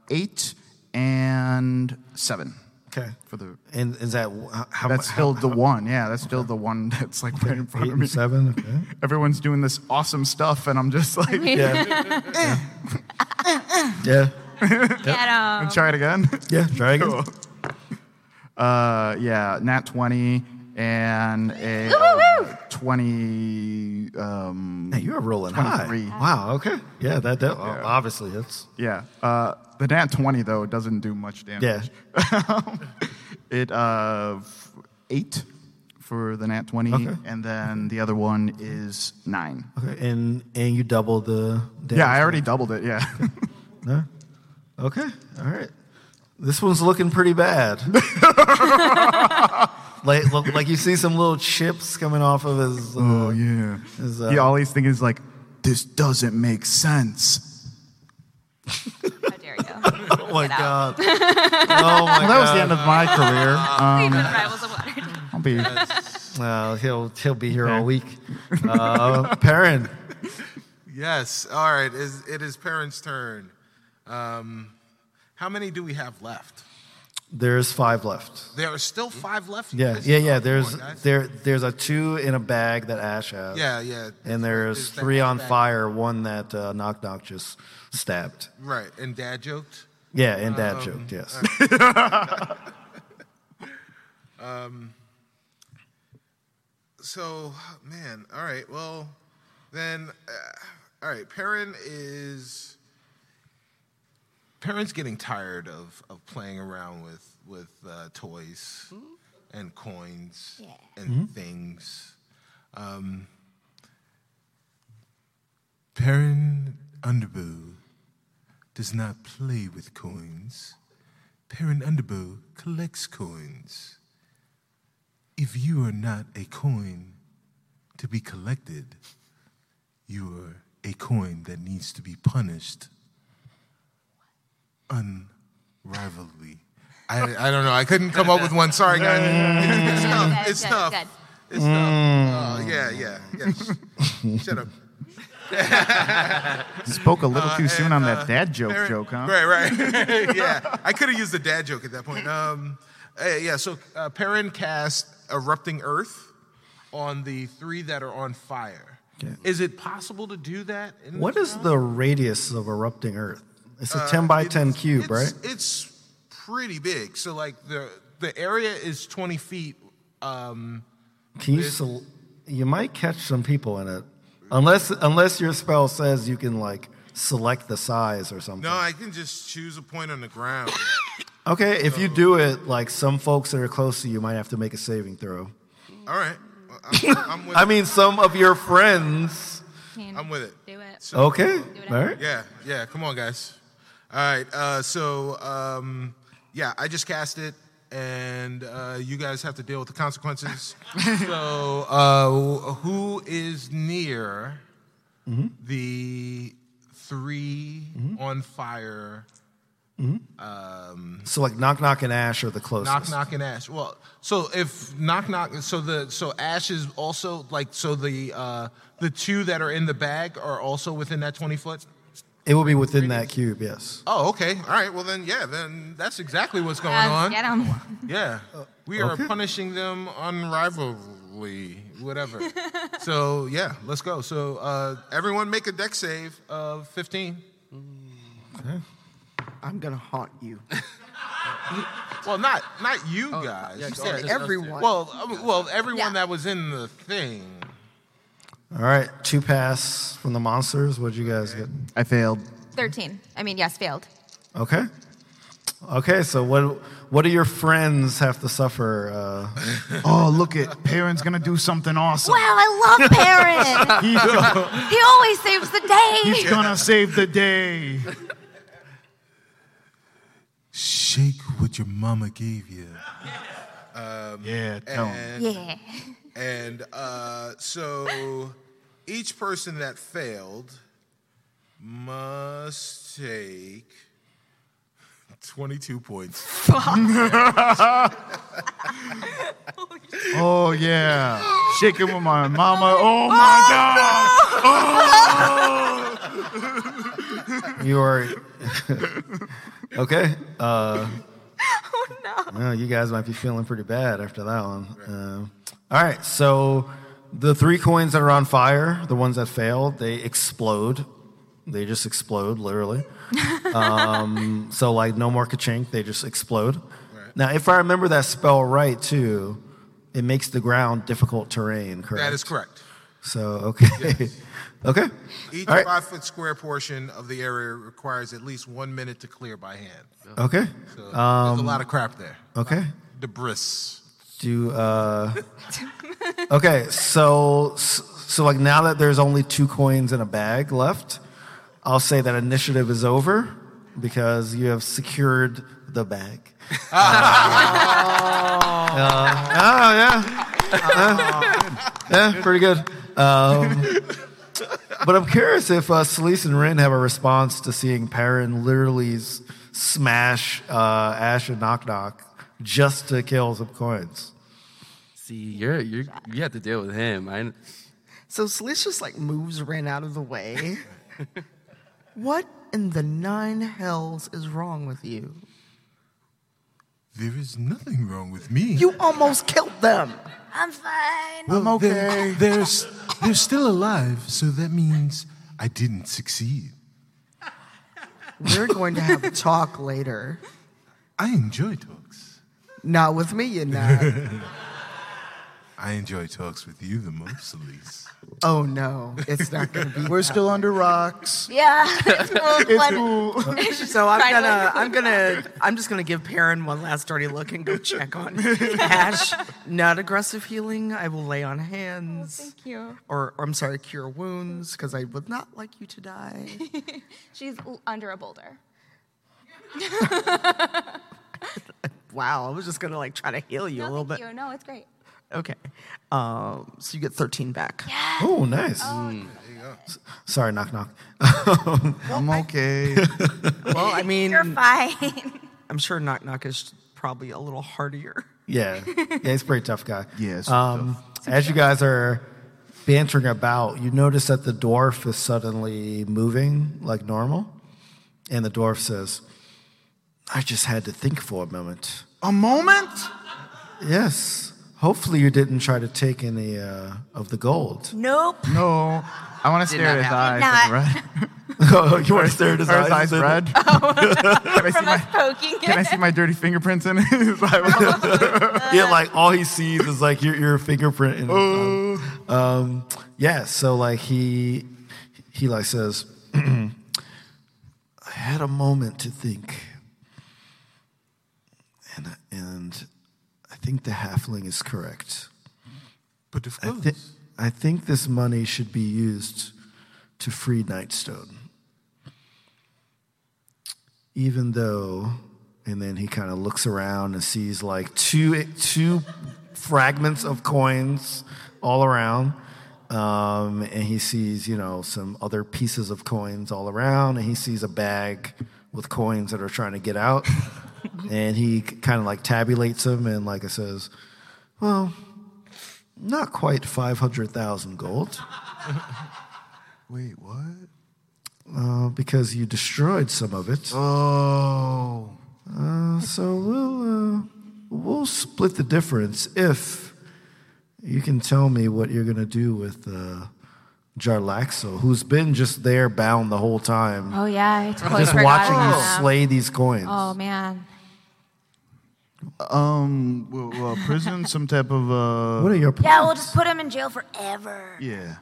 eight and seven Okay. for the. And is that wh- how That's how- still the one. Yeah, that's still the one that's like right in front eight of me. and seven? Okay. Everyone's doing this awesome stuff, and I'm just like, Yeah. yeah. Get 'em. try it again. Yeah. Try again. Cool. Uh, yeah, nat 20 and a Woo, woo, woo. uh, twenty. Um, Hey, you're rolling high. 23. Wow. Okay. Yeah. That. that Obviously, that's. yeah, uh, the nat twenty though doesn't do much Yeah. damage. it uh, f- eight for the nat twenty, Okay. and then the other one is nine. Okay. And and you double the. Damage. Yeah, I already doubled it. Yeah, No? Okay. All right. This one's looking pretty bad. like look, like you see some little chips coming off of his. Uh, oh yeah. Is, uh, he always thinking is like, this doesn't make sense. How dare you? oh my god. oh my Well, that was the end of my career. Um, Even rivals of water. I'll be. Uh, he'll he'll be here all week. Uh, Perrin. Yes. All right. Is it is parents' turn? Um, how many do we have left? There's five left. There are still five left. you Hmm? Yeah, guys. yeah, yeah. Come There's on, guys. there there's a two in a bag that Ash has. Yeah, yeah. And There's there's that three on bag. fire. One that uh, knock knock just stabbed. Right. And dad joked. Yeah, and dad Um, joked. Yes. So man. All right. Well, then. Uh, all right. Perrin is. Perrin's getting tired of of playing around with with uh, toys and coins Yeah. and things. Um, Perrin Underbow does not play with coins. Perrin Underbow collects coins. If you are not a coin to be collected, you are a coin that needs to be punished. Unrivalry. I, I don't know. I couldn't come up with one. Sorry, guys. It's, tough. It's Good, tough. good. It's tough. Oh, yeah, yeah, yeah. Sh- Shut up. Spoke a little too soon and, on uh, that dad joke Perrin- joke, huh? Right, right. yeah, I could have used a dad joke at that point. Um, eh, yeah, so uh, Perrin cast Erupting Earth on the three that are on fire. Okay. Is it possible to do that? In what this is round? the radius of erupting Earth? It's a ten by ten cube, Uh, right? it's, It's pretty big. So, like, the, the area is 20 feet. Um, Can you sel- you might catch some people in it, unless unless your spell says you can like select the size or something. no, I can just choose a point on the ground. okay, if you do it, like some folks that are close to you might have to make a saving throw. All right. Well, I'm, I'm with I it. mean, some of your friends. I'm with it. Do it. Okay, all right. Yeah, yeah. Come on, guys. All right. Uh, so, um, yeah, I just cast it, and uh, you guys have to deal with the consequences. so, uh, who is near the 3 on fire? So like knock knock and ash are the closest. Knock knock and ash. Well, so if knock knock, so the so ash is also like so the uh, the two that are in the bag are also within that twenty foot. It will be within that cube, yes. Oh, okay. All right. Well, then, yeah, then that's exactly what's going Uh, on. get 'em. Yeah. We are punishing them unrivalably, whatever. so, yeah, let's go. So, uh, everyone make a deck save of 15. I'm gonna haunt you. Well, not not you guys. yeah, You go said ahead. Just us Everyone. well, um, well, everyone Yeah. that was in the thing. All right, two pass from the monsters. What'd you guys get? I failed. 13. I mean, yes, failed. Okay. Okay, so what what do your friends have to suffer? Uh, Oh, look it. Perrin's gonna do something awesome. Wow, I love Perrin. he always saves the day. He's gonna save the day. Shake what your mama gave you. Yeah, tell him. Yeah. And uh, so each person that failed must take 22 points. Oh yeah. Shaking with my mama. Oh my god. you are okay. Uh, oh no! You guys might be feeling pretty bad after that one. Um all right, so the three coins that are on fire, the ones that failed, they explode. They just explode, literally. um, so like no more kachink, they just explode. Now, if I remember that spell right, too, it makes the ground difficult terrain, correct? That is correct. So, okay. okay. Each All right. five foot square portion of the area requires at least one minute to clear by hand. Okay. So there's a lot of crap there. Okay. Debris. Do, uh, okay. So, so like now that there's only two coins in a bag left, I'll say that initiative is over because you have secured the bag. Uh, oh, yeah. Yeah, yeah, pretty good. Um, but I'm curious if uh, Solis and Rin have a response to seeing Perrin literally s- smash uh, Ash and Knock Knock just to kill some coins. See, you're you are you have to deal with him. I So Celeste just like moves ran out of the way. what in the nine hells is wrong with you? There is nothing wrong with me. You almost killed them. I'm fine. Well, They're, they're, s- they're still alive, so that means I didn't succeed. We're going to have a talk later. I enjoy talks. Not with me, you're not. I enjoy talks with you the most, Elise. Oh no, it's not going to be. We're still under rocks. Yeah. It's cool. What- So I'm Finally. gonna, I'm gonna, I'm just gonna give Perrin one last dirty look and go check on Ash. Not aggressive healing. I will lay on hands, Oh, Thank you. Or, or I'm sorry, cure wounds because I would not like you to die. She's l- under a boulder. Wow, I was just gonna like try to heal you a No, little thank bit. you. No, it's great. Okay, um, so you get 13 back. Oh, nice. S- Sorry, Knock Knock. I'm okay. Well, I mean, You're fine. I'm sure knock knock is probably a little hardier. Yeah, yeah, he's a pretty tough guy. Yeah, it's Um, as you guys are bantering about, you notice that the dwarf is suddenly moving like normal, and the dwarf says, "I just had to think for a moment." A moment? Yes. Hopefully, you didn't try to take any uh, of the gold. nope. No. Oh, I want to not stare at his happen. eyes. Did Red. Oh, you want to stare at his Are his eyes and- red? can, I see From us my, poking can I it. see my dirty fingerprints in his eyes? Yeah, like all he sees is like your, your fingerprint. In his eyes. um, yeah, so like he he like says, I had a moment to think, and and I think the halfling is correct. But of I, thi- I think this money should be used to free Nightstone. Even though, and then he kind of looks around and sees like two two fragments of coins all around, um, and he sees you know some other pieces of coins all around, and he sees a bag with coins that are trying to get out, and he kind of like tabulates them and like it says, well. Not quite 500,000 gold, Wait, what? uh, because you destroyed some of it. Oh. Uh, so we'll, uh, we'll split the difference if you can tell me what you're going to do with uh, Jarlaxo, who's been just there bound the whole time, Oh yeah, I totally just forgot watching about you that. slay these coins. Oh man. Um, well, well, prison, some type of uh. What are your Yeah, plans we'll just put him in jail forever. yeah.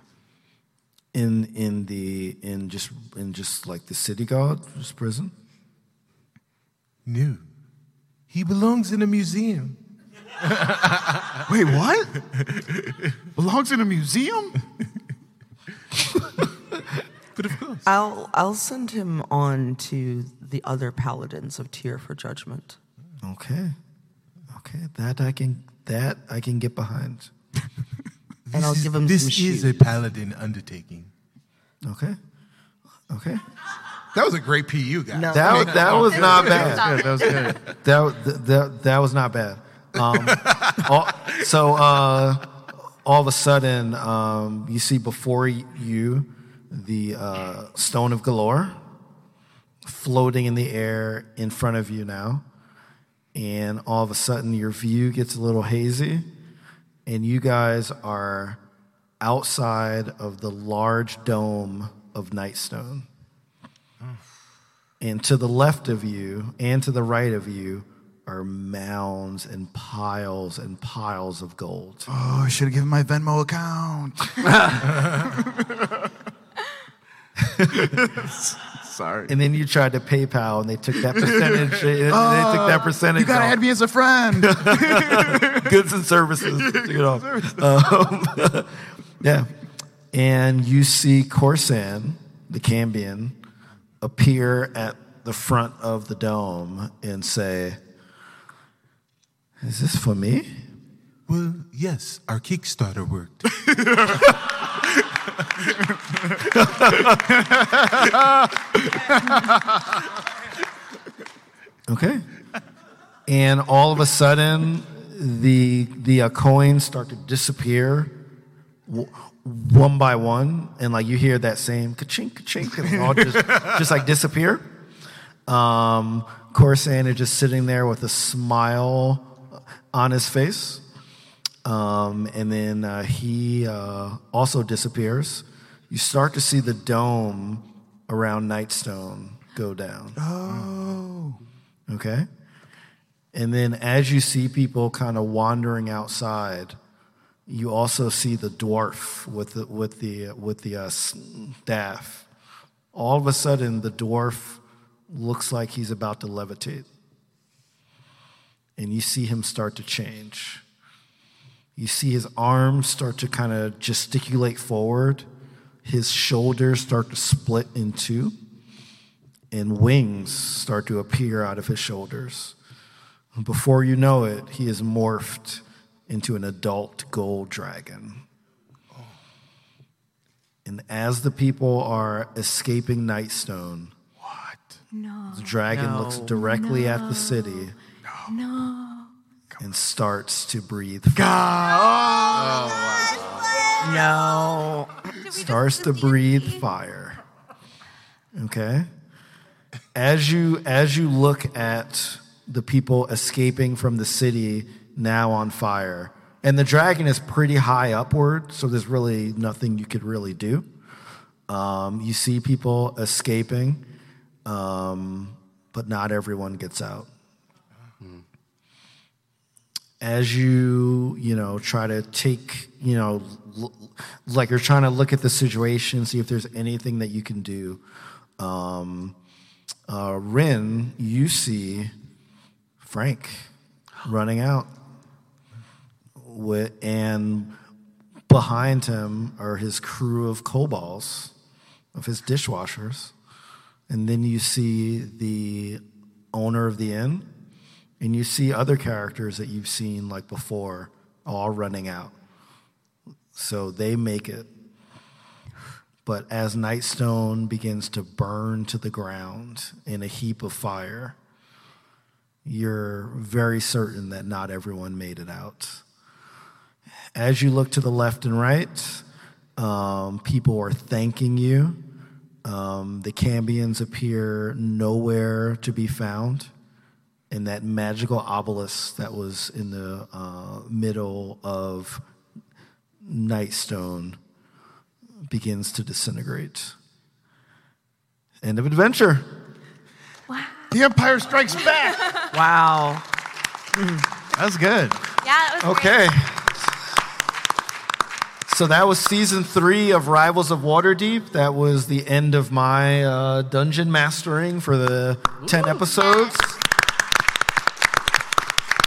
in in the in just in just like the city guard just prison? New. He belongs in a museum. Wait, what? Belongs in a museum? But of course. I'll I'll send him on to the other paladins of Tyr for judgment. Okay, okay, that I can that I can get behind. And I'll give him this some is shoes. a paladin undertaking. Okay. Okay. That was a great PU, guy. No. That, that was not bad. That was good. That, that, that was not bad. Um, all, so uh, all of a sudden, um, you see before you the uh, Stone of Galore floating in the air in front of you now. And all of a sudden, your view gets a little hazy, and you guys are outside of the large dome of Nightstone. And to the left of you and to the right of you are mounds and piles and piles of gold. Oh, I should have given my Venmo account. Sorry. And then you tried to PayPal, and they took that percentage. they, they took that percentage. Oh. You gotta off. add me as a friend. goods and services. You know. Um, yeah. And you see Corsan, the Cambion, appear at the front of the dome and say, Is this for me? Well, yes, our Kickstarter worked. Okay. And all of a sudden, the the uh, coins start to disappear w- one by one, and like you hear that same ka-chink, ka-chink, and they all just, just like disappear. Um, Coruscant is just sitting there with a smile on his face, um, and then uh, he uh, also disappears. You start to see the dome around Nightstone go down. Okay. And then as you see people kind of wandering outside, you also see the dwarf with the with the with the uh, staff. All of a sudden, the dwarf looks like he's about to levitate, and you see him start to change. You see his arms start to kind of gesticulate forward, his shoulders start to split in two and wings start to appear out of his shoulders. And before you know it, he is morphed into an adult gold dragon. And as the people are escaping Nightstone, what? No. The dragon looks directly at the city. No. And starts to breathe. No. starts to breathe fire. Okay. As you as you look at the people escaping from the city now on fire, and the dragon is pretty high upward, so there's really nothing you could really do. Um, you see people escaping, um, but not everyone gets out as you you know try to take you know l- like you're trying to look at the situation see if there's anything that you can do um uh rin you see frank running out with and behind him are his crew of kobolds of his dishwashers and then you see the owner of the inn and you see other characters that you've seen like before all running out so they make it but as nightstone begins to burn to the ground in a heap of fire you're very certain that not everyone made it out as you look to the left and right um, people are thanking you um, the cambians appear nowhere to be found and that magical obelisk that was in the uh, middle of Nightstone begins to disintegrate. End of adventure. the Empire Strikes Back. Wow. That's good. Yeah, it was great. Okay. So that was season three of Rivals of Waterdeep. That was the end of my uh, dungeon mastering for the 10 episodes.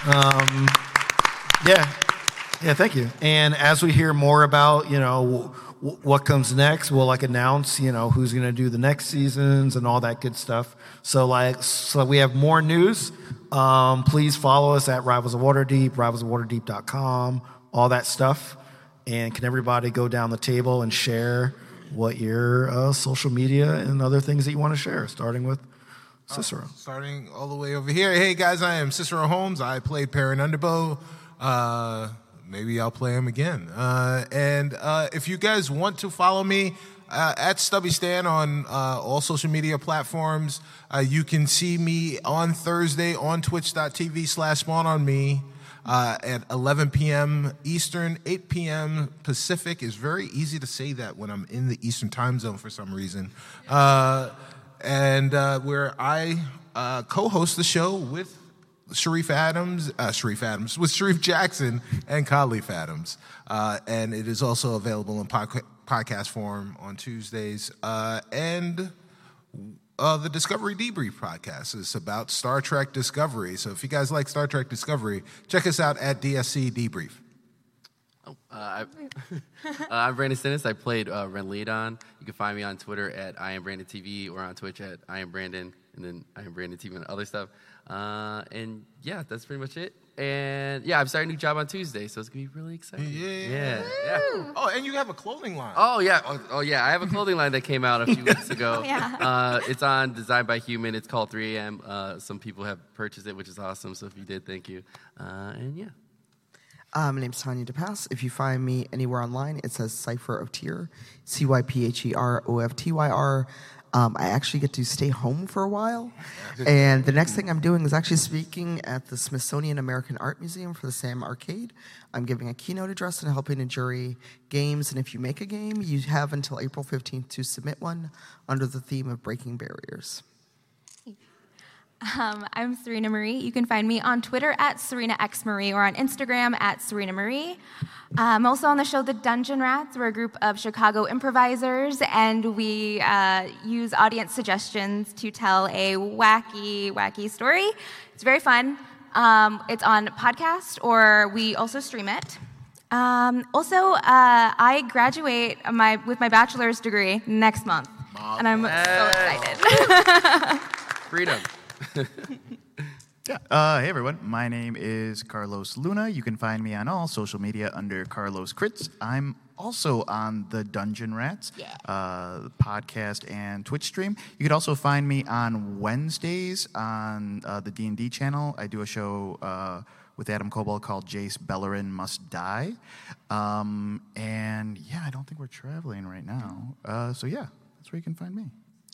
Um, yeah. Yeah, thank you. And as we hear more about, you know, w- what comes next, we'll like announce, you know, who's going to do the next seasons and all that good stuff. So like, so we have more news. Um, please follow us at Rivals of Waterdeep, rivalsofwaterdeep.com, all that stuff. And can everybody go down the table and share what your uh, social media and other things that you want to share, starting with Cicero. Starting all the way over here. Hey guys, I am Cicero Holmes. I play Perrin Underbow. Uh, maybe I'll play him again. Uh, and uh, if you guys want to follow me uh, at Stubby Stan on uh, all social media platforms, uh, you can see me on Thursday on twitch.tv slash spawn on me. Uh, at 11 p.m. Eastern, 8 p.m. Pacific. It's very easy to say that when I'm in the Eastern time zone for some reason. Uh, and uh, where I uh, co host the show with Sharif Adams, uh, Sharif Adams, with Sharif Jackson and Khalif Adams. Uh, and it is also available in podca- podcast form on Tuesdays. Uh, and uh, the Discovery Debrief podcast is about Star Trek Discovery. So if you guys like Star Trek Discovery, check us out at DSC Debrief. Uh, I'm Brandon Sinis. I played uh, Ren Leadon. You can find me on Twitter at I am Brandon TV or on Twitch at I am Brandon and then I am Brandon TV and other stuff. Uh, and yeah, that's pretty much it. And yeah, I'm starting a new job on Tuesday, so it's gonna be really exciting. Yeah. yeah. yeah. Oh, and you have a clothing line. Oh yeah, oh, oh, yeah. I have a clothing line that came out a few weeks ago. yeah. uh, it's on Designed by Human. It's called 3AM. Uh, some people have purchased it, which is awesome. So if you did, thank you. Uh, and yeah. Uh, my name's Tanya DePass. If you find me anywhere online, it says Cypher of Tear, C Y P H E R O F T Y R. Um, I actually get to stay home for a while. And the next thing I'm doing is actually speaking at the Smithsonian American Art Museum for the SAM Arcade. I'm giving a keynote address and helping to jury games. And if you make a game, you have until April 15th to submit one under the theme of breaking barriers. Um, I'm Serena Marie. You can find me on Twitter at Serena X Marie or on Instagram at Serena Marie. I'm also on the show The Dungeon Rats. We're a group of Chicago improvisers, and we uh, use audience suggestions to tell a wacky, wacky story. It's very fun. Um, it's on podcast, or we also stream it. Um, also, uh, I graduate my, with my bachelor's degree next month, and I'm so excited. Freedom. Yeah. Uh, hey, everyone. My name is Carlos Luna. You can find me on all social media under Carlos Kritz. I'm also on the Dungeon Rats uh, podcast and Twitch stream. You could also find me on Wednesdays on uh, the D&D channel. I do a show uh, with Adam Coble called Jace Bellerin Must Die. Um, and, yeah, I don't think we're traveling right now. Uh, so, yeah, that's where you can find me.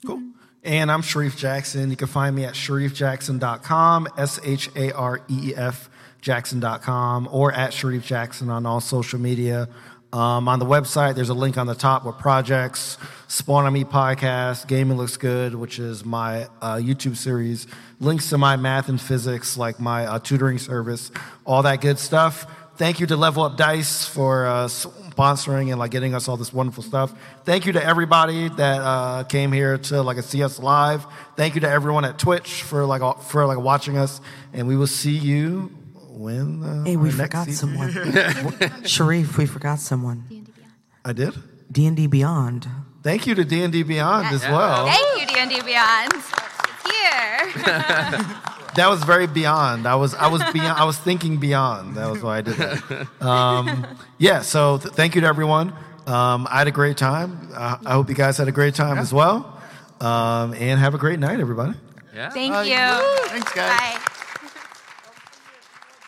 Cool. And I'm Sharif Jackson. You can find me at sharifjackson.com, S H A R E E F Jackson.com, or at Sharif Jackson on all social media. Um, on the website, there's a link on the top with projects, Spawn on Me podcast, Gaming Looks Good, which is my uh, YouTube series, links to my math and physics, like my uh, tutoring service, all that good stuff. Thank you to Level Up Dice for uh, sponsoring and like getting us all this wonderful stuff. Thank you to everybody that uh, came here to like see us live. Thank you to everyone at Twitch for like all- for like watching us, and we will see you when. Uh, Hey, we our next forgot season- someone. Sharif, we forgot someone. I did. D&D Beyond. Thank you to D and D Beyond as Oh. well. Thank you, D&D Beyond. Here. That was very beyond. I was I was beyond. I was thinking beyond. That was why I did that. Um, yeah. So th- thank you to everyone. Um, I had a great time. I, I hope you guys had a great time as well. Um, and have a great night, everybody. Yeah. Thank you. Oh, Thanks, guys. Bye.